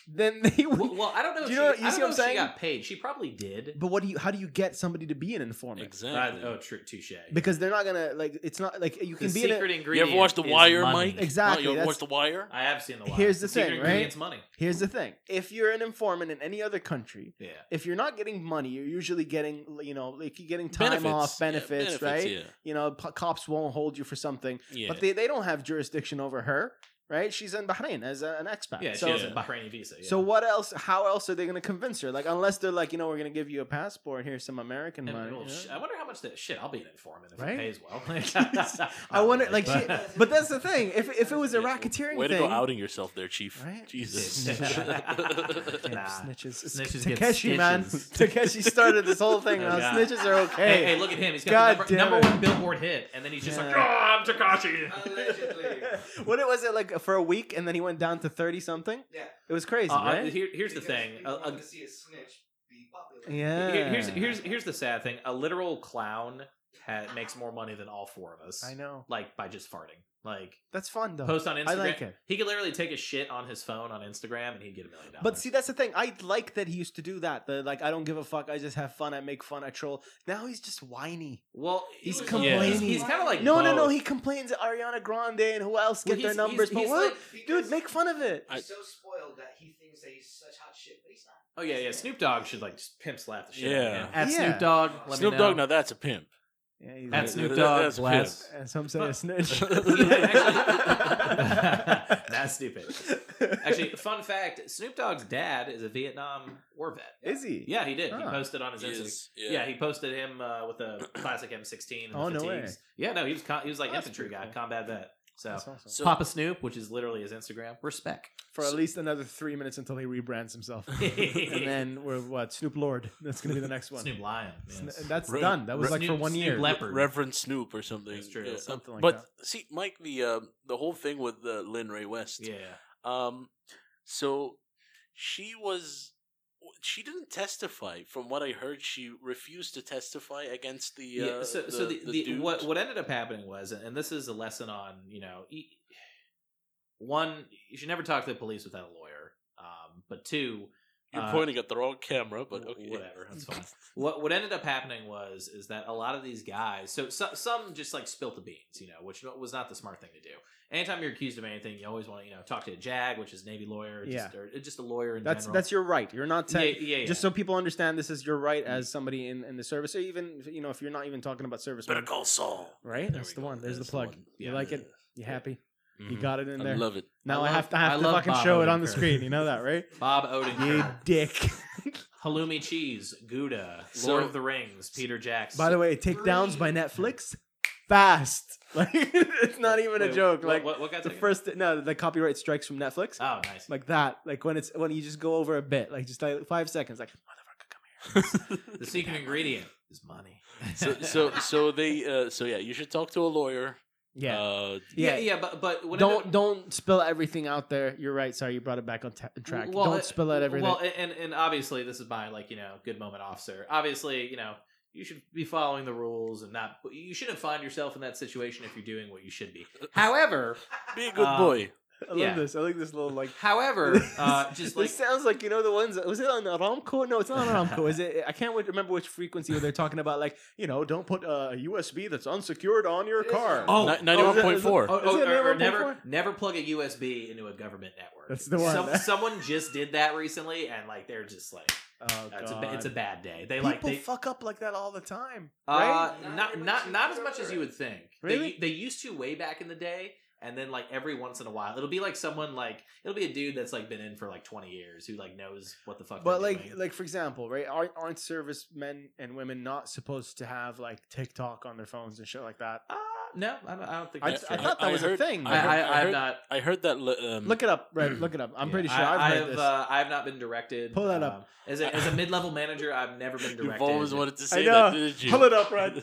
Speaker 1: Then they would.
Speaker 2: Well, well, I don't know. If
Speaker 1: You
Speaker 2: she,
Speaker 1: know-
Speaker 2: I
Speaker 1: you
Speaker 2: don't
Speaker 1: see
Speaker 2: know
Speaker 1: what
Speaker 2: if
Speaker 1: I'm
Speaker 2: she
Speaker 1: saying?
Speaker 2: got paid. She probably did.
Speaker 1: but what do you? How do you get somebody to be an informant?
Speaker 3: exactly.
Speaker 2: Uh, oh, true, touche.
Speaker 1: Because they're not gonna like. It's not like you
Speaker 2: the
Speaker 1: can be an.
Speaker 2: secret
Speaker 3: you
Speaker 2: ingredient.
Speaker 3: ever watched The
Speaker 2: is
Speaker 3: Wire,
Speaker 2: money.
Speaker 3: Mike?
Speaker 1: Exactly,
Speaker 3: Oh, you ever
Speaker 1: that's-
Speaker 3: watched The Wire?
Speaker 2: I have seen the wire.
Speaker 1: Here's the
Speaker 2: secret
Speaker 1: thing, right?
Speaker 2: ingredient's money.
Speaker 1: Here's the thing: if you're an informant in any other country,
Speaker 2: Yeah.
Speaker 1: if you're not getting money, you're usually getting you know like you're getting time off,
Speaker 3: Yeah,
Speaker 1: benefits, right?
Speaker 3: Yeah.
Speaker 1: You know, p- cops won't hold you for something,
Speaker 3: yeah.
Speaker 1: but they, they don't have jurisdiction over her, right? She's in Bahrain as a, an expat.
Speaker 2: Yeah, she
Speaker 1: so,
Speaker 2: has
Speaker 3: yeah.
Speaker 2: a Bahraini visa. Yeah.
Speaker 1: so what else? How else are they going to convince her? Like unless they're like, you know, we're going to give you a passport. Here's some American
Speaker 2: And,
Speaker 1: money.
Speaker 2: well,
Speaker 1: you know?
Speaker 2: sh- I wonder how much that shit. I'll be an informant if
Speaker 1: Right?
Speaker 2: it pays well.
Speaker 1: I wonder, like, she,
Speaker 2: But-
Speaker 1: but that's the thing. If if it was a
Speaker 3: Yeah,
Speaker 1: racketeering
Speaker 3: Way
Speaker 1: thing,
Speaker 3: to go outing yourself there, Chief.
Speaker 1: Right?
Speaker 3: Jesus.
Speaker 1: Snitch. Damn,
Speaker 2: Nah.
Speaker 1: snitches, It's
Speaker 2: Snitches get
Speaker 1: Takeshi, man,
Speaker 2: stitches.
Speaker 1: Takeshi started this whole thing. Now
Speaker 2: Yeah.
Speaker 1: snitches are okay.
Speaker 2: Hey, hey, look at him. He's
Speaker 1: God
Speaker 2: got the
Speaker 1: damn
Speaker 2: number,
Speaker 1: it.
Speaker 2: number one Billboard hit, and then he's just like,
Speaker 1: Yeah.
Speaker 2: oh, I'm Takashi.
Speaker 4: Allegedly.
Speaker 1: what it was it like for a week, and then he went down to thirty something.
Speaker 4: Yeah.
Speaker 1: It was crazy,
Speaker 2: Uh, uh,
Speaker 1: right?
Speaker 2: here, here's the
Speaker 4: Because
Speaker 2: thing.
Speaker 4: people
Speaker 2: A- a-
Speaker 4: want to see a snitch be popular.
Speaker 1: yeah.
Speaker 2: here- here's here's here's the sad thing. A literal clown ha- makes more money than all four of us.
Speaker 1: I know.
Speaker 2: Like by just farting. Like
Speaker 1: That's fun though.
Speaker 2: post on Instagram.
Speaker 1: I like it.
Speaker 2: He could literally take a shit on his phone on Instagram, and he'd get a million dollars.
Speaker 1: But see, that's the thing. I like that he used to do that. The like, I don't give a fuck. I just have fun. I make fun. I troll. Now he's just whiny.
Speaker 2: well,
Speaker 1: He's
Speaker 2: he was-
Speaker 1: complaining.
Speaker 2: He's, kind of like
Speaker 1: No, no,
Speaker 2: both.
Speaker 1: no. He complains at Ariana Grande and who else
Speaker 2: Well,
Speaker 1: get their
Speaker 2: he's-
Speaker 1: numbers.
Speaker 2: he's-
Speaker 1: but
Speaker 2: he's
Speaker 1: what,
Speaker 2: like-
Speaker 1: dude? Make fun of it.
Speaker 3: I-
Speaker 4: He's so spoiled that he thinks that he's such hot shit, but he's not.
Speaker 2: Oh yeah, yeah. Snoop Dogg should like just pimp slap the shit.
Speaker 3: Yeah.
Speaker 2: out of him. At
Speaker 1: Yeah.
Speaker 2: Snoop Dogg. Let
Speaker 3: Snoop
Speaker 2: me know.
Speaker 3: Dogg, now that's a pimp.
Speaker 1: Yeah, he's
Speaker 2: At
Speaker 1: like-
Speaker 2: Snoop
Speaker 3: That-
Speaker 2: Dogg.
Speaker 3: that's
Speaker 2: blast.
Speaker 1: And some say a
Speaker 2: But-
Speaker 1: snitch.
Speaker 2: Actually- that stupid. Actually, fun fact: Snoop Dogg's dad is a Vietnam War vet.
Speaker 1: is he?
Speaker 2: Yeah, he did. He
Speaker 1: Huh.
Speaker 2: posted on his
Speaker 3: He
Speaker 2: Instagram.
Speaker 3: is-
Speaker 2: Yeah. he posted him uh, with a classic M16. And the
Speaker 1: Oh, no
Speaker 2: fatigues. Yeah, no, he was co- he was like
Speaker 1: Oh, that's
Speaker 2: infantry
Speaker 1: pretty
Speaker 2: guy,
Speaker 1: cool.
Speaker 2: combat vet. So
Speaker 1: That's awesome.
Speaker 3: So
Speaker 2: Papa Snoop, which is literally his Instagram, respect.
Speaker 1: For at least another three minutes until he rebrands himself, and then we're what Snoop Lord. That's gonna be the next one.
Speaker 2: Snoop Lion.
Speaker 1: Sn-
Speaker 2: yes.
Speaker 1: That's
Speaker 3: Re-
Speaker 1: done. That was
Speaker 3: Re-
Speaker 1: like for
Speaker 2: Snoop-
Speaker 1: one
Speaker 2: Snoop
Speaker 1: year.
Speaker 2: Leopard.
Speaker 3: Reverend Snoop or something.
Speaker 2: That's true.
Speaker 3: Yeah.
Speaker 1: Something like
Speaker 3: but
Speaker 1: that.
Speaker 3: see, Mike, the uh, the whole thing with uh, Lynn Ray West.
Speaker 2: yeah,
Speaker 3: Um, so she was. She didn't testify. From what I heard, she refused to testify against the.
Speaker 2: yeah.
Speaker 3: uh,
Speaker 2: so, so the, the,
Speaker 3: dude.
Speaker 2: what what ended up happening was, and this is a lesson on you know, e- one, you should never talk to the police without a lawyer. Um, but two,
Speaker 3: You're
Speaker 2: uh,
Speaker 3: pointing at the wrong camera, but
Speaker 2: Wh-
Speaker 3: okay. Hmm.
Speaker 2: whatever that's fine what what ended up happening was is that a lot of these guys so, so some just like spilt the beans you know which no- was not the smart thing to do anytime you're accused of anything you always want to you know talk to a jag which is navy lawyer just, or just a lawyer in
Speaker 1: That's
Speaker 2: general
Speaker 1: that's your right. You're not te-
Speaker 2: yeah, yeah, Mm-hmm. yeah.
Speaker 1: just so people understand this is your right as somebody in, in the service, or even you know if you're not even talking about service,
Speaker 3: Better
Speaker 1: man.
Speaker 3: call Saul.
Speaker 1: Right?
Speaker 3: There
Speaker 1: That's
Speaker 3: we
Speaker 1: the
Speaker 3: go.
Speaker 1: one. There's the plug.
Speaker 3: one.
Speaker 1: You like it? you happy? You
Speaker 3: Mhm.
Speaker 1: got it in
Speaker 3: I
Speaker 1: there.
Speaker 3: love it.
Speaker 1: now I,
Speaker 2: Mm-hmm. I love-
Speaker 1: have to I have
Speaker 2: I
Speaker 1: to
Speaker 2: love
Speaker 1: fucking
Speaker 2: Bob
Speaker 1: show it on the
Speaker 2: Odenkirk.
Speaker 1: screen. You know that, right?
Speaker 2: bob
Speaker 1: you
Speaker 2: odenkirk
Speaker 1: dick.
Speaker 2: halloumi cheese gouda
Speaker 3: So-
Speaker 2: lord of the rings peter jackson
Speaker 1: by the way, takedowns by Netflix, fast. Like it's not even a
Speaker 2: Wait,
Speaker 1: joke.
Speaker 2: what-
Speaker 1: like
Speaker 2: what, what got
Speaker 1: the
Speaker 2: taken?
Speaker 1: first no, the copyright strikes from Netflix.
Speaker 2: oh nice
Speaker 1: like that, like when it's when you just go over a bit, like just like five seconds, like motherfucker, come here.
Speaker 2: the secret ingredient is money
Speaker 3: So, so, so they, uh, so yeah, you should talk to a lawyer.
Speaker 1: Yeah,
Speaker 3: Uh,
Speaker 2: yeah
Speaker 1: yeah.
Speaker 2: yeah, but but what ended
Speaker 1: don't
Speaker 2: up-
Speaker 1: don't spill everything out there. You're right. Sorry, you brought it back on ta track.
Speaker 2: Well, uh,
Speaker 1: don't spill out everything.
Speaker 2: Well, and and obviously this is my like you know good moment officer. Obviously you know you should be following the rules and not you shouldn't find yourself in that situation if you're doing what you should be. However,
Speaker 3: be a good
Speaker 2: uh,
Speaker 3: boy.
Speaker 1: I love
Speaker 2: yeah.
Speaker 1: this. I like this little like.
Speaker 2: however, uh, just like
Speaker 1: this sounds like you know the ones. Was it on Aramco? No, it's not on Aramco. Is it? I can't wait- remember which frequency where they're talking about. Like you know, don't put uh, a USB that's unsecured on your car.
Speaker 2: Oh,
Speaker 3: Ni- 91.4.
Speaker 2: oh,
Speaker 1: Is
Speaker 2: oh,
Speaker 1: it
Speaker 2: or, or
Speaker 1: 91.4?
Speaker 2: never never plug a USB into a government network.
Speaker 1: That's the one.
Speaker 2: someone just did that recently, and like they're just like
Speaker 1: Oh,
Speaker 2: it's a ba- it's a bad day. They
Speaker 1: People
Speaker 2: like they
Speaker 1: fuck up like that all the time,
Speaker 2: Uh,
Speaker 1: right?
Speaker 4: Not
Speaker 2: not not
Speaker 4: everyone chooses
Speaker 2: not as
Speaker 4: to
Speaker 2: much
Speaker 4: go
Speaker 2: as
Speaker 4: for
Speaker 2: you
Speaker 4: it.
Speaker 2: would think.
Speaker 1: Really?
Speaker 2: They they used to way back in the day, and then like every once in a while, it'll be like someone like it'll be a dude that's like been in for like twenty years who like knows what the fuck.
Speaker 1: But
Speaker 2: they're
Speaker 1: like,
Speaker 2: doing.
Speaker 1: like for example, right? Aren't aren't servicemen and women not supposed to have like TikTok on their phones and shit like that?
Speaker 2: uh, no, I don't, I don't think
Speaker 1: I, I
Speaker 2: that's true.
Speaker 1: thought that
Speaker 3: I
Speaker 1: was a
Speaker 3: heard-
Speaker 1: thing.
Speaker 2: I,
Speaker 3: I heard-
Speaker 2: I, I,
Speaker 3: I
Speaker 2: have
Speaker 3: heard-
Speaker 2: not.
Speaker 3: I heard that. li- Um,
Speaker 1: Look it up, right? Look it up. I'm
Speaker 3: Yeah,
Speaker 1: pretty sure
Speaker 2: I,
Speaker 1: I've
Speaker 2: I
Speaker 1: heard
Speaker 2: have
Speaker 1: this.
Speaker 2: uh, I have not been directed.
Speaker 1: Pull that up.
Speaker 2: Um, as a as a mid level manager, I've never been directed.
Speaker 3: You've always wanted to say
Speaker 1: know.
Speaker 3: that, didn't you?
Speaker 1: Pull it up, Rod.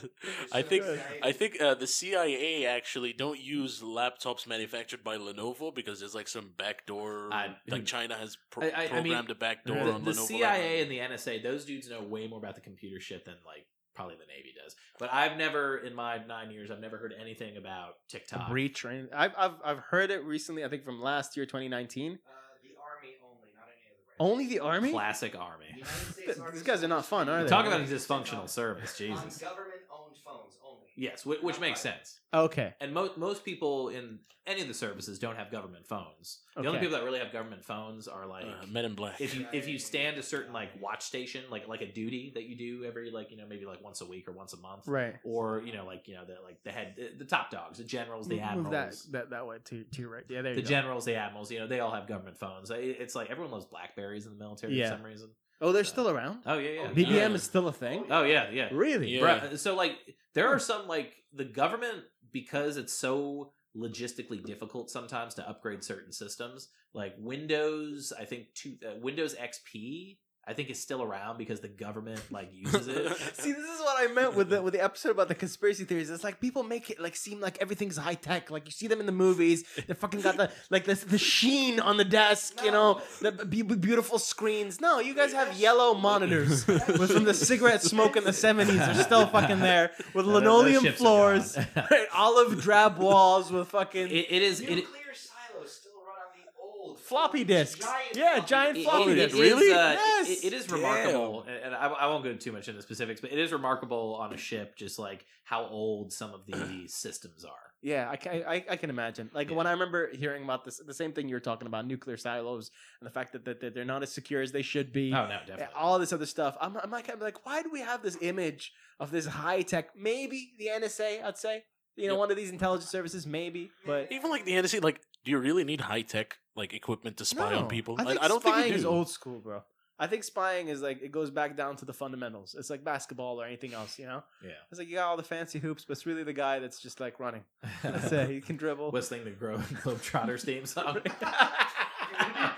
Speaker 3: I think
Speaker 1: Good.
Speaker 3: I think uh, the CIA actually don't use laptops manufactured by Lenovo because there's like some backdoor.
Speaker 2: I-
Speaker 3: like China has
Speaker 2: I-
Speaker 3: pro-
Speaker 2: I- I mean,
Speaker 3: programmed a backdoor
Speaker 2: the,
Speaker 3: on
Speaker 2: the
Speaker 3: Lenovo.
Speaker 2: CIA and the NSA, those dudes know way more about the computer shit than like probably the Navy does. But I've never in my nine years, I've never heard anything about TikTok.
Speaker 1: breach. Right? I've I've I've heard it recently. I think from last year, 2019.
Speaker 4: Uh, the army only, not any other. branch.
Speaker 1: Only the army.
Speaker 2: Classic army.
Speaker 4: United States Army
Speaker 1: These guys are not fun, are they?
Speaker 2: Talk about a dysfunctional service,
Speaker 4: On
Speaker 2: Jesus.
Speaker 4: government-owned phones only.
Speaker 2: Yes, which, which makes sense.
Speaker 1: Okay.
Speaker 2: And most most people in any of the services don't have government phones. The only
Speaker 1: Okay.
Speaker 2: people that really have government phones are like
Speaker 3: uh, Men in Black.
Speaker 2: if you if you stand a certain like watch station, like like a duty that you do every like you know maybe like once a week or once a month,
Speaker 1: Right.
Speaker 2: or you know like you know the like the head the, the top dogs, the generals, the admirals.
Speaker 1: Move that that that way to to your right. Yeah, there you
Speaker 2: the
Speaker 1: go.
Speaker 2: generals, the admirals, you know, they all have government phones. It- It's like everyone loves Blackberries in the military
Speaker 1: Yeah.
Speaker 2: for some reason.
Speaker 1: oh, they're still around.
Speaker 2: Oh yeah, yeah.
Speaker 1: BBM
Speaker 3: yeah.
Speaker 1: is still a thing.
Speaker 2: Oh yeah, yeah.
Speaker 1: Really?
Speaker 3: Yeah.
Speaker 2: Bruh, So like there
Speaker 1: Hmm.
Speaker 2: are some like the government because it's so logistically difficult sometimes to upgrade certain systems. Like Windows, I think two, uh, Windows XP, I think is still around because the government like uses it.
Speaker 1: See, this is what I meant with the with the episode about the conspiracy theories. It's like people make it like seem like everything's high tech. Like you see them in the movies, they fucking got the like this the sheen on the desk, you know, the b- b- beautiful screens. No, you guys have yellow monitors with from the cigarette smoke in the seventies. They're still fucking there with
Speaker 2: Those- those
Speaker 1: linoleum
Speaker 2: ships are
Speaker 1: floors,
Speaker 2: gone.
Speaker 1: right, olive drab walls with fucking
Speaker 2: it, it is it,
Speaker 4: Nuclear silos still run on the old
Speaker 1: floppy
Speaker 4: old
Speaker 1: discs.
Speaker 4: Giant
Speaker 1: Yeah,
Speaker 4: floppy
Speaker 1: giant
Speaker 4: discs.
Speaker 1: floppy
Speaker 2: it- it
Speaker 1: discs.
Speaker 2: is,
Speaker 3: Really?
Speaker 2: uh,
Speaker 1: Yes.
Speaker 2: it- it is
Speaker 3: Damn.
Speaker 2: remarkable, and- and I, I won't go too much into specifics, but it is remarkable on a ship just like how old some of the systems are.
Speaker 1: Yeah, I, ca- I, I can imagine. Like
Speaker 2: Yeah.
Speaker 1: when I remember hearing about this, the same thing you were talking about, nuclear silos and the fact that, that, that they're not as secure as they should be.
Speaker 2: Oh no,
Speaker 1: yeah,
Speaker 2: definitely.
Speaker 1: All this other stuff. I'm, I'm like, I'm like, why do we have this image of this high tech? Maybe the NSA, I'd say. You know,
Speaker 3: Yep.
Speaker 1: one of these intelligence services, maybe. But
Speaker 3: Even like the NSA, like Do you really need high tech like equipment to spy on
Speaker 1: No,
Speaker 3: people?
Speaker 1: I, think
Speaker 3: don't
Speaker 1: spying
Speaker 3: think you
Speaker 1: is
Speaker 3: do.
Speaker 1: old school, bro. I think spying is like it goes back down to the fundamentals. It's like basketball or anything else, you know.
Speaker 2: Yeah.
Speaker 1: It's like you got all the fancy hoops, but it's really the guy that's just like running. That's it. He can dribble.
Speaker 2: Whistling the Gro- Globetrotters theme song. Yeah,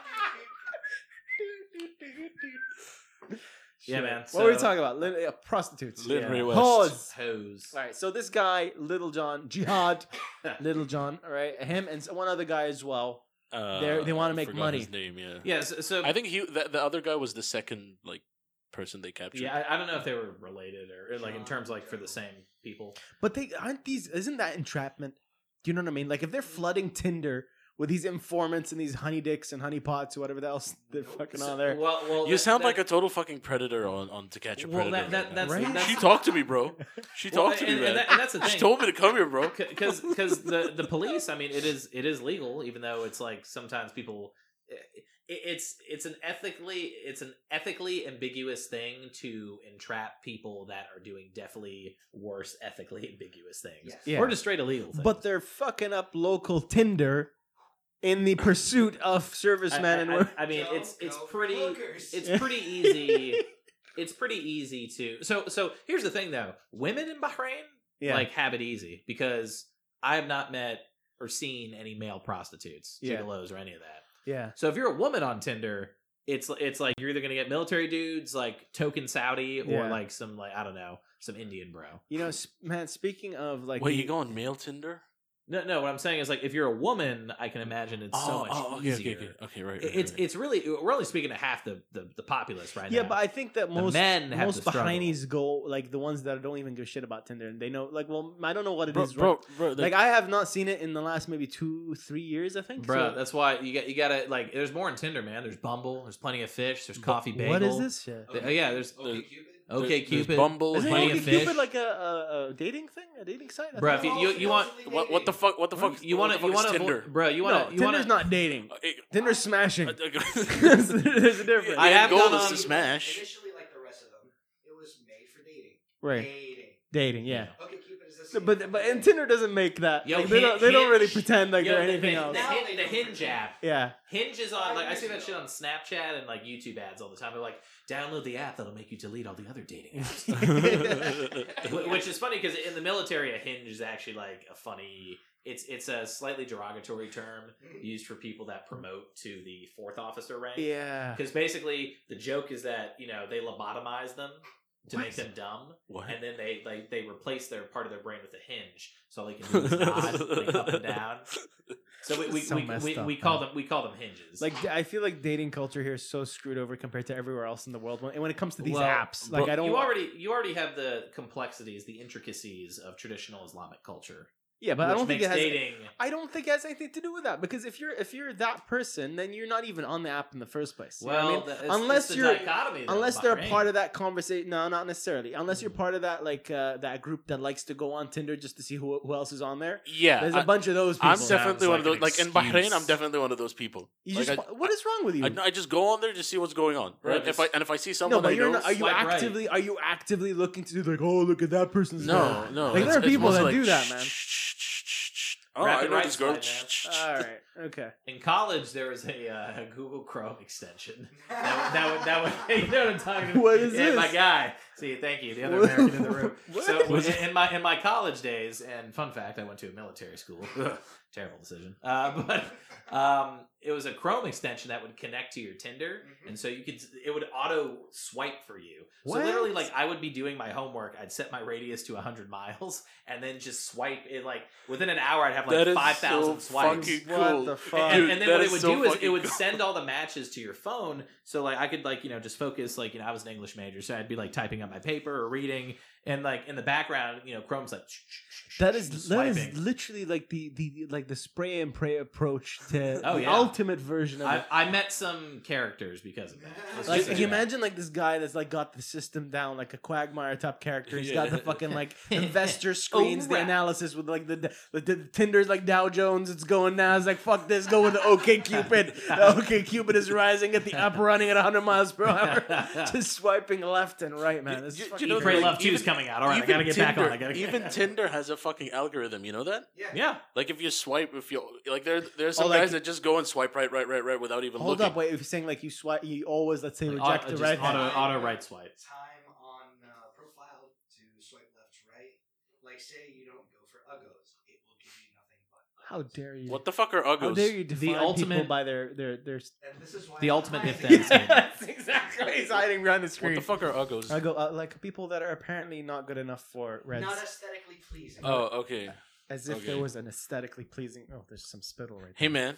Speaker 1: Shit.
Speaker 2: man,
Speaker 1: What were we
Speaker 2: so-
Speaker 1: talking about? Lit- uh, prostitutes.
Speaker 3: Lin
Speaker 2: Yeah.
Speaker 3: Ray West.
Speaker 1: Hoes.
Speaker 2: Hose.
Speaker 1: All right. So this guy, Little John, Jihad, Little John. All right. Him and s- one other guy as well.
Speaker 3: Uh,
Speaker 1: They're- they wanna
Speaker 3: I
Speaker 1: make
Speaker 3: forgot
Speaker 1: money.
Speaker 3: His name, yeah.
Speaker 2: Yeah, so, so
Speaker 3: I think he the, the other guy was the second like person they captured.
Speaker 2: yeah, I, I don't know if they were related or, or, like in terms like for the same people.
Speaker 1: But they aren't these. Isn't that entrapment? Do you know what I mean? Like if they're flooding Tinder with these informants and these honey dicks and honey pots or whatever else they're fucking on there.
Speaker 2: Well, well,
Speaker 3: you
Speaker 2: that-
Speaker 3: sound
Speaker 2: that-
Speaker 3: like a total fucking predator on, on To Catch a
Speaker 2: Well,
Speaker 3: Predator.
Speaker 2: that- that-
Speaker 3: right now.
Speaker 2: that's-
Speaker 1: Right?
Speaker 2: that's-
Speaker 3: she talked to me, bro. She
Speaker 2: well,
Speaker 3: talked to
Speaker 2: and-
Speaker 3: me, man.
Speaker 2: and that- and that's the
Speaker 3: she
Speaker 2: thing.
Speaker 3: told me to come here, bro.
Speaker 2: because because the the police i mean it is it is legal even though it's like sometimes people eh, it, it's it's an ethically it's an ethically ambiguous thing to entrap people that are doing definitely worse ethically ambiguous things
Speaker 4: Yes.
Speaker 1: Yeah.
Speaker 2: or just straight illegal things.
Speaker 1: But they're fucking up local Tinder in the pursuit of
Speaker 2: I,
Speaker 1: servicemen
Speaker 2: I-
Speaker 1: and
Speaker 2: I-
Speaker 1: women.
Speaker 2: I mean it's
Speaker 4: Don't
Speaker 2: it's
Speaker 4: go for
Speaker 2: pretty
Speaker 4: hookers.
Speaker 2: it's pretty easy it's pretty easy to so so here's the thing though women in bahrain
Speaker 1: Yeah.
Speaker 2: like have it easy because I have not met or seen any male prostitutes,
Speaker 1: Yeah.
Speaker 2: gigolos, or any of that.
Speaker 1: yeah.
Speaker 2: So if you're a woman on Tinder, it's it's like you're either gonna get military dudes like token Saudi or
Speaker 1: Yeah.
Speaker 2: like some like I don't know some Indian bro.
Speaker 1: You know, s- man, speaking of like.
Speaker 3: Wait,
Speaker 1: the-
Speaker 3: you going male Tinder?
Speaker 2: No, no. What I'm saying is like if you're a woman, I can imagine it's
Speaker 1: Oh,
Speaker 2: so much
Speaker 3: Oh, okay,
Speaker 2: easier.
Speaker 3: okay, okay, okay, right. right,
Speaker 2: It- It's
Speaker 3: right.
Speaker 2: it's really we're only speaking to half the the, the populace right
Speaker 1: Yeah,
Speaker 2: now.
Speaker 1: but I think that
Speaker 2: the
Speaker 1: most
Speaker 2: men have
Speaker 1: most
Speaker 2: the struggle.
Speaker 1: Bahrainis go like the ones that don't even give a shit about Tinder and they know like well I don't know what it is.
Speaker 3: bro,
Speaker 1: right?
Speaker 3: bro, bro,
Speaker 1: like I have not seen it in the last maybe two three years I think.
Speaker 2: Bro,
Speaker 1: so-
Speaker 2: that's why you got you gotta like. There's more in Tinder, man. There's Bumble. There's plenty of fish. There's
Speaker 1: but
Speaker 2: coffee bagel.
Speaker 1: What is this shit?
Speaker 2: Oh, yeah, there's- oh,
Speaker 4: Okay, Cupid.
Speaker 3: There-
Speaker 2: Okay,
Speaker 3: there's
Speaker 2: Cupid.
Speaker 3: Bumble,
Speaker 2: There's
Speaker 1: Isn't
Speaker 2: plenty of fish.
Speaker 1: OkCupid like a, a, a dating thing, a dating site? I
Speaker 2: Bro,
Speaker 1: thought-
Speaker 2: if you- you- you want-
Speaker 3: What, what the fuck? What the fuck?
Speaker 2: You want
Speaker 3: what
Speaker 2: to?
Speaker 3: the
Speaker 2: You
Speaker 3: fuck
Speaker 2: want
Speaker 3: is
Speaker 2: to?
Speaker 3: Tinder?
Speaker 2: Bro, you
Speaker 1: no,
Speaker 2: want to? you want
Speaker 1: Tinder's not dating.
Speaker 3: Uh, it-
Speaker 1: Tinder's smashing. There's
Speaker 3: uh,
Speaker 1: there's a difference.
Speaker 3: The
Speaker 2: I have
Speaker 3: end goal
Speaker 2: gone
Speaker 3: is
Speaker 2: on-
Speaker 3: to smash.
Speaker 4: Initially, like the rest of them, it was made for dating.
Speaker 1: Right,
Speaker 4: Dating.
Speaker 1: dating, yeah.
Speaker 4: Okay, Cupid is the
Speaker 1: No,
Speaker 4: same.
Speaker 1: But but and Tinder doesn't make that.
Speaker 2: Yo,
Speaker 1: Like, they don't,
Speaker 2: Hinge-
Speaker 1: they don't really
Speaker 2: Hinge-
Speaker 1: pretend like
Speaker 2: Yo,
Speaker 1: they're
Speaker 2: the-
Speaker 1: anything
Speaker 2: the,
Speaker 1: else.
Speaker 2: The,
Speaker 4: Now
Speaker 2: hin-
Speaker 4: they
Speaker 2: the
Speaker 4: don't
Speaker 2: hinge
Speaker 4: pretend.
Speaker 2: app.
Speaker 1: Yeah,
Speaker 2: Hinge is on
Speaker 4: Five
Speaker 2: like I see that
Speaker 4: years
Speaker 2: shit
Speaker 4: ago.
Speaker 2: on Snapchat and like YouTube ads all the time. They're like, download the app that'll make you delete all the other dating apps. Wh- Which is funny because in the military, a hinge is actually like a funny. It's it's a slightly derogatory term used for people that promote to the fourth officer rank.
Speaker 1: yeah.
Speaker 2: Because basically, the joke is that you know they lobotomize them to make
Speaker 1: What?
Speaker 2: them dumb.
Speaker 3: What?
Speaker 2: and then they like they replace their part of their brain with a hinge, so all they can do is nod like up and down. So we we,
Speaker 1: So
Speaker 2: we,
Speaker 1: messed
Speaker 2: we,
Speaker 1: up,
Speaker 2: we call
Speaker 1: man.
Speaker 2: them we call them hinges.
Speaker 1: Like I feel like dating culture here is so screwed over compared to everywhere else in the world. When- And when it comes to these
Speaker 2: Well,
Speaker 1: apps, like
Speaker 3: but
Speaker 1: I don't.
Speaker 2: you already you already have the complexities, the intricacies of traditional Islamic culture,
Speaker 1: yeah, but I
Speaker 2: which
Speaker 1: don't think
Speaker 2: makes
Speaker 1: it has.
Speaker 2: dating.
Speaker 1: I don't think it has anything to do with that because if you're if you're that person, then you're not even on the app in the first place. You know what I
Speaker 2: Well,
Speaker 1: mean?
Speaker 2: the- it's-
Speaker 1: unless
Speaker 2: it's the
Speaker 1: you're-
Speaker 2: dichotomy though,
Speaker 1: unless they're a
Speaker 2: Bahrain.
Speaker 1: part of that conversation no not necessarily unless you're
Speaker 2: Mhm.
Speaker 1: part of that like uh, that group that likes to go on tinder just to see who, who else is on there
Speaker 3: Yeah,
Speaker 1: there's a
Speaker 3: I,
Speaker 1: bunch of those people
Speaker 3: I'm
Speaker 2: Sounds
Speaker 3: definitely one of
Speaker 2: like
Speaker 3: those.
Speaker 2: an
Speaker 3: Like in Bahrain, I'm
Speaker 2: excuse.
Speaker 3: definitely one of those people.
Speaker 1: you
Speaker 3: like,
Speaker 1: just
Speaker 3: I-
Speaker 1: what is wrong with you
Speaker 3: I, I just go on there to see what's going on, right?
Speaker 2: Right,
Speaker 3: if I
Speaker 2: just-
Speaker 3: and if I see
Speaker 1: no
Speaker 3: someone,
Speaker 1: but
Speaker 3: I
Speaker 1: you're
Speaker 3: know,
Speaker 1: not, are you
Speaker 2: swipe right.
Speaker 1: actively are you actively looking to do like oh look at that person's
Speaker 3: no,
Speaker 1: Like,
Speaker 3: no.
Speaker 1: there
Speaker 3: it's-
Speaker 1: are
Speaker 3: it's
Speaker 1: people
Speaker 3: mostly
Speaker 1: that
Speaker 3: like,
Speaker 1: do that,
Speaker 3: "Shh,
Speaker 1: man."
Speaker 3: shh, shh, shh, shh, shh." Oh,
Speaker 2: Rapid
Speaker 3: I know
Speaker 2: right
Speaker 3: this
Speaker 2: slide,
Speaker 3: girl.
Speaker 2: man.
Speaker 3: Shh, shh, shh.
Speaker 1: all right okay
Speaker 2: in college, there was a, uh, a Google Chrome extension. That, would- that would that would you know what I'm talking about.
Speaker 1: What is
Speaker 2: yeah, My
Speaker 1: this?
Speaker 2: guy. See, thank you. The other
Speaker 1: What-
Speaker 2: American in the room.
Speaker 1: what?
Speaker 2: So in, in my in my college days, and fun fact, I went to a military school. Terrible decision. Uh, but um, it was a Chrome extension that would connect to your Tinder,
Speaker 4: Mhm.
Speaker 2: and so you could it would auto swipe for you.
Speaker 1: What?
Speaker 2: So literally, like I would be doing my homework, I'd set my radius to 100 miles, and then just swipe it. Like within an hour, I'd have like
Speaker 3: That is
Speaker 2: 5,000
Speaker 3: so
Speaker 2: swipes.
Speaker 3: fucking
Speaker 1: what
Speaker 3: cool.
Speaker 1: the fuck
Speaker 2: And,
Speaker 3: Dude,
Speaker 2: Uh, and then
Speaker 3: that
Speaker 2: what
Speaker 3: is
Speaker 2: it would
Speaker 3: so
Speaker 2: do is it
Speaker 3: fucking
Speaker 2: would
Speaker 3: cool.
Speaker 2: send all the matches to your phone. So like I could like you know just focus like you know I was an English major, so I'd be like typing up my paper or reading, and like in the background you know Chrome's like "Shh, shh, shh, shh,
Speaker 1: that
Speaker 2: shh,"
Speaker 1: is
Speaker 2: just
Speaker 1: that is
Speaker 2: swiping.
Speaker 1: literally like the the like the spray and pray approach to
Speaker 2: Oh,
Speaker 1: the
Speaker 2: yeah.
Speaker 1: ultimate version of
Speaker 2: I,
Speaker 1: it.
Speaker 2: I met some characters because of that. Let's
Speaker 1: Like,
Speaker 2: just
Speaker 1: can
Speaker 2: say
Speaker 1: you
Speaker 2: that.
Speaker 1: imagine like this guy that's like got the system down, like a quagmire type character. He's got the
Speaker 3: Yeah.
Speaker 1: fucking like investor screens, the
Speaker 2: right.
Speaker 1: analysis with like the, the, the Tinder's like Dow Jones. It's going now. It's like fuck this. Go with the OK Cupid. The OK Cupid is rising at the up, running at 100 miles per hour, just swiping left and right, man. This is
Speaker 3: You- you
Speaker 1: fucking
Speaker 3: know,
Speaker 2: Pray
Speaker 1: crazy.
Speaker 3: like,
Speaker 2: E Love Two is
Speaker 3: even-
Speaker 2: coming out. All right, I gotta get back on. I gotta
Speaker 3: even Tinder has a fucking algorithm. You know that?
Speaker 4: Yeah.
Speaker 2: Yeah,
Speaker 3: Like if you swipe, if you like, there there's some
Speaker 1: Oh, like-
Speaker 3: guys that just go and swipe right, right, right, right without even
Speaker 1: Hold
Speaker 3: looking.
Speaker 1: up, wait. If you're saying like you swipe, you always let's say
Speaker 2: Like,
Speaker 1: reject
Speaker 2: auto-
Speaker 1: the
Speaker 2: just
Speaker 1: right
Speaker 2: auto-
Speaker 1: hand.
Speaker 2: right swipe.
Speaker 4: Time on uh, profile to swipe left to right. Like, say you don't go for uggos, it will give you nothing but. Uggos.
Speaker 1: How dare you?
Speaker 3: What the fuck are
Speaker 1: How
Speaker 3: uggos?
Speaker 1: dare you define people
Speaker 2: ultimate-
Speaker 1: by their their their?
Speaker 4: And this is why
Speaker 2: The
Speaker 4: I'm
Speaker 2: ultimate
Speaker 4: hiding
Speaker 2: if then
Speaker 4: it.
Speaker 2: statement.
Speaker 1: exactly. He's hiding behind the
Speaker 3: what the fuck are uggos?
Speaker 1: I go uh, like people that are apparently not good enough for reds,
Speaker 4: Not aesthetically pleasing.
Speaker 3: oh, okay.
Speaker 1: as if
Speaker 3: okay.
Speaker 1: there was an aesthetically pleasing. Oh, there's some spittle right
Speaker 3: Hey
Speaker 1: there.
Speaker 3: man,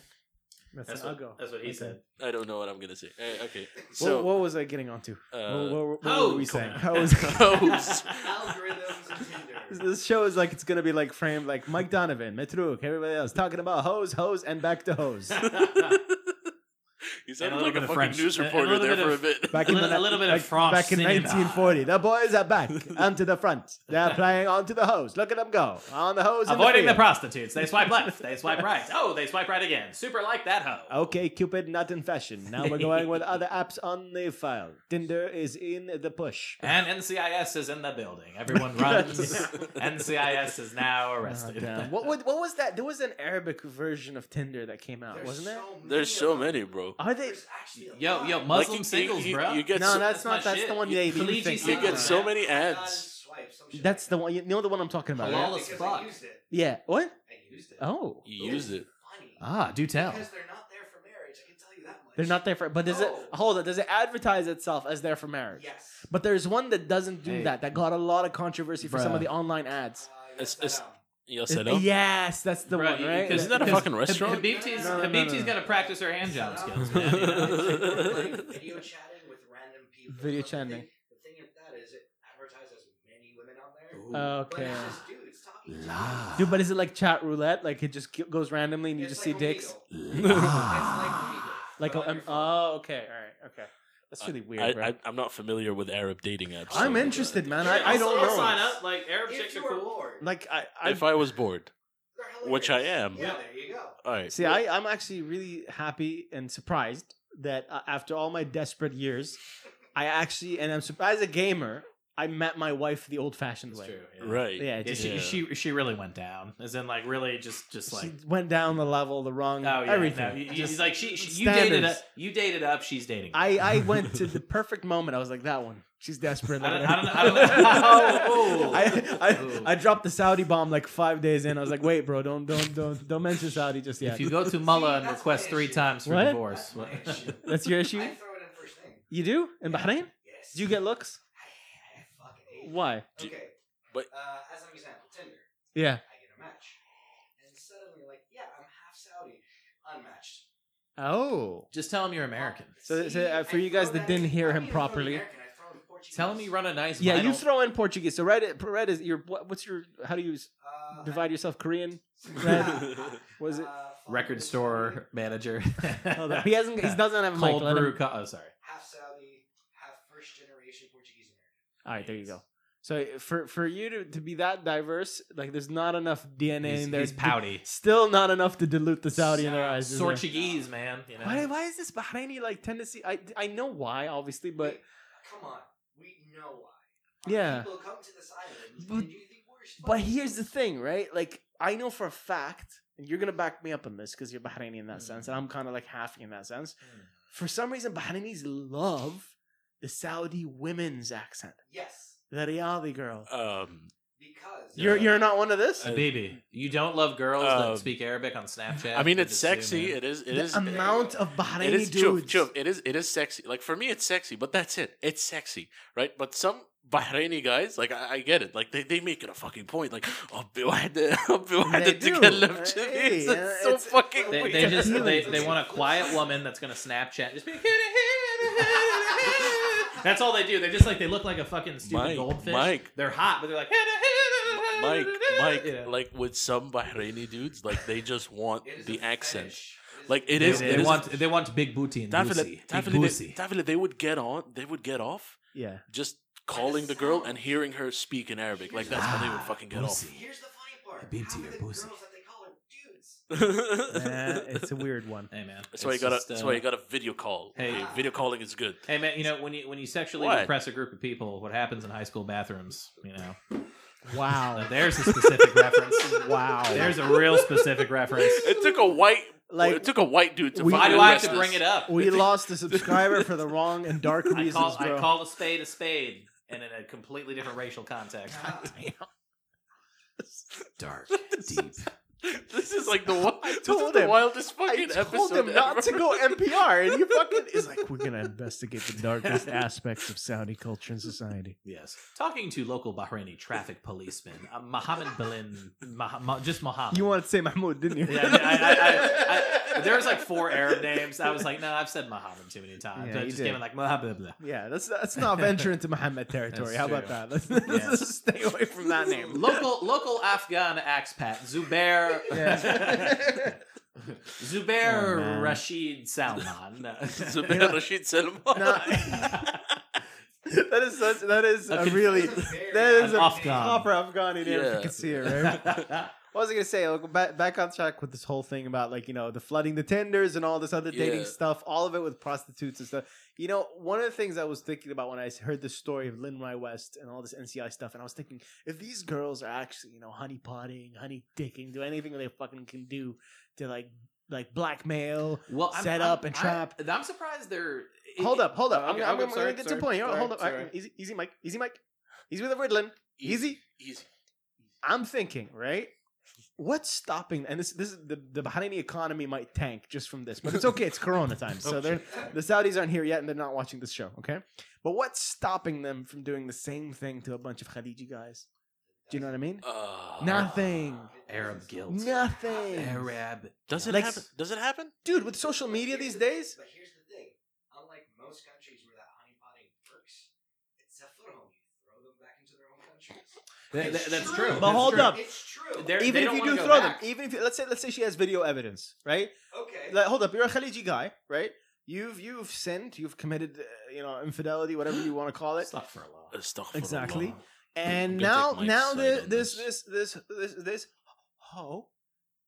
Speaker 1: that's,
Speaker 2: That's
Speaker 1: an
Speaker 2: what,
Speaker 1: uggo.
Speaker 2: that's what he
Speaker 1: Okay.
Speaker 2: said.
Speaker 3: I don't know what I'm gonna say. Eh, okay,
Speaker 1: what,
Speaker 3: so
Speaker 1: what was I getting onto? what,
Speaker 3: uh,
Speaker 1: what- what were we
Speaker 2: Hose.
Speaker 1: saying? How was
Speaker 3: Hose.
Speaker 4: Algorithms and Tinder.
Speaker 1: this show is like it's gonna be like framed like Mike Donovan, Metruk, everybody else talking about hose, hose, and back to hose.
Speaker 2: Oh,
Speaker 3: you
Speaker 2: And a
Speaker 3: sounded
Speaker 2: little
Speaker 3: like
Speaker 2: bit
Speaker 3: a
Speaker 2: of
Speaker 3: fucking
Speaker 2: French.
Speaker 3: news
Speaker 2: And a
Speaker 3: reporter
Speaker 2: little
Speaker 3: there
Speaker 2: bit
Speaker 3: for a
Speaker 2: of-
Speaker 3: bit.
Speaker 1: Back in
Speaker 2: A
Speaker 1: the,
Speaker 2: little- a little bit of
Speaker 1: back-
Speaker 2: France
Speaker 1: back in
Speaker 2: singing.
Speaker 1: 1940. The boys are back onto the front. They're playing onto the hose. Look at them go on the hose. in
Speaker 2: Avoiding the
Speaker 1: field.
Speaker 2: prostitutes, they swipe left. They swipe right. Oh, they swipe right again. Super like that hoe.
Speaker 1: Okay, Cupid, not in fashion. Now we're going with other apps on the file. Tinder is in the push.
Speaker 2: And NCIS is in the building. Everyone runs. NCIS is now arrested.
Speaker 1: Goddamn. what, what, what was that? There was an Arabic version of Tinder that came out,
Speaker 4: There's
Speaker 1: wasn't
Speaker 4: so
Speaker 1: there?
Speaker 4: many
Speaker 3: There's so
Speaker 4: of them.
Speaker 3: many, bro.
Speaker 1: Are they?
Speaker 4: There's actually a
Speaker 2: Yo,
Speaker 4: lot.
Speaker 2: yo,
Speaker 4: Like,
Speaker 2: Uh, Muslim
Speaker 3: you-
Speaker 2: singles,
Speaker 3: you-
Speaker 2: bro.
Speaker 3: you get
Speaker 1: No,
Speaker 3: so-
Speaker 1: that's
Speaker 2: that's my
Speaker 1: not. That's
Speaker 2: shit.
Speaker 1: the one.
Speaker 3: You-
Speaker 1: Yeah, you
Speaker 2: Khaliji
Speaker 1: think
Speaker 2: You
Speaker 3: You get
Speaker 1: about.
Speaker 3: so many
Speaker 4: God,
Speaker 3: ads.
Speaker 4: swipe, some shit
Speaker 1: That's
Speaker 4: like
Speaker 1: the one. You know the one I'm talking
Speaker 4: that.
Speaker 1: about. right?
Speaker 2: Halal Halal
Speaker 4: Yeah,
Speaker 2: as
Speaker 4: because
Speaker 2: fuck.
Speaker 4: I used it.
Speaker 1: Yeah. What?
Speaker 4: I used it.
Speaker 1: Oh,
Speaker 3: You used it.
Speaker 4: Funny.
Speaker 2: Ah, do tell.
Speaker 4: Because they're not there for marriage. I can tell you that much.
Speaker 1: they're not there for. But does it
Speaker 4: No.
Speaker 1: hold on? Does it advertise itself as there for marriage?
Speaker 4: Yes.
Speaker 1: But there's one that doesn't do
Speaker 2: Hey.
Speaker 1: that. That got a lot of controversy for some of
Speaker 2: Bruh.
Speaker 1: the online ads.
Speaker 4: Uh, you
Speaker 3: It's-
Speaker 4: got
Speaker 3: it's-
Speaker 4: that out.
Speaker 3: Yes,
Speaker 1: It-
Speaker 3: I know.
Speaker 1: yes, that's the
Speaker 2: Bro,
Speaker 1: one,
Speaker 2: you-
Speaker 1: right?
Speaker 2: because-
Speaker 3: Isn't that a
Speaker 2: because
Speaker 3: fucking
Speaker 2: Hab-
Speaker 3: restaurant?
Speaker 2: Habibti's,
Speaker 4: No, no,
Speaker 1: no,
Speaker 2: Habibti's
Speaker 1: no.
Speaker 2: gonna practice her hand job skills.
Speaker 4: Shut up.
Speaker 3: skills.
Speaker 4: Like video chatting with random people.
Speaker 1: Video
Speaker 4: But the thing-
Speaker 1: chatting.
Speaker 4: The thing of that is, it advertises many women on there. But
Speaker 1: Oh, okay.
Speaker 4: it's just dudes talking. to
Speaker 2: La.
Speaker 4: dudes.
Speaker 1: Dude, but is it like chat roulette? Like it just g- goes randomly and you
Speaker 4: It's
Speaker 1: just
Speaker 4: like
Speaker 1: see
Speaker 4: Omegle.
Speaker 1: dicks?
Speaker 4: It's like Omegle,
Speaker 1: Like,
Speaker 4: but
Speaker 1: oh,
Speaker 4: on
Speaker 1: um,
Speaker 4: your phone.
Speaker 1: oh, okay, all right, okay. That's really weird, bro.
Speaker 3: I, I, I'm not familiar with Arab dating apps.
Speaker 1: I, am
Speaker 3: so- uh,
Speaker 1: interested, man.
Speaker 2: Yeah,
Speaker 1: I, I
Speaker 2: I'll-
Speaker 1: don't
Speaker 2: I'll
Speaker 1: know.
Speaker 2: sign up. Like Arab
Speaker 4: If
Speaker 2: chicks are
Speaker 4: you were
Speaker 2: cool.
Speaker 4: bored,
Speaker 1: Like I, I
Speaker 3: If I was bored,
Speaker 4: they're hilarious.
Speaker 3: which I am.
Speaker 4: Yeah, there you go.
Speaker 3: all right.
Speaker 1: see, I, I'm actually really happy and surprised that uh, after all my desperate years, I actually, and I'm surprised as a gamer, I met my wife the old-fashioned
Speaker 2: That's
Speaker 1: way.
Speaker 2: true. yeah.
Speaker 3: Right.
Speaker 1: Yeah, it
Speaker 2: Yeah,
Speaker 1: just,
Speaker 2: she,
Speaker 3: Yeah.
Speaker 2: she she really went down. As in, like, really, just just like,
Speaker 1: she went down the level, the wrong,
Speaker 2: oh yeah,
Speaker 1: everything.
Speaker 2: No, you, you-
Speaker 1: Just-
Speaker 2: like she, she you dated up,
Speaker 1: standards.
Speaker 2: you dated up. She's dating. up.
Speaker 1: I, I went to the perfect moment. I was like, that one. She's desperate.
Speaker 2: I don't- I don't know- I don't know.
Speaker 1: I,
Speaker 2: Ooh.
Speaker 1: I, I dropped the Saudi bomb like five days in. I was like, wait, bro, don't don't don't don't mention Saudi just yet.
Speaker 2: If you go to Mullah and
Speaker 4: that's
Speaker 2: request
Speaker 4: my
Speaker 2: three
Speaker 4: issue.
Speaker 2: times for
Speaker 1: What?
Speaker 2: divorce,
Speaker 4: That's my issue.
Speaker 1: That's your issue.
Speaker 4: I throw it in first thing.
Speaker 1: You do in Bahrain?
Speaker 4: Yes.
Speaker 1: Do you get looks?
Speaker 4: I, I fucking hate
Speaker 1: Why?
Speaker 4: it. Okay.
Speaker 3: But-
Speaker 4: uh, as an example, Tinder.
Speaker 1: Yeah.
Speaker 4: I get a match, and suddenly, like, yeah, I'm half Saudi, unmatched.
Speaker 1: Oh.
Speaker 2: just tell him you're American.
Speaker 1: So- so,
Speaker 4: See,
Speaker 1: uh, for
Speaker 4: I
Speaker 1: you guys
Speaker 4: throw
Speaker 1: that didn't hear
Speaker 4: I don't
Speaker 1: him
Speaker 4: even throw the
Speaker 1: properly-
Speaker 4: American, I throw the Portuguese.
Speaker 2: Tell him you run a nice.
Speaker 1: Yeah, you
Speaker 2: vinyl.
Speaker 1: throw in Portuguese. So red, red is your what- what's your how do you s-
Speaker 4: Uh,
Speaker 1: divide yourself? Korean?
Speaker 4: I-
Speaker 1: Red. Was it?
Speaker 4: Uh, fuck,
Speaker 2: record
Speaker 4: this Saudi,
Speaker 2: store manager.
Speaker 1: Hold on. He hasn't. He doesn't have a mic.
Speaker 2: Cold
Speaker 1: Let him-
Speaker 2: brew. Co- oh, sorry.
Speaker 4: half Saudi, half first generation Portuguese American.
Speaker 1: All right, there you go. So for for you to, to be that diverse, like there's not enough DNA
Speaker 2: He's,
Speaker 1: in there.
Speaker 2: he's
Speaker 1: to-
Speaker 2: pouty.
Speaker 1: Still not enough to dilute the Saudi in their
Speaker 4: Sa-
Speaker 1: eyes. is there?
Speaker 2: Portuguese man. You know.
Speaker 1: Why, why is this Bahraini like tendency? I, I know why, obviously, but
Speaker 4: Wait, come on, we know why. Our
Speaker 1: Yeah.
Speaker 4: people come to this island
Speaker 1: But-
Speaker 4: and do the worst.
Speaker 1: but
Speaker 4: fucking
Speaker 1: here's the
Speaker 4: things.
Speaker 1: thing, right? Like I know for a fact, and you're gonna back me up on this because you're Bahraini in that
Speaker 2: Mm.
Speaker 1: sense, and I'm kind of like half in that sense.
Speaker 2: Mm.
Speaker 1: For some reason, Bahrainis love the Saudi women's accent,
Speaker 4: Yes,
Speaker 1: the Riyadhi girl.
Speaker 3: Um,
Speaker 4: because
Speaker 1: you're
Speaker 3: yeah.
Speaker 1: you're not one of this.
Speaker 3: Uh,
Speaker 2: Baby, you don't love girls
Speaker 3: Um,
Speaker 2: that speak Arabic on Snapchat.
Speaker 3: I mean,
Speaker 2: You
Speaker 3: it's
Speaker 2: just zoom
Speaker 3: sexy.
Speaker 2: in.
Speaker 3: It is. It
Speaker 1: the
Speaker 3: is.
Speaker 1: amount of Bahraini
Speaker 3: It is. Chuv,
Speaker 1: dudes.
Speaker 3: chuv, It is. It is sexy. Like for me, it's sexy, but that's it. It's sexy, right? But some Bahraini guys, like I, I get it. Like they, they make it a fucking point. Like, oh,
Speaker 1: They do.
Speaker 3: it's
Speaker 1: Hey, uh,
Speaker 3: so
Speaker 1: it's-
Speaker 3: fucking
Speaker 2: They,
Speaker 3: weird.
Speaker 2: they just they,
Speaker 1: Feelings.
Speaker 2: they want a quiet woman that's gonna Snapchat. Just be that's all they do. They just like they look like a fucking stupid
Speaker 3: Mike,
Speaker 2: goldfish.
Speaker 3: Mike.
Speaker 2: They're hot, but they're like
Speaker 3: Mike, Mike,
Speaker 2: Yeah.
Speaker 3: like with some Bahraini dudes, like they just want
Speaker 4: it is
Speaker 3: the
Speaker 4: a
Speaker 3: accent.
Speaker 4: fetish. is
Speaker 3: Like,
Speaker 4: a
Speaker 3: it
Speaker 2: They,
Speaker 3: is-
Speaker 2: they
Speaker 3: it is-
Speaker 2: want they want big booty and
Speaker 3: Definitely,
Speaker 2: boozy. Big
Speaker 3: definitely,
Speaker 2: boozy.
Speaker 3: they, definitely, they would get on. They would get off
Speaker 1: yeah.
Speaker 3: just calling the girl and hearing her
Speaker 1: Ah,
Speaker 3: speak in Arabic. Like that's how they would fucking get off.
Speaker 2: Boosie.
Speaker 4: Here's the funny part.
Speaker 2: Habibti,
Speaker 4: Half of
Speaker 2: you're
Speaker 4: the
Speaker 2: pussy.
Speaker 4: girls that they call are
Speaker 1: Eh,
Speaker 4: dudes.
Speaker 1: it's a weird one.
Speaker 2: Hey man,
Speaker 3: That's why you
Speaker 2: it's
Speaker 3: got a.
Speaker 2: just,
Speaker 3: That's
Speaker 2: uh,
Speaker 3: why you got a video call.
Speaker 2: Hey.
Speaker 3: Okay, video calling is good.
Speaker 2: Hey man, you know when you when you sexually
Speaker 3: What?
Speaker 2: repress a group of people, what happens in high school bathrooms? You know,
Speaker 1: Wow.
Speaker 2: Now, there's a specific reference.
Speaker 1: Wow.
Speaker 2: There's a real specific reference.
Speaker 3: It took a white. Like, it
Speaker 1: Like
Speaker 3: took a white dude to.
Speaker 1: we-
Speaker 2: Why
Speaker 3: find
Speaker 2: do
Speaker 3: the
Speaker 2: I have to
Speaker 3: rest of
Speaker 2: bring
Speaker 3: this.
Speaker 2: it up?
Speaker 1: we lost a subscriber for the wrong and dark
Speaker 2: I
Speaker 1: reasons,
Speaker 2: call,
Speaker 1: bro.
Speaker 2: I call a spade a spade, and in a completely different racial context. Dark, deep.
Speaker 3: This is like the wi-
Speaker 1: I
Speaker 3: this is
Speaker 1: told
Speaker 3: the
Speaker 1: him.
Speaker 3: wildest
Speaker 1: I
Speaker 3: fucking
Speaker 1: told
Speaker 3: episode
Speaker 1: him not
Speaker 3: ever.
Speaker 1: to go NPR, and you fucking is like
Speaker 5: We're gonna investigate the darkest aspects of Saudi culture and society.
Speaker 2: Yes. Talking to local Bahraini traffic policeman, uh, Mohammed Belin, Mah- Mah- just Mohammed.
Speaker 1: you wanted to say Mahmoud, didn't you?
Speaker 2: Yeah, I- I- I- I- there was like four Arab names. I was like, no, I've said Mohammed too many times.
Speaker 1: Yeah,
Speaker 2: I
Speaker 1: you
Speaker 2: just
Speaker 1: did.
Speaker 2: came in like Mohammed. blah.
Speaker 1: Yeah, let's let's not venture into Muhammad territory.
Speaker 2: That's
Speaker 1: How about
Speaker 2: true.
Speaker 1: that? Let's, let's
Speaker 2: Yes.
Speaker 1: just stay away from that name.
Speaker 2: Local local Afghan expat Zubair
Speaker 1: Yeah. Oh,
Speaker 2: Zubair
Speaker 1: man.
Speaker 2: Rashid Salman.
Speaker 3: Zubair Rashid Salman.
Speaker 1: No. that is such, that is a, really
Speaker 4: That's a very-
Speaker 1: that is
Speaker 2: an
Speaker 1: a
Speaker 2: Afghan.
Speaker 1: proper Afghani name. If
Speaker 3: Yeah.
Speaker 1: you can see it, right? What was I gonna say? Like, back, back on track with this whole thing about like you know the flooding the tenders and all this other dating
Speaker 3: Yeah.
Speaker 1: stuff, all of it with prostitutes and stuff. You know, one of the things I was thinking about when I heard the story of Lynn Rye West and all this NCI stuff, and I was thinking if these girls are actually you know honey potting, honey dicking, do anything they fucking can do to like like blackmail.
Speaker 2: well,
Speaker 1: Set up and trap.
Speaker 2: I'm, I'm surprised they're.
Speaker 1: Hold up, hold up. I'm,
Speaker 2: uh, Okay,
Speaker 1: I'm,
Speaker 2: okay,
Speaker 1: I'm
Speaker 2: sorry,
Speaker 1: gonna get to
Speaker 2: sorry,
Speaker 1: a point. Hold-
Speaker 2: sorry,
Speaker 1: hold up,
Speaker 2: sorry.
Speaker 1: Alright, easy, easy, Mike, easy, Mike, easy with the word, Lynn. Easy.
Speaker 3: Easy.
Speaker 1: I'm thinking, right? What's stopping? And this, this, the, the Bahraini economy might tank just from this, but it's okay. It's Corona time,
Speaker 2: Oh,
Speaker 1: so they're the Saudis aren't here yet, and they're not watching this show. Okay, but what's stopping them from doing the same thing to a bunch of Khadiji guys? Do you know what I mean?
Speaker 3: Uh,
Speaker 1: Nothing.
Speaker 2: Arab guilt.
Speaker 1: Nothing.
Speaker 2: Arab.
Speaker 3: Does it
Speaker 1: Like-
Speaker 3: happen? Does it happen?
Speaker 1: Dude, with social media these
Speaker 4: Here's the-
Speaker 1: days,
Speaker 4: But here's the thing: unlike most countries where that honeypotting works, it's a foothold. You throw them back into their own countries.
Speaker 2: Th- th-
Speaker 4: It's
Speaker 2: that's true.
Speaker 1: But
Speaker 2: That's
Speaker 1: hold
Speaker 2: true.
Speaker 1: up.
Speaker 4: It's true.
Speaker 2: They're-
Speaker 1: even
Speaker 2: they
Speaker 1: if
Speaker 2: don't
Speaker 1: you
Speaker 2: wanna
Speaker 1: do
Speaker 2: go
Speaker 1: throw
Speaker 2: back.
Speaker 1: them, even if you, let's say let's say she has video evidence, right?
Speaker 4: okay.
Speaker 1: Like, hold up, you're a Khaliji guy, right? You've you've sinned, you've committed, uh, you know, infidelity, whatever you want to call it.
Speaker 2: It's not for a lot.
Speaker 3: Astaghfirullah.
Speaker 1: Exactly.
Speaker 3: I'm
Speaker 1: and
Speaker 3: gonna
Speaker 1: now
Speaker 3: take my
Speaker 1: now
Speaker 3: side
Speaker 1: the,
Speaker 3: on
Speaker 1: this, this
Speaker 3: this.
Speaker 1: this this this hoe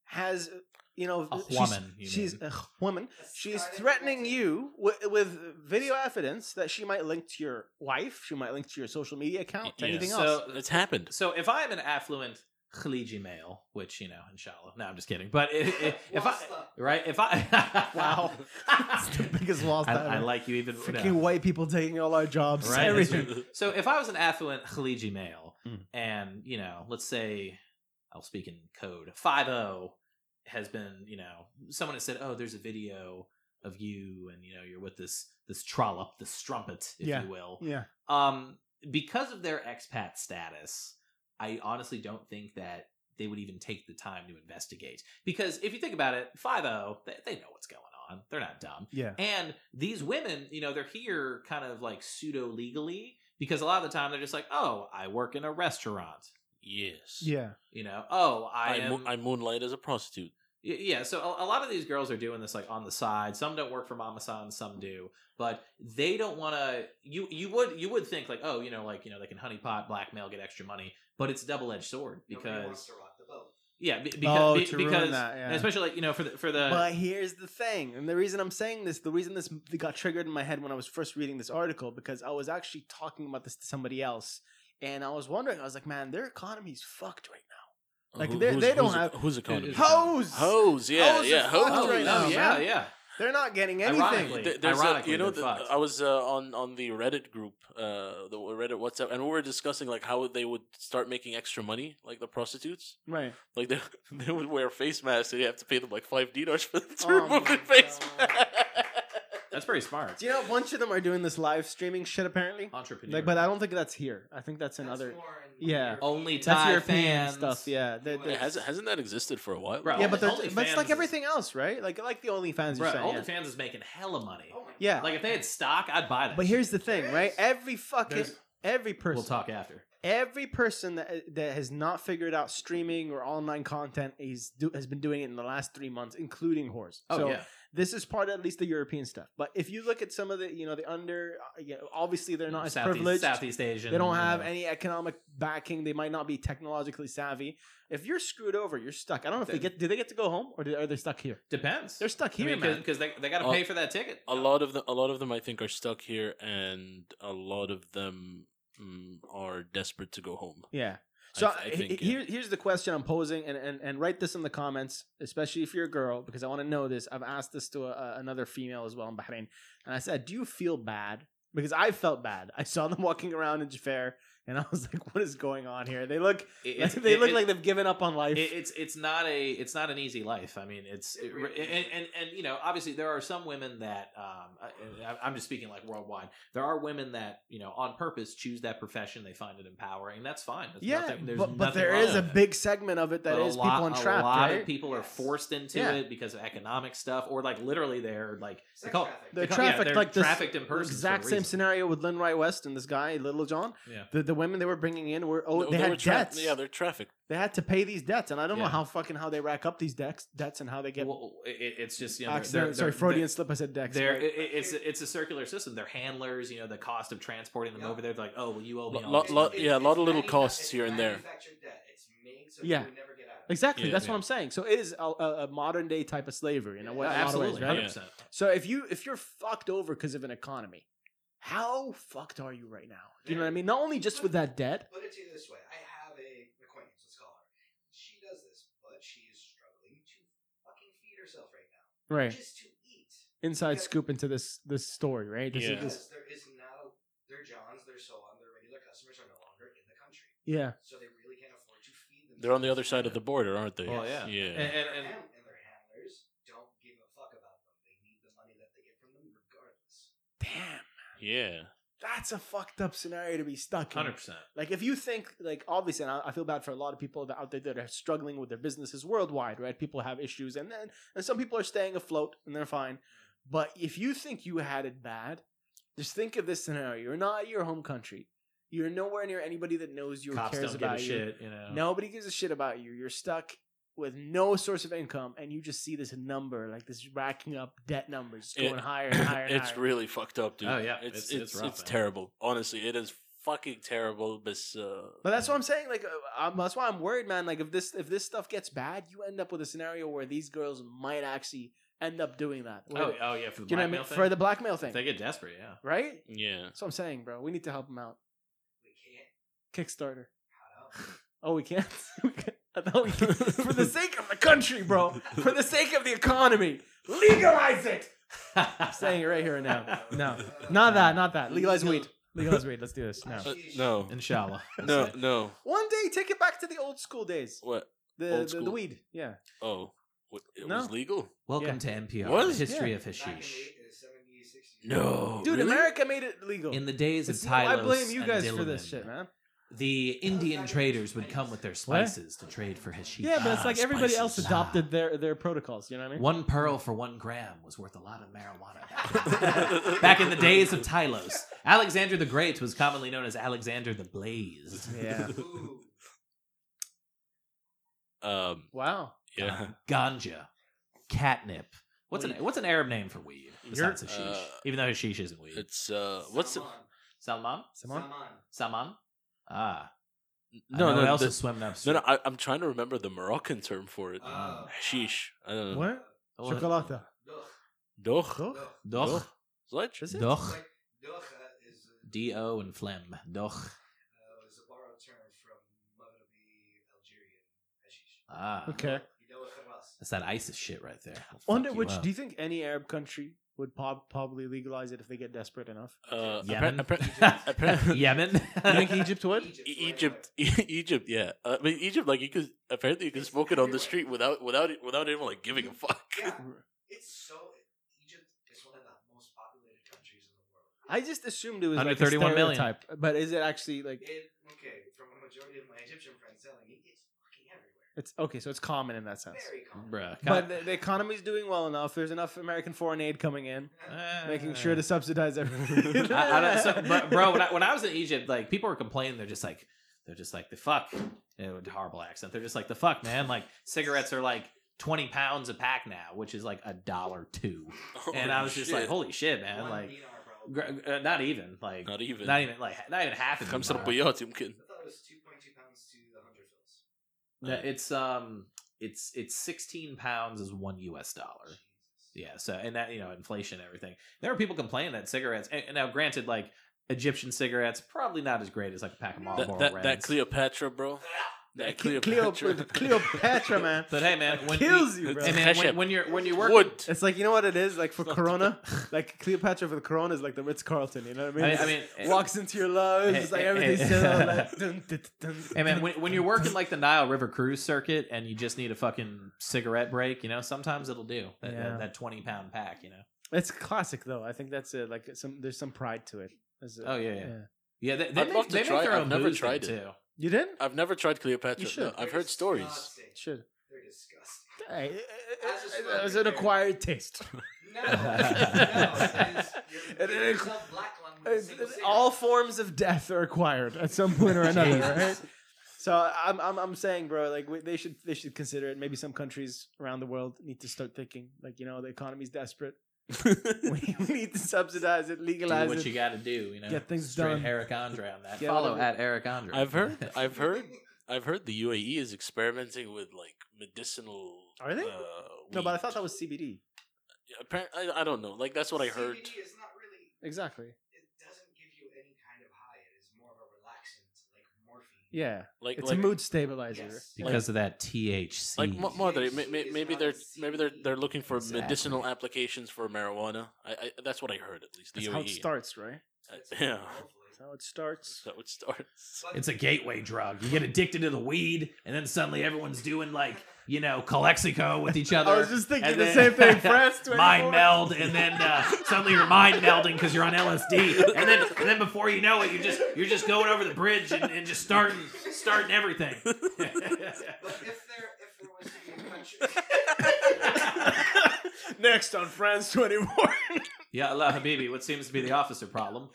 Speaker 1: has uh, you know
Speaker 2: A
Speaker 1: she's
Speaker 2: woman, you
Speaker 1: she's
Speaker 2: mean.
Speaker 1: a woman
Speaker 4: Let's
Speaker 1: she's
Speaker 4: start it
Speaker 1: threatening
Speaker 4: with-
Speaker 1: you with, with video evidence that she might link to your wife she might link to your social media account to
Speaker 3: Yeah,
Speaker 1: anything
Speaker 2: so-
Speaker 1: else
Speaker 3: It's happened.
Speaker 2: So if I'm an affluent Khaliji male, which you know, inshallah. No, I'm just kidding. But if, if, if I,
Speaker 4: Well, stop.
Speaker 2: right, if I,
Speaker 1: Wow. That's the biggest loss
Speaker 2: I,
Speaker 1: that
Speaker 2: I like you even
Speaker 1: freaking
Speaker 2: no.
Speaker 1: white people taking all our jobs
Speaker 2: Right, that's
Speaker 1: everything
Speaker 2: So if I was an affluent Khaliji male,
Speaker 1: Mm.
Speaker 2: and you know, let's say I'll speak in code five zero has been, you know, someone has said, "Oh, there's a video of you, and you know, you're with this this trollop, this strumpet, if
Speaker 1: Yeah.
Speaker 2: you will."
Speaker 1: yeah
Speaker 2: Um, because of their expat status, I honestly don't think that they would even take the time to investigate. Because if you think about it, five zero, they, they know what's going on. They're not dumb.
Speaker 1: yeah
Speaker 2: And these women, you know, they're here kind of like pseudo legally because a lot of the time they're just like, oh, I work in a restaurant.
Speaker 3: Yes.
Speaker 1: yeah
Speaker 2: You know, oh, I,
Speaker 3: I,
Speaker 2: am.
Speaker 3: mo- I moonlight as a prostitute.
Speaker 2: Y- Yeah, so a, a lot of these girls are doing this like on the side. Some don't work for Mama-san, some do, but they don't want to. You you would you would think like oh you know like you know they can honeypot blackmail get extra money, but it's a double edged sword
Speaker 4: Nobody wants
Speaker 2: because
Speaker 4: to rock the boat.
Speaker 2: yeah be-
Speaker 1: Oh,
Speaker 2: because be-
Speaker 1: to ruin
Speaker 2: because
Speaker 1: that, yeah.
Speaker 2: and especially like you know for the for the
Speaker 1: But here's the thing, and the reason I'm saying this, the reason this got triggered in my head when I was first reading this article, because I was actually talking about this to somebody else, and I was wondering, I was like, man, their economy's fucked right now. Like, they-
Speaker 3: Uh, who's-
Speaker 1: they don't
Speaker 3: who's a-
Speaker 1: have-
Speaker 3: who's a condom?
Speaker 2: Who's-
Speaker 1: Hoes,
Speaker 3: Hoes, yeah,
Speaker 1: Hoes are
Speaker 3: yeah,
Speaker 1: fucked
Speaker 3: hoes.
Speaker 1: right now,
Speaker 2: oh, yeah
Speaker 1: man.
Speaker 2: yeah
Speaker 1: they're not getting anything.
Speaker 2: Ironically.
Speaker 3: Th- there's a-
Speaker 2: Ironically,
Speaker 3: you know,
Speaker 2: they're
Speaker 3: the,
Speaker 2: fucked.
Speaker 3: I was uh, on on the Reddit group, uh, the Reddit WhatsApp, and we were discussing like how they would start making extra money, like the prostitutes,
Speaker 1: Right?
Speaker 3: like they they would wear face masks, and you have to pay them like five dinars for them to
Speaker 1: Oh
Speaker 3: remove
Speaker 1: my
Speaker 3: their face
Speaker 1: God.
Speaker 3: mask.
Speaker 2: that's very smart
Speaker 1: Do you know a bunch of them are doing this live streaming shit apparently?
Speaker 2: entrepreneur
Speaker 1: Like, but I don't think that's here. I think that's
Speaker 4: That's
Speaker 1: another.
Speaker 4: more in
Speaker 1: yeah.
Speaker 4: Europe.
Speaker 2: only
Speaker 1: That's
Speaker 2: Thai
Speaker 1: European
Speaker 2: fans
Speaker 1: stuff, yeah. They're-
Speaker 3: It
Speaker 1: they're-
Speaker 3: hasn't hasn't that existed for a while?
Speaker 2: Bro,
Speaker 1: yeah, but, they're,
Speaker 2: OnlyFans
Speaker 1: but it's like
Speaker 2: is-
Speaker 1: everything else, right? Like like the OnlyFans
Speaker 2: Bro,
Speaker 1: you're saying. yeah.
Speaker 2: OnlyFans is making hella money.
Speaker 4: Oh my
Speaker 1: Yeah.
Speaker 4: God.
Speaker 2: Like if they had stock, I'd buy that.
Speaker 1: But here's the
Speaker 2: shit.
Speaker 1: thing,
Speaker 4: There
Speaker 1: right?
Speaker 4: is.
Speaker 1: Every fucking
Speaker 2: There's-
Speaker 1: every person.
Speaker 2: we'll talk after.
Speaker 1: every person that that has not figured out streaming or online content is do, has been doing it in the last three months, including whores.
Speaker 2: Oh
Speaker 1: so
Speaker 2: yeah,
Speaker 1: this is part of at least the European stuff. But if you look at some of the you know the under, uh, yeah, obviously they're not as
Speaker 2: Southeast,
Speaker 1: privileged.
Speaker 2: Southeast Asian.
Speaker 1: They don't have
Speaker 2: you know.
Speaker 1: any economic backing. They might not be technologically savvy. If you're screwed over, you're stuck. I don't know if they
Speaker 2: Then-
Speaker 1: get. Do they get to go home, or do, are they stuck here?
Speaker 2: Depends.
Speaker 1: They're stuck
Speaker 2: I
Speaker 1: here,
Speaker 2: mean,
Speaker 1: man.
Speaker 2: because they they got to
Speaker 3: Uh,
Speaker 2: pay for that ticket.
Speaker 3: A lot of them, a lot of them, I think, are stuck here, and a lot of them mm, are desperate to go home.
Speaker 1: Yeah. So
Speaker 3: I, I
Speaker 1: he-
Speaker 3: think,
Speaker 1: he- here, here's the question I'm posing, and, and, and write this in the comments, especially if you're a girl, because I want to know this. I've asked this to a, a- another female as well in Bahrain, and I said, "Do you feel bad?" Because I felt bad. I saw them walking around in Jafar, and I was like, "What is going on here?" They look,
Speaker 2: It-
Speaker 1: like,
Speaker 2: it's-
Speaker 1: they
Speaker 2: it-
Speaker 1: look
Speaker 2: it-
Speaker 1: like they've given up on life.
Speaker 2: it- it's it's not a it's not an easy life. I mean, it's it, re- and, and and you know obviously there are some women that um I, I- I'm just speaking like worldwide. There are women that you know on purpose choose that profession. They find it empowering. That's fine. There's
Speaker 1: yeah,
Speaker 2: nothing, there's
Speaker 1: but, but
Speaker 2: nothing
Speaker 1: there
Speaker 2: wrong
Speaker 1: is a
Speaker 2: with it.
Speaker 1: big segment of it that
Speaker 2: But
Speaker 1: is
Speaker 2: a lot,
Speaker 1: people entrapped.
Speaker 2: A lot
Speaker 1: right?
Speaker 2: of people are forced into
Speaker 1: Yeah.
Speaker 2: it because of economic stuff, or like literally they're like they
Speaker 4: Sex
Speaker 2: call
Speaker 4: trafficking.
Speaker 1: They're
Speaker 2: they call-
Speaker 1: trafficked
Speaker 2: yeah, they're
Speaker 1: like this-
Speaker 2: trafficked in person.
Speaker 1: exact
Speaker 2: for a
Speaker 1: same
Speaker 2: reason.
Speaker 1: scenario with Lynn Wright West and this guy Little John.
Speaker 2: Yeah.
Speaker 1: The, the women they were bringing in were oh
Speaker 3: No,
Speaker 1: they,
Speaker 3: were
Speaker 1: had
Speaker 3: tra-
Speaker 1: debts.
Speaker 3: Yeah, they're traffic.
Speaker 1: They had to pay these debts, and I don't know
Speaker 2: Yeah.
Speaker 1: how fucking how they rack up these decks, debts and how they get.
Speaker 2: Well, it, it's just you know
Speaker 1: accident-
Speaker 2: they're, they're,
Speaker 1: sorry,
Speaker 2: they're-
Speaker 1: Freudian slip. I said decks.
Speaker 2: They're,
Speaker 1: right?
Speaker 2: it, it- it's it's a circular system. They're handlers, you know, the cost of transporting them
Speaker 4: Yeah.
Speaker 2: over there. They're like, oh, well, you owe me.
Speaker 3: Lo-
Speaker 2: all
Speaker 3: lo-
Speaker 2: this
Speaker 3: lo-
Speaker 2: money.
Speaker 3: yeah, a lot of little
Speaker 4: manufa-
Speaker 3: costs
Speaker 4: it's
Speaker 3: here and there.
Speaker 4: manufactured debt. It's made so
Speaker 1: Yeah.
Speaker 4: you would never get out of it.
Speaker 1: exactly.
Speaker 3: Yeah.
Speaker 1: that's
Speaker 2: Yeah.
Speaker 1: what I'm saying. So it is a, a, a modern day type of slavery in a way.
Speaker 2: Yeah,
Speaker 1: in a lot of ways,
Speaker 2: absolutely,
Speaker 1: right?
Speaker 2: hundred percent.
Speaker 1: So if you if you're fucked over because of an economy, how fucked are you right now? Do you know what I mean? Not only just with that debt.
Speaker 4: Put it to you this way: I have a acquaintance, let's call her. She does this, but she is struggling to fucking feed herself right now,
Speaker 1: Right.
Speaker 4: just to eat.
Speaker 1: Inside
Speaker 4: Because-
Speaker 1: scoop into this this story, right? This Is,
Speaker 3: Yeah.
Speaker 4: Because
Speaker 1: this,
Speaker 4: there is now their Johns, their so on, their regular customers are no longer in the country,
Speaker 1: yeah.
Speaker 4: so they really can't afford to feed them.
Speaker 3: They're on the other side of the border, aren't they?
Speaker 2: Oh, yeah.
Speaker 3: Yeah.
Speaker 2: And- and- and-
Speaker 4: ham- and their handlers don't give a fuck about them. They need the money that they get from them, regardless.
Speaker 1: Damn.
Speaker 3: yeah.
Speaker 1: That's a fucked up scenario to be stuck in.
Speaker 2: Hundred percent.
Speaker 1: Like if you think like obviously, and I, I feel bad for a lot of people that out there that are struggling with their businesses worldwide, right? People have issues, and then and some people are staying afloat and they're fine. But if you think you had it bad, just think of this scenario: you're not at your home country, you're nowhere near anybody that knows you or
Speaker 2: Cops
Speaker 1: cares
Speaker 2: don't give a
Speaker 1: about you.
Speaker 2: shit. You know.
Speaker 1: Nobody gives a shit about you. You're stuck with no source of income, and you just see this number like this racking up debt numbers
Speaker 3: It-
Speaker 1: going higher and higher. And
Speaker 3: it's
Speaker 1: higher.
Speaker 3: really fucked up, dude.
Speaker 2: Oh, yeah.
Speaker 3: It's
Speaker 2: It's-
Speaker 3: it's
Speaker 2: it's
Speaker 3: it's,
Speaker 2: rough, man.
Speaker 3: terrible. Honestly, it is fucking terrible. But uh,
Speaker 1: But that's what I'm saying. Like, uh, I'm, that's why I'm worried, man. Like, if this if this stuff gets bad, you end up with a scenario where these girls might actually end up doing that. Where-
Speaker 2: Oh, oh yeah, for the
Speaker 1: do you know what I
Speaker 2: blackmail
Speaker 1: mean?
Speaker 2: thing.
Speaker 1: For the blackmail thing,
Speaker 2: If they get desperate. Yeah.
Speaker 1: right?
Speaker 3: yeah.
Speaker 1: That's what I'm saying, bro. We need to help them out.
Speaker 4: We can't.
Speaker 1: Kickstarter.
Speaker 4: How to
Speaker 1: Oh, we can't. I thought we could. For the sake of the country, bro. For the sake of the economy, legalize it. I'm saying it right here and now. No,
Speaker 4: Uh,
Speaker 1: not that. Not that. Legalize weed. Legalize weed. Let's do this now.
Speaker 3: Uh, no,
Speaker 2: Inshallah.
Speaker 3: no, no.
Speaker 1: One day, take it back to the old school days.
Speaker 3: What?
Speaker 1: The
Speaker 3: Old
Speaker 1: the, the
Speaker 3: school?
Speaker 1: weed. Yeah.
Speaker 3: Oh, what, it
Speaker 1: No.
Speaker 3: was legal.
Speaker 1: Welcome
Speaker 2: to NPR.
Speaker 3: What?
Speaker 2: the
Speaker 1: history
Speaker 2: of
Speaker 4: Back in the uh, 70s, 60s.
Speaker 3: No,
Speaker 1: Dude,
Speaker 3: really?
Speaker 1: America made it legal.
Speaker 2: Oh, the days
Speaker 1: It's- I blame you guys for this shit, man.
Speaker 2: The
Speaker 4: Indian traders would come
Speaker 2: with their
Speaker 1: spices
Speaker 2: to trade for hashish.
Speaker 1: Yeah, but it's like everybody else
Speaker 2: spices.
Speaker 1: adopted their their protocols. You know what I mean?
Speaker 2: One pearl for one gram was worth a lot of marijuana. Back in the days of Tylos, Alexander the Great was commonly known as Alexander the Blazed.
Speaker 1: Yeah.
Speaker 4: Ooh.
Speaker 3: Um,
Speaker 1: Wow.
Speaker 3: yeah.
Speaker 2: Ganja, catnip. What's an
Speaker 1: Weed.
Speaker 2: what's an Arab name for weed besides
Speaker 3: You're-
Speaker 2: hashish?
Speaker 3: uh,
Speaker 2: Even though hashish isn't weed.
Speaker 3: It's uh, what's the,
Speaker 4: Saman.
Speaker 2: Salman,
Speaker 1: Someone?
Speaker 4: Saman.
Speaker 2: Saman. Ah,
Speaker 3: no,
Speaker 2: I know
Speaker 3: no,
Speaker 2: what else
Speaker 3: the-
Speaker 2: is Uh, swimming
Speaker 3: no,
Speaker 2: upstream?
Speaker 3: no. I, I'm trying to remember the Moroccan term for it.
Speaker 4: Oh.
Speaker 3: Sheesh. I don't know.
Speaker 1: What?
Speaker 2: Well,
Speaker 1: Chocolata.
Speaker 4: Duh.
Speaker 3: Doch.
Speaker 1: Cool.
Speaker 4: Duh.
Speaker 2: Oh, Doch,
Speaker 3: Sledge?
Speaker 1: Is it?
Speaker 2: doch,
Speaker 4: Like, duh, uh, is a-
Speaker 2: D O and phlegm. Doch.
Speaker 4: uh, is a borrowed term from Maghrebi Algerian hashish.
Speaker 2: Ah,
Speaker 1: Okay.
Speaker 4: You know it from us.
Speaker 2: that's that ISIS shit right there. It'll
Speaker 1: Wonder
Speaker 2: fuck you
Speaker 1: which.
Speaker 2: up.
Speaker 1: Do you think any Arab country would prob- probably legalize it if they get desperate enough?
Speaker 3: Uh,
Speaker 2: Yemen?
Speaker 3: appar- appar- appar-
Speaker 2: Yemen.
Speaker 1: You think Egypt would?
Speaker 3: E- Egypt, E- Egypt, yeah. Uh, I mean, Egypt, like you could apparently you could
Speaker 4: It's
Speaker 3: smoke it on the
Speaker 4: everywhere.
Speaker 3: street without without it- without anyone like giving a fuck.
Speaker 4: Yeah, it's so. Egypt is one of the most populated countries in the world.
Speaker 1: I just assumed it was
Speaker 2: Under
Speaker 1: like
Speaker 2: 31
Speaker 1: a
Speaker 2: million.
Speaker 1: stereotype, but is it actually like?
Speaker 4: It, okay, from a majority of my Egyptian friends telling me, it's fucking everywhere.
Speaker 1: It's okay, so it's common in that sense.
Speaker 4: Very common.
Speaker 2: Bruh.
Speaker 1: But the, the economy's doing well enough. There's enough American foreign aid coming in, making sure
Speaker 2: Uh.
Speaker 1: to subsidize everything.
Speaker 2: I, I don't, so, bro, bro when, I, when I was in Egypt, like people were complaining, they're just like, They're just like the fuck. It would horrible accent. They're just like the fuck, man. Like cigarettes are like twenty pounds a pack now, which is like a dollar two. And I was just like,
Speaker 3: Shit.
Speaker 2: holy shit, man!
Speaker 4: One
Speaker 2: Like,
Speaker 4: dinar, bro.
Speaker 2: gr- uh, not even like
Speaker 3: not even.
Speaker 2: not even like not even half of
Speaker 3: Comes
Speaker 2: them
Speaker 3: to
Speaker 2: are.
Speaker 3: Bayot, Yumkin.
Speaker 4: I thought it was 2.2 pounds to the 100 fills.
Speaker 2: No, it's um, it's it's sixteen pounds is one U.S. dollar. Yeah. So and that you know inflation and everything. There were people complaining that cigarettes. And, and now, granted, like Egyptian cigarettes, probably not as great as like a pack of Marlboro
Speaker 3: That, that, that
Speaker 2: Reds.
Speaker 3: Cleopatra, bro.
Speaker 4: Ah,
Speaker 3: That
Speaker 1: Cle-
Speaker 3: Cleopatra.
Speaker 1: Cleopatra, Cleopatra, man.
Speaker 2: But hey, man, when
Speaker 1: Kills you, bro.
Speaker 2: Hey, man, when, when you're when you work,
Speaker 3: Wood.
Speaker 1: It's like you know what it is like for Corona, like Cleopatra for the Corona is like the Ritz Carlton. You know what I mean?
Speaker 2: I, I
Speaker 1: It's-
Speaker 2: mean,
Speaker 1: walks into your love. It's just like
Speaker 2: Hey, hey,
Speaker 1: everything's
Speaker 2: hey.
Speaker 1: chill, like, dun, dun, dun,
Speaker 2: Hey man,
Speaker 1: dun.
Speaker 2: when, when you're working like the Nile River cruise circuit and you just need a fucking cigarette break, you know, sometimes it'll do that,
Speaker 1: Yeah.
Speaker 2: that, that twenty pound pack, you know.
Speaker 1: it's classic though. I think that's it. Like some, there's some pride to it. Is it-
Speaker 2: Oh yeah, yeah, yeah. They, they
Speaker 3: I'd
Speaker 2: make,
Speaker 3: love to
Speaker 2: they
Speaker 3: try
Speaker 2: make
Speaker 3: it.
Speaker 2: their
Speaker 3: I've
Speaker 2: own
Speaker 3: never
Speaker 2: booze thing,
Speaker 3: tried it.
Speaker 2: too.
Speaker 1: You didn't?
Speaker 3: I've never tried Cleopatra.
Speaker 1: You should.
Speaker 3: No, I've
Speaker 4: They're
Speaker 3: heard stories.
Speaker 4: disgusting.
Speaker 1: Should.
Speaker 4: They're disgusting.
Speaker 1: Hey, it-
Speaker 4: As a
Speaker 1: it-
Speaker 4: smoker,
Speaker 1: it's an
Speaker 4: very-
Speaker 1: acquired taste.
Speaker 4: No, no,
Speaker 1: It-
Speaker 4: it
Speaker 1: it-
Speaker 4: is. You're black lung with a
Speaker 1: It's-
Speaker 4: single
Speaker 1: it's-
Speaker 4: cigarette.
Speaker 1: All forms of death are acquired at some point or another, right? So I'm, I'm I'm saying, bro, like we, they should they should consider it. Maybe some countries around the world need to start thinking, like you know, the economy's desperate. we we need to subsidize it,
Speaker 2: Do
Speaker 1: legalize
Speaker 2: what
Speaker 1: it.
Speaker 2: you got to do, you know.
Speaker 1: Get things
Speaker 2: Straight
Speaker 1: done.
Speaker 2: Eric Andre on that.
Speaker 1: Get
Speaker 2: Follow
Speaker 1: whatever-
Speaker 2: at Eric Andre.
Speaker 3: I've heard. I've heard. I've heard the UAE is experimenting with like medicinal.
Speaker 1: Are they?
Speaker 3: Uh,
Speaker 1: no, but I
Speaker 3: weed.
Speaker 1: thought that was CBD.
Speaker 3: Apparently, I, I don't know. Like that's what I heard.
Speaker 4: CBD is not really.
Speaker 1: Exactly.
Speaker 4: It doesn't give you any kind of high. It is more of a relaxant, like morphine.
Speaker 1: Yeah,
Speaker 3: Like
Speaker 1: it's
Speaker 3: like,
Speaker 1: a mood stabilizer.
Speaker 4: Yes.
Speaker 2: because of that THC.
Speaker 3: Like mo- mother, may, may,
Speaker 4: is
Speaker 3: maybe
Speaker 4: not
Speaker 3: they're
Speaker 4: a
Speaker 3: maybe they're
Speaker 4: CBD.
Speaker 3: they're looking for
Speaker 2: Exactly.
Speaker 3: medicinal applications for marijuana. I, I that's what I heard at least. E. The
Speaker 1: That's
Speaker 3: UAE.
Speaker 1: how it
Speaker 2: E.
Speaker 1: starts, right?
Speaker 3: Uh,
Speaker 4: That's
Speaker 3: yeah.
Speaker 4: hopefully.
Speaker 1: That's how it starts.
Speaker 3: That's how it starts.
Speaker 4: But
Speaker 2: it's a gateway drug. You get addicted to the weed, and then suddenly everyone's doing like you know Calexico with each other.
Speaker 1: I was just thinking
Speaker 2: and
Speaker 1: the
Speaker 2: then-
Speaker 1: same thing. France 24.
Speaker 2: mind meld, and then uh, suddenly you're mind melding because you're on LSD, and then and then before you know it, you're just you're just going over the bridge and, and just starting starting everything.
Speaker 4: But if there, if there was to be a country,
Speaker 1: Next on France 24.
Speaker 2: yeah, Allah Habibi, what seems to be the officer problem?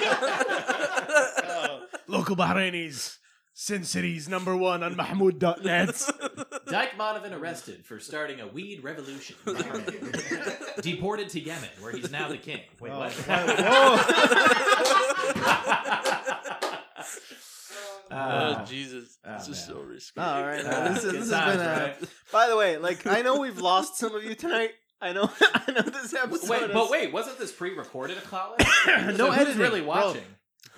Speaker 5: Uh, Local Bahrainis, Sin City's number one on Mahmoud.net.
Speaker 2: Dykmanov arrested for starting a weed revolution. Deported to Yemen, where he's now the king. Wait,
Speaker 1: Oh,
Speaker 2: what?
Speaker 3: oh
Speaker 1: Uh,
Speaker 4: Um,
Speaker 2: Ah.
Speaker 3: Oh, Jesus,
Speaker 2: Ah,
Speaker 3: this is
Speaker 2: man.
Speaker 3: so risky.
Speaker 1: All right, uh, man.
Speaker 2: Ah,
Speaker 1: Oh, this, is,
Speaker 2: good
Speaker 1: this has
Speaker 2: times,
Speaker 1: been a.
Speaker 2: right?
Speaker 1: By the way, like I know we've lost some of you tonight. I know. I know this episode.
Speaker 2: Wait,
Speaker 1: is-
Speaker 2: but wait, wasn't this pre-recorded, Khaled?
Speaker 1: No
Speaker 2: who's
Speaker 1: editing,
Speaker 2: really
Speaker 1: bro.
Speaker 2: watching.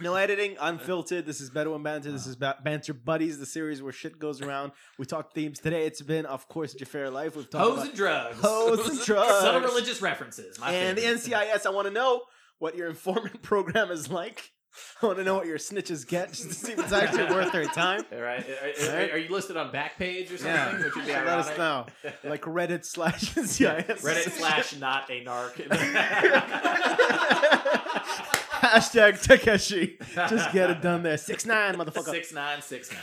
Speaker 1: No editing, unfiltered. This is Bedouin Banter. This is ba- Banter Buddies, the series where shit goes around. We talk themes today. It's been, of course, Jafar Life. We've talked
Speaker 2: Hoes
Speaker 1: about
Speaker 2: and drugs.
Speaker 1: hoes and drugs.
Speaker 2: Subtle religious references. My
Speaker 1: and the
Speaker 2: favorite.
Speaker 1: NCIS. I want to know what your informant program is like. I want to know what your snitches get just to see if it's actually worth their time.
Speaker 2: All right. Are, are-
Speaker 1: Right?
Speaker 2: are you listed on Backpage or something?
Speaker 1: Yeah,
Speaker 2: Which would be
Speaker 1: let us
Speaker 2: ironic.
Speaker 1: know. Like Reddit slash NCIS.
Speaker 2: Reddit slash not a narc.
Speaker 1: Hashtag Takeshi. Just get it done there. Six nine, motherfucker.
Speaker 2: Six nine six nine.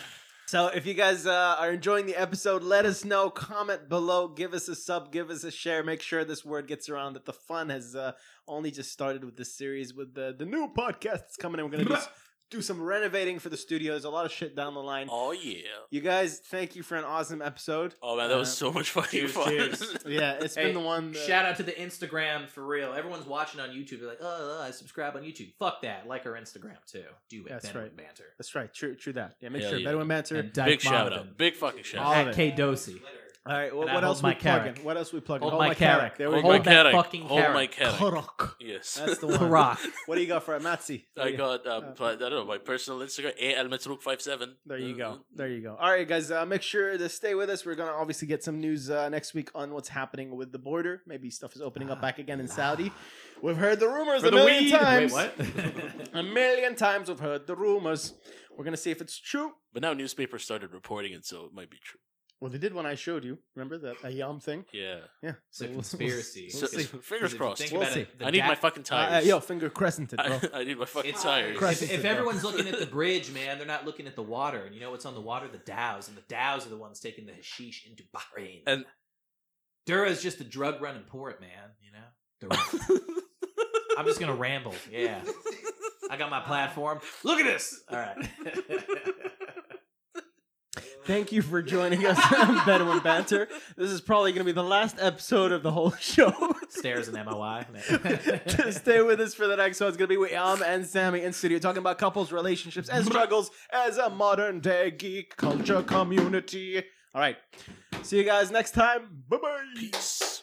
Speaker 1: So if you guys uh, are enjoying the episode, let us know. Comment below. Give us a sub. Give us a share. Make sure this word gets around that the fun has uh, only just started with this series with the the new podcast that's coming. in. We're gonna do, s- do some renovating for the studios. A lot of shit down the line.
Speaker 3: Oh yeah.
Speaker 1: You guys, thank you for an awesome episode.
Speaker 3: Oh man, that was
Speaker 1: Uh,
Speaker 3: so much fucking
Speaker 2: cheers,
Speaker 3: fun.
Speaker 2: cheers.
Speaker 1: Yeah, it's
Speaker 2: Hey,
Speaker 1: been the one. that-
Speaker 2: Shout out to the Instagram for real. Everyone's watching on YouTube. They're like, oh, oh, I subscribe on YouTube. Fuck that. Like our Instagram too. Do it.
Speaker 1: That's
Speaker 2: Benwood
Speaker 1: right.
Speaker 2: Banter.
Speaker 1: That's right. True. True that. Yeah. Make
Speaker 3: Hell
Speaker 1: sure
Speaker 3: yeah.
Speaker 1: Bedouin Banter.
Speaker 2: And
Speaker 3: Big
Speaker 2: Dyke
Speaker 3: shout
Speaker 2: Monovan.
Speaker 3: out. Big fucking shout
Speaker 1: All
Speaker 3: out.
Speaker 1: of
Speaker 2: At
Speaker 1: it.
Speaker 2: K Dosey.
Speaker 4: Letter.
Speaker 1: All right. Well,
Speaker 2: And I
Speaker 1: what
Speaker 2: hold
Speaker 1: else we
Speaker 2: my carrot.
Speaker 1: plugging? What else we plugging?
Speaker 2: Hold my carrot.
Speaker 1: There we
Speaker 3: Hold
Speaker 1: go.
Speaker 3: my
Speaker 2: Hold that
Speaker 3: carrot.
Speaker 2: fucking
Speaker 3: Hold my
Speaker 2: carrot.
Speaker 3: carrot.
Speaker 1: Korok.
Speaker 3: Yes.
Speaker 1: That's the one.
Speaker 2: Karak.
Speaker 1: What do you got for it, Matzi? What do
Speaker 3: I
Speaker 1: you-
Speaker 3: got um,
Speaker 1: Uh,
Speaker 3: I don't know my personal Instagram a al five seven. Uh,
Speaker 1: There you go. There you go. All right, guys, uh, make sure to stay with us. We're going to obviously get some news uh, next week on what's happening with the border. Maybe stuff is opening up back again in Saudi. We've heard the rumors a million times. A million times we've heard the rumors. We're going to see if it's true.
Speaker 3: But now newspapers started reporting it, so it might be true.
Speaker 1: Well, they did one I showed you. Remember that Ayam thing?
Speaker 3: Yeah.
Speaker 1: Yeah.
Speaker 2: It's a
Speaker 1: we'll-
Speaker 2: conspiracy.
Speaker 1: We'll
Speaker 3: So-
Speaker 1: see.
Speaker 3: fingers
Speaker 2: Because if you
Speaker 3: crossed.
Speaker 2: think
Speaker 1: We'll
Speaker 2: about
Speaker 1: see.
Speaker 2: it, the
Speaker 3: I need my
Speaker 2: Dak-
Speaker 3: fucking
Speaker 1: Uh, uh,
Speaker 3: tires.
Speaker 1: yo, finger crescented, bro.
Speaker 3: I, I need my fucking
Speaker 4: It's-
Speaker 3: tires.
Speaker 1: Christ.
Speaker 2: If, if
Speaker 1: bro.
Speaker 2: everyone's looking at the bridge, man, they're not looking at the water. And you know what's on the water? The Dows. And the Dows are the ones taking the hashish into Bahrain.
Speaker 3: And-
Speaker 2: Dura is just a drug running port, man. You know? Dura. I'm just going to ramble. Yeah. I got my platform. Look at this. All right.
Speaker 1: Thank you for joining us on Bedouin Banter. This is probably going to be the last episode of the whole show.
Speaker 2: Stairs and MOI.
Speaker 1: Stay with us for the next one. It's going to be with Am and Sammy in studio talking about couples, relationships, and struggles as a modern day geek culture community. All right. See you guys next time. Bye bye.
Speaker 3: Peace.